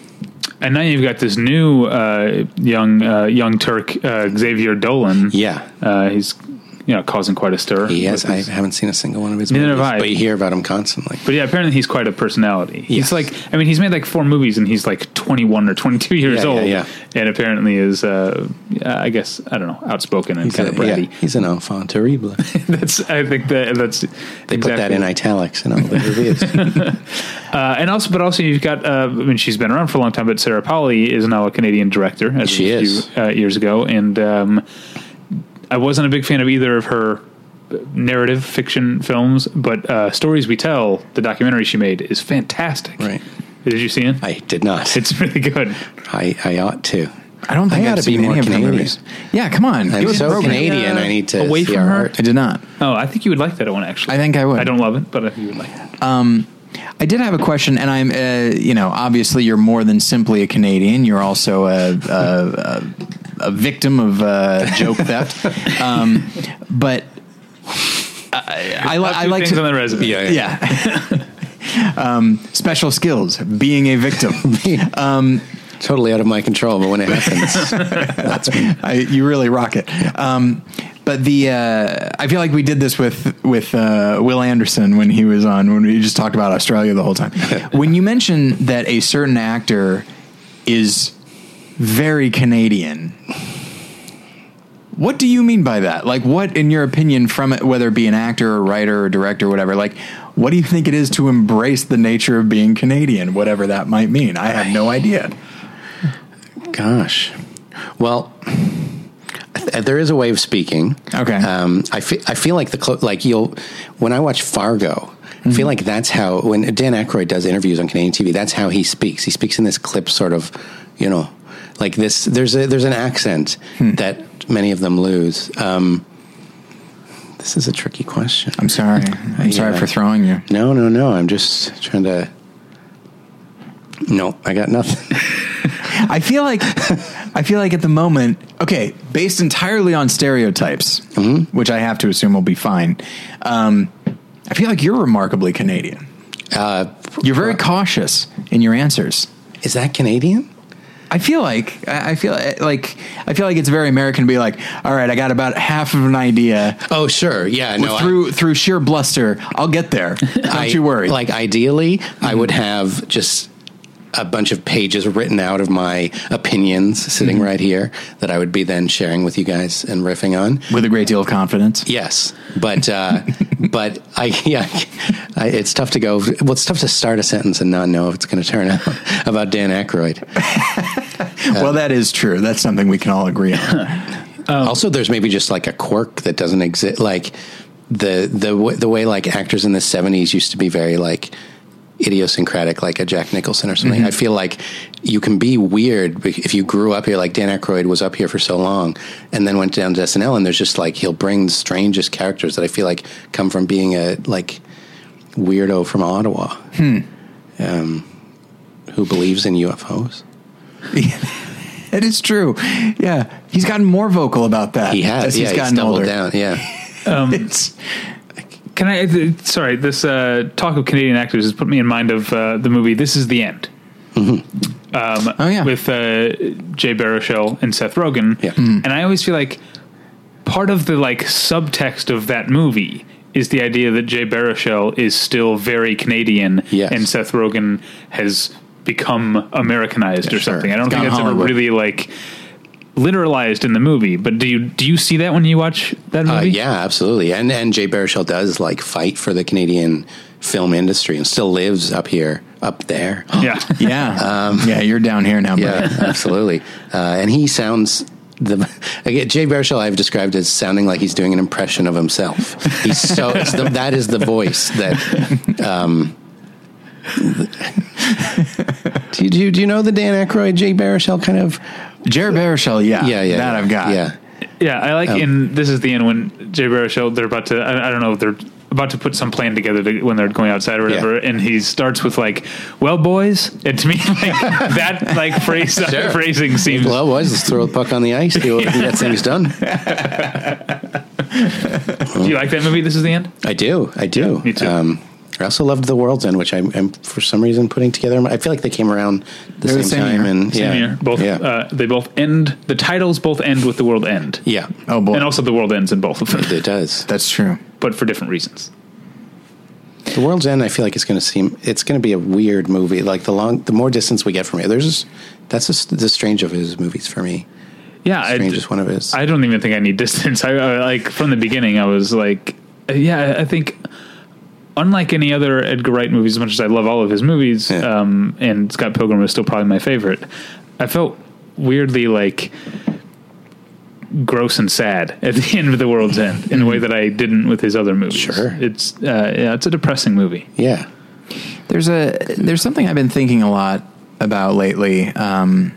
B: And now you've got this new uh, young uh, young Turk uh, Xavier Dolan.
C: yeah.
B: uh, he's you know causing quite a stir.
C: He has.
B: with
C: I
B: his-
C: haven't seen a single one of his
B: Neither
C: movies,
B: have I.
C: but you hear about him constantly.
B: But yeah, apparently he's quite a personality.
C: Yes.
B: He's like, I mean, he's made like four movies and he's like 21 or 22 years
C: Yeah, yeah,
B: old.
C: yeah.
B: And apparently is, uh, I guess, I don't know, outspoken and kind of
C: Uh, yeah,
B: bratty.
C: he's an enfant terrible. They
B: *laughs* that's, I think that that's, they
C: put that in italics in all the reviews.
B: Uh, and also, but also you've got, uh, I mean, she's been around for a long time, but Sarah Pauli is now a Canadian director as
C: She
B: of a
C: is.
B: few uh, years ago. And, um, I wasn't a big fan of either of her uh, narrative fiction films, but, uh, Stories We Tell, the documentary she made is fantastic.
C: Right.
B: Did you see it?
C: I did not.
B: *laughs* it's really good.
C: I, I ought to.
A: I don't think
C: I
A: I
C: gotta
A: have
C: be
A: seen
C: more
A: any of the
C: Canadian.
A: movies. Yeah, come on.
C: I'm
A: Give us a
C: so
A: program.
C: Canadian.
B: uh,
C: I need to
B: away
C: see
B: from
C: our
B: her?
C: art.
A: I did not.
B: Oh, I think you would like that one actually.
A: I think I would.
B: I don't love it, but I think you would like it.
A: I did have a question, and I'm, uh, you know, obviously you're more than simply a Canadian. You're also a, a, a, a victim of uh, joke theft. Um, but I, I, li- I
B: Two
A: like
B: things
A: to.
B: on the resume. Yeah,
A: yeah. *laughs* um, special skills, being a victim.
C: Totally out of my control, but when it happens, that's me.
A: I, you really rock it. Um, but the uh, I feel like we did this with with uh, Will Anderson when he was on when we just talked about Australia the whole *laughs* time. when you mention that a certain actor is very Canadian, what do you mean by that? Like, what in your opinion, from it, whether it be an actor or writer or director or whatever, like, what do you think it is to embrace the nature of being Canadian, whatever that might mean? I have no idea.
C: Gosh. Well, th- there is a way of speaking.
A: Okay.
C: Um, I, fe- I feel like the clo- like you'll when I watch Fargo, I feel like that's how when Dan Aykroyd does interviews on Canadian TV, that's how he speaks. He speaks in this clip sort of, you know, like this. There's a there's an accent that many of them lose. Um, this is a tricky question.
A: I'm sorry. I'm sorry
C: Yeah.
A: for throwing you.
C: No, no, no. I'm just trying to. No, I got nothing. *laughs*
A: I feel like I feel like at the moment, okay, based entirely on stereotypes,
C: Mm-hmm.
A: which I have to assume will be fine. Um, I feel like you're remarkably Canadian.
C: Uh,
A: You're very cautious in your answers.
C: is that Canadian?
A: I feel like I I feel eh, like I feel like it's very American to be like, all right, I got about half of an idea
C: Oh, sure. Yeah. No. I-
A: through through sheer bluster. I'll get
C: *laughs*
A: there. Don't
C: I-
A: you worry. Mm-hmm.
C: Like ideally, I would have just a bunch of pages written out of my opinions sitting
A: Mm-hmm.
C: right here that I would be then sharing with you guys and riffing on.
A: with a great deal of confidence.
C: Yes,
A: *laughs*
C: but uh, but I yeah, I, it's tough to go. Well, it's tough to start a sentence and not know if it's going to turn out *laughs* about Dan Aykroyd.
A: well, that is true. That's something we can all agree on.
C: also, there's maybe just like a quirk that doesn't exist. Like the the w- the way like actors in the '70s used to be very like idiosyncratic, like a Jack Nicholson or
A: Mm-hmm.
C: something. I feel like you can be weird be- if you grew up here. Like Dan Aykroyd was up here for so long, and then went down to SNL, and there's just like he'll bring the strangest
A: Hmm.
C: characters that I feel like come from being a like weirdo from Ottawa. um, who believes in UFOs.
A: It is true. Yeah, he's gotten more vocal about that.
C: He has,
A: as
C: yeah,
A: he's gotten
C: doubled
A: older.
C: down. Yeah,
B: Um,
A: It's
B: Can I? th- Sorry, this uh, talk of Canadian actors has put me in mind of uh, the movie This Is the End. Um,
A: Oh, yeah.
B: With uh, Jay Baruchel and Seth Rogen.
C: Yeah. Mm.
B: And I always feel like part of the like subtext of that movie is the idea that Jay Baruchel is still very Canadian
C: Yes.
B: and Seth Rogen has become Americanized or
A: sure.
B: something. I don't
A: It's
B: think
A: gone
B: that's
A: Hollywood.
B: ever really like literalized in the movie. But do you do you see that when you watch that movie?
C: uh, yeah, absolutely. And and Jay Baruchel does like fight for the Canadian film industry and still lives up here, up there.
B: *laughs* Yeah.
A: *laughs* yeah, um, yeah. You're down here now,
C: Yeah,
A: Oh, yeah.
C: *laughs* absolutely. Uh, and he sounds the *laughs* again Jay Baruchel I've described as sounding like he's doing an impression of himself. He's so it's the, that is the voice that. Um, do, you, do you do you know the Dan Aykroyd Jay Baruchel kind of?
A: Jared Baruchel. Yeah,
C: Yeah, yeah,
A: That
C: yeah,
A: I've got.
C: Yeah,
B: Yeah, I
C: Um,
B: like in this is the end when Jay Baruchel they're about to I, I don't know if they're about to put some plan together to, when they're going outside or whatever, and he starts with like, "Well, boys," and to me *laughs* like, that like phrase uh,
C: Sure.
B: phrasing seems
C: Well, boys, let's throw the puck on the ice. See what we can get things done.
B: Do you like that movie? This is the end.
C: I do. I do. Um,
B: me too.
C: I also loved The World's End, which I'm, I'm for some reason putting together. I feel like they came around the,
A: They're the
C: same,
A: same
C: time.
A: year.
C: And
B: Same
C: yeah,
B: year. Both
C: Yeah.
B: uh, they both end. The titles both end with the world end.
C: yeah.
A: Oh boy,
B: and also the world ends in both of them, *laughs*
C: It does.
A: that's true.
B: but for different reasons.
C: The World's End, I feel like it's going to seem it's going to be a weird movie. Like the long, the more distance we get from it, there's just, that's just the strange of his movies for me.
B: Yeah, I-
C: Strangest one of his.
B: I don't even think I need *laughs* distance. I, I like from the beginning. I was like, yeah, I think unlike any other Edgar Wright movies, as much as I love all of his movies,
C: Yeah.
B: um, and Scott Pilgrim is still probably my favorite. I felt weirdly like gross and sad *laughs* at the end of the world's end in a way that I didn't with his other movies.
C: Sure.
B: it's uh, yeah, it's a depressing movie.
C: yeah,
A: There's a there's something I've been thinking a lot about lately, um,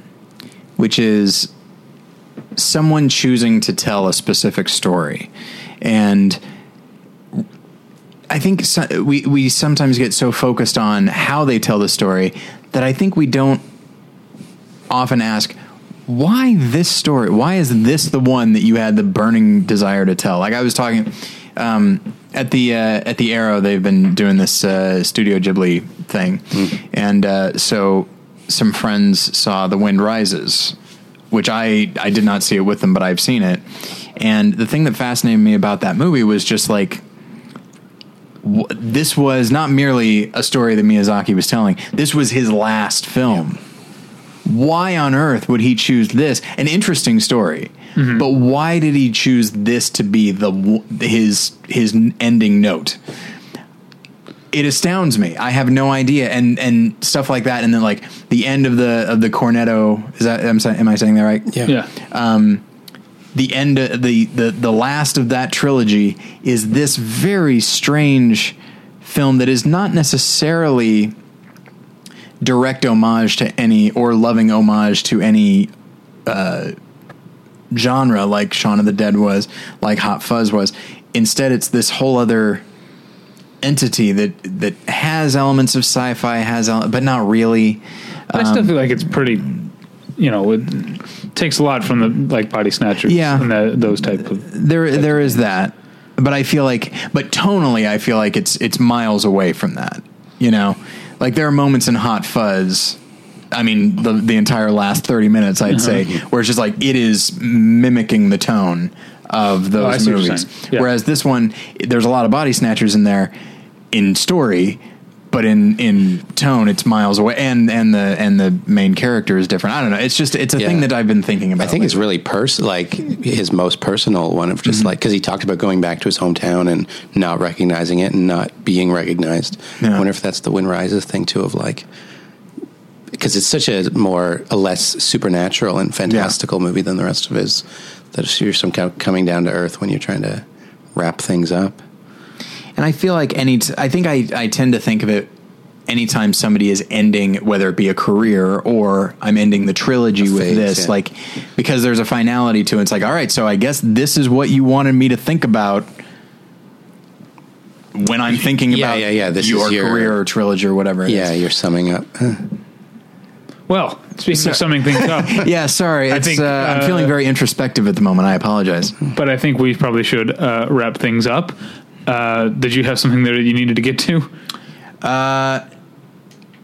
A: which is someone choosing to tell a specific story, and I think so, we we sometimes get so focused on how they tell the story that I think we don't often ask why this story why is this the one that you had the burning desire to tell like i was talking um, at the uh, at the arrow they've been doing this uh, studio ghibli thing and uh, so some friends saw the wind rises which i i did not see it with them but i've seen it and the thing that fascinated me about that movie was just like w- this was not merely a story that Miyazaki was telling. This was his last film why on earth would he choose this? An interesting story, but why did he choose this to be the w- his his ending note? It astounds me. I have no idea, and and stuff like that, and then like the end of the of the cornetto. Is that am I, am I saying that right?
C: yeah,
B: Yeah,
A: the end of the, the the last of that trilogy is this very strange film that is not necessarily direct homage to any or loving homage to any uh, genre like Shaun of the Dead was, like Hot Fuzz was. Instead, it's this whole other entity that that has elements of sci-fi, has ele- but not really.
B: I still feel like it's pretty. You know, it takes a lot from the like body snatchers
A: Yeah.
B: and the, those type of
A: there there is that but i feel like but tonally i feel like it's it's miles away from that you know like there are moments in hot fuzz i mean the the entire last 30 minutes i'd say
B: Uh-huh.
A: where it's just like it is mimicking the tone of
B: Oh, I
A: those
B: see what you're
A: movies
B: saying. Yeah.
A: whereas this one there's a lot of body snatchers in there in story but in in tone it's miles away and and the and the main character is different i don't know it's just it's a
C: Yeah.
A: thing that i've been thinking about
C: I think
A: lately.
C: it's really pers like his most personal one of just like 'cause like because he talked about going back to his hometown and not recognizing it and not being recognized.
A: Yeah.
C: I wonder if that's the Wind Rises thing too of like because it's such a more a less supernatural and fantastical movie than the rest of his that you're some kind of coming down to earth when you're trying to wrap things up.
A: And I feel like any, t- I think I, I tend to think of it anytime somebody is ending, whether it be a career or I'm ending the trilogy with
C: phase,
A: this,
C: yeah.
A: like, because there's a finality to it. It's like, all right, so I guess this is what you wanted me to think about. when I'm thinking
C: Yeah,
A: about
C: yeah, yeah, this
A: your,
C: is your-
A: career or trilogy or whatever. it
C: Yeah,
A: is.
C: you're summing up.
B: Well, speaking of summing things up,
A: *laughs* yeah. Sorry, it's,
B: think,
A: uh, I'm
B: uh,
A: feeling very introspective at the moment. I apologize.
B: but I think we probably should uh, wrap things up. Uh, did you have something there that you needed to get to?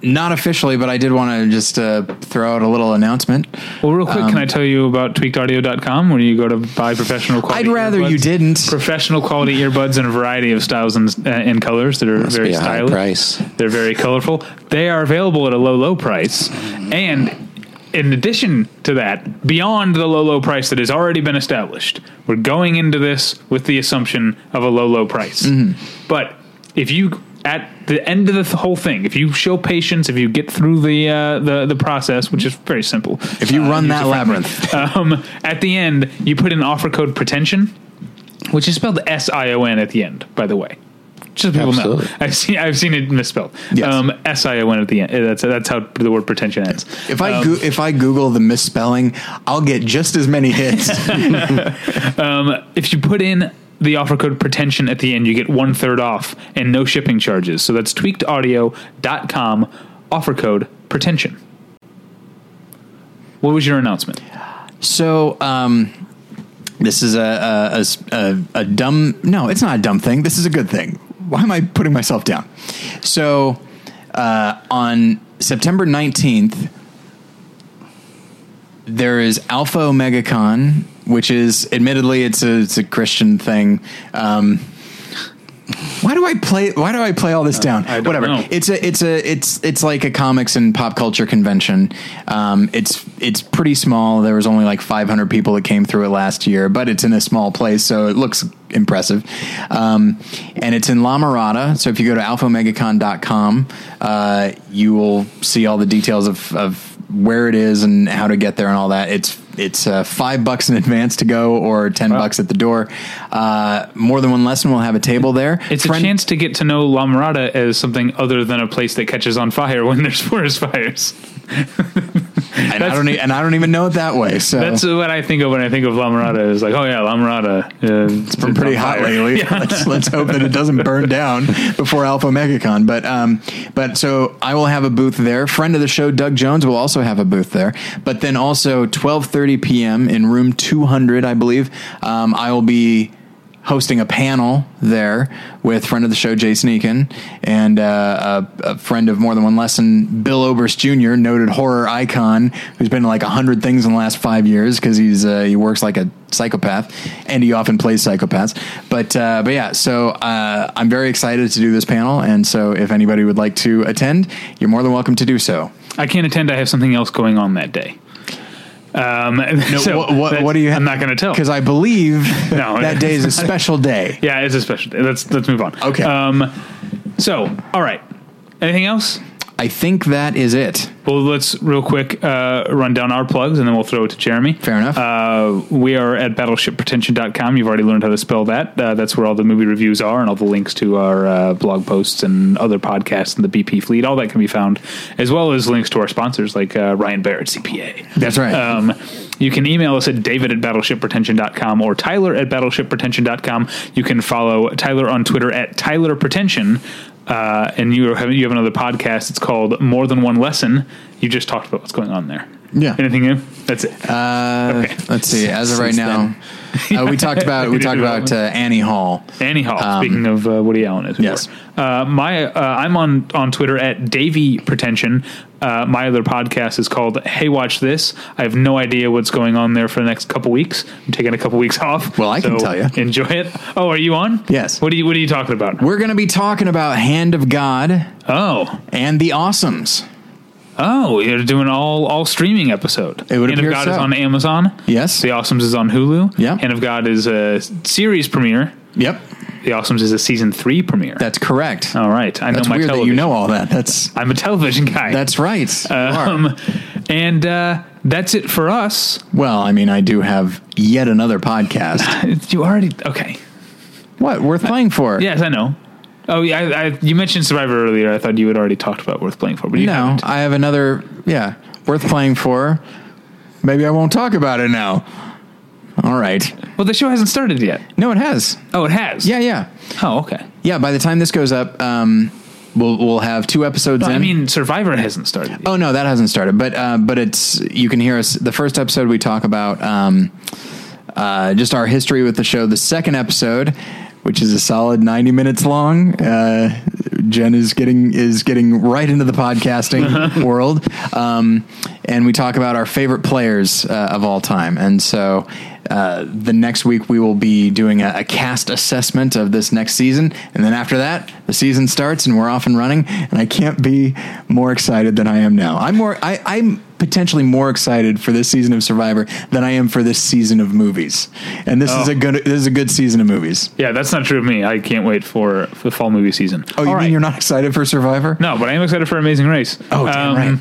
A: Not officially, but I did want to just uh, throw out a little announcement.
B: Well, real quick, can I tell you about tweakedaudio.com where you go to buy professional quality
A: I'd rather you
B: earbuds?
A: didn't.
B: Professional quality earbuds in a variety of styles and, uh, and colors that are very
C: be a high
B: stylish.
C: price.
B: They're very colorful. They are available at a low, low price. And in addition to that, beyond the low, low price that has already been established, we're going into this with the assumption of a low, low price. But if you at the end of the th- whole thing, if you show patience, if you get through the uh, the the process, which is very simple,
A: If you run that labyrinth,
B: *laughs* um, at the end, you put in offer code pretension, which is spelled S I O N at the end, by the way. Just so people
C: Absolutely.
B: know. *laughs* I've seen I've seen it misspelled.
A: Yes.
B: Um, S I O N at the end. Uh, That's that's how the word pretension ends. Um,
A: if I go- if I Google the misspelling, I'll get just as many hits.
B: If you put in the offer code pretension at the end, you get one third off and no shipping charges. So that's tweakedaudio.com offer code pretension. What was your announcement?
A: *laughs* So, um, this is a a, a s- a- a dumb. No, it's not a dumb thing. This is a good thing. Why am I putting myself down? So, uh, on September nineteenth, there is Alpha Omega Con, which is admittedly it's a it's a Christian thing. Um, why do I play? Why do I play all this down?
B: Uh, I don't
A: Whatever.
B: know.
A: It's a it's a it's it's like a comics and pop culture convention. Um, it's it's pretty small. There was only like 500 people that came through it last year, but it's in a small place, so it looks impressive. Um, and it's in La Mirada. So if you go to alphamegacon.com, uh, you will see all the details of, of where it is and how to get there and all that. It's it's uh, five bucks in advance to go or ten bucks at the door. Uh, more than one lesson will have a table there.
B: It's
A: Friend-
B: a chance to get to know La Mirada as something other than a place that catches on fire *laughs* when there's forest fires.
A: and I don't e- and I don't even know it that way. So
B: That's what I think of when I think of La Mirada. Is like, oh yeah, La Mirada. Uh, it's
A: been pretty
B: on
A: hot
B: fire.
A: lately.
B: Yeah.
A: let's, let's hope that it doesn't
B: *laughs*
A: burn down before Alpha MegaCon. But um, but so I will have a booth there. Friend of the show, Doug Jones, will also have a booth there. But then also 12:30 p.m. in room 200, I believe. Um, I will be hosting a panel there with friend of the show Jay Sneakin and uh, a, a friend of more than one lesson Bill Oberst Jr., noted horror icon who's been in like a hundred things in the last five years because he's uh, he works like a psychopath and he often plays psychopaths. But uh, but yeah, so uh, I'm very excited to do this panel, and so if anybody would like to attend, you're more than welcome to do so.
B: I can't attend. I have something else going on that day. Um, *laughs* no,
A: Wha- wha- what, do you?
B: I'm not going to tell.
A: because I believe
B: *laughs* No,
A: that day is a special day.
B: yeah, it's a special day. Let's let's move on.
A: Okay.
B: Um, so, all right. Anything else?
A: I think that is it.
B: Well, let's real quick uh, run down our plugs and then we'll throw it to Jeremy.
A: Fair enough.
B: Uh, we are at battleshippretension.com. You've already learned how to spell that. Uh, that's where all the movie reviews are and all the links to our uh, blog posts and other podcasts and the BP fleet. All that can be found, as well as links to our sponsors like uh, Ryan Barrett, CPA.
A: That's right.
B: Um, you can email us at david at battleshipretention.com or tyler at battleshipretention.com. You can follow Tyler on Twitter at Tyler Pretension. Uh, and you have, you have another podcast. It's called More Than One Lesson. You just talked about what's going on there.
A: Yeah.
B: Anything new? That's it.
A: Uh,
B: Okay.
A: Let's see. As of right
C: Since
A: now, uh, we talked
B: *laughs*
A: about we
B: Computer
A: talked about uh, Annie Hall.
B: Annie Hall.
A: Um,
B: speaking of uh, Woody Allen, as we
A: Yes.
B: were. Uh, my uh, I'm on on Twitter at Davy Pretension. Uh, my other podcast is called Hey Watch This. I have no idea what's going on there for the next couple weeks. I'm taking a couple weeks *laughs* off.
A: Well, I can tell you.
B: Enjoy it. Oh, are you on?
A: Yes.
B: What are you What are you talking about?
A: We're going to be talking about Hand of God
B: Oh,
A: and the Awesomes.
B: oh, you're doing all all streaming episode.
A: It would
B: Hand
A: appear
B: of God is
A: so.
B: on Amazon.
A: Yes.
B: The Awesomes is on Hulu.
A: Yeah.
B: Hand of God is a series premiere.
A: Yep,
B: The Awesomes is a season three premiere.
A: that's correct.
B: all right. I
A: that's
B: know Oh, my
A: weird that
B: television.
A: you know all that. That's
B: I'm a television guy.
A: that's
B: *laughs*
A: right. You are.
B: Um, and uh, that's it for us. *laughs*
A: well, I mean, I do have yet another podcast.
B: *laughs* You already okay?
A: what worth playing for?
B: Yes, I know. Oh, yeah. I, I, you mentioned Survivor earlier. I thought you had already talked about worth playing for, but you
A: No,
B: haven't.
A: I have another. Yeah, worth playing for. Maybe I won't talk about it now. All right.
B: Well, the show hasn't started yet.
A: No, it has.
B: Oh, it has.
A: Yeah, yeah.
B: Oh, okay.
A: yeah, by the time this goes up, um, we'll we'll have two episodes
B: But,
A: in.
B: I mean, Survivor hasn't started. yet.
A: Oh no, that hasn't started. But uh, but it's you can hear us. The first episode we talk about um, uh, just our history with the show. The second episode, which is a solid ninety minutes long, uh, Jen is getting is getting right into the podcasting world, um, and we talk about our favorite players uh, of all time. And so uh, the next week we will be doing a, a cast assessment of this next season, and then after that the season starts and we're off and running. And I can't be more excited than I am now. I'm more I, I'm potentially more excited for this season of Survivor than I am for this season of movies. And this is
B: Oh.
A: a good this is a good season of movies.
B: Yeah, that's not true of me. I can't wait for the fall movie season.
A: Oh, you
B: All
A: mean
B: right.
A: you're not excited for Survivor?
B: No, Um, but I am excited for Amazing Race.
A: Oh, damn right.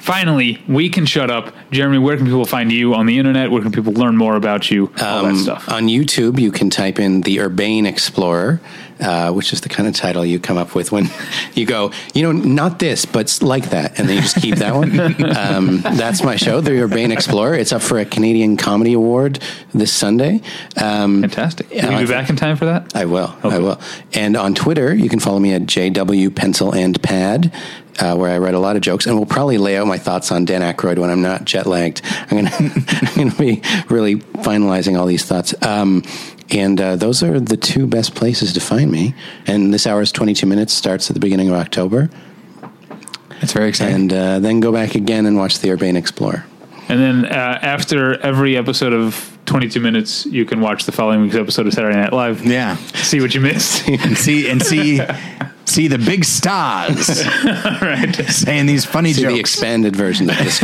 B: Finally, we can shut up. Jeremy, where can people find you on the internet? Where can people learn more about you? All that
C: Um,
B: stuff.
C: On YouTube, you can type in the Urbane Explorer, uh, which is the kind of title you come up with when *laughs* you go, you know, not this, but s- like that. And then you just keep that one. um, that's my show, The Urbane Explorer. It's up for a Canadian Comedy Award this Sunday. Um,
B: Fantastic.
C: Yeah,
B: Will
C: I
B: you be
C: think-
B: back in time for that?
C: I will.
B: Okay.
C: I will. And on Twitter, you can follow me at JW Pencil and Pad, uh, where I write a lot of jokes, and we'll probably lay out my thoughts on Dan Aykroyd when I'm not jet lagged. *laughs* I'm gonna, I'm gonna be really finalizing all these thoughts. Um, and uh, those are the two best places to find me. And this hour is 22 minutes. Starts at the beginning of October,
A: It's very exciting.
C: and uh, then go back again and watch the Urbane Explorer.
B: And then uh, after every episode of 22 Minutes, you can watch the following week's episode of Saturday Night Live.
A: yeah.
B: See what you missed.
A: And *laughs* see and see *laughs* see the big
B: *laughs*
A: stars saying these funny
C: See the
A: jokes.
C: expanded version of this.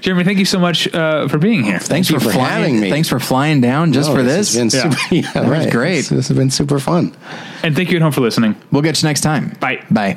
B: Jeremy, thank you so much uh, for being here.
A: thanks
C: Thank
A: for,
C: you for
A: flying,
C: having me.
A: Thanks for flying down *laughs* just
C: Oh,
A: for
C: this
A: this.
C: has been
B: Yeah.
C: super, *laughs* yeah,
A: was
C: right.
A: great.
C: This- this has been super fun.
B: And thank you at home for listening.
A: we'll get you next time.
B: Bye.
A: Bye.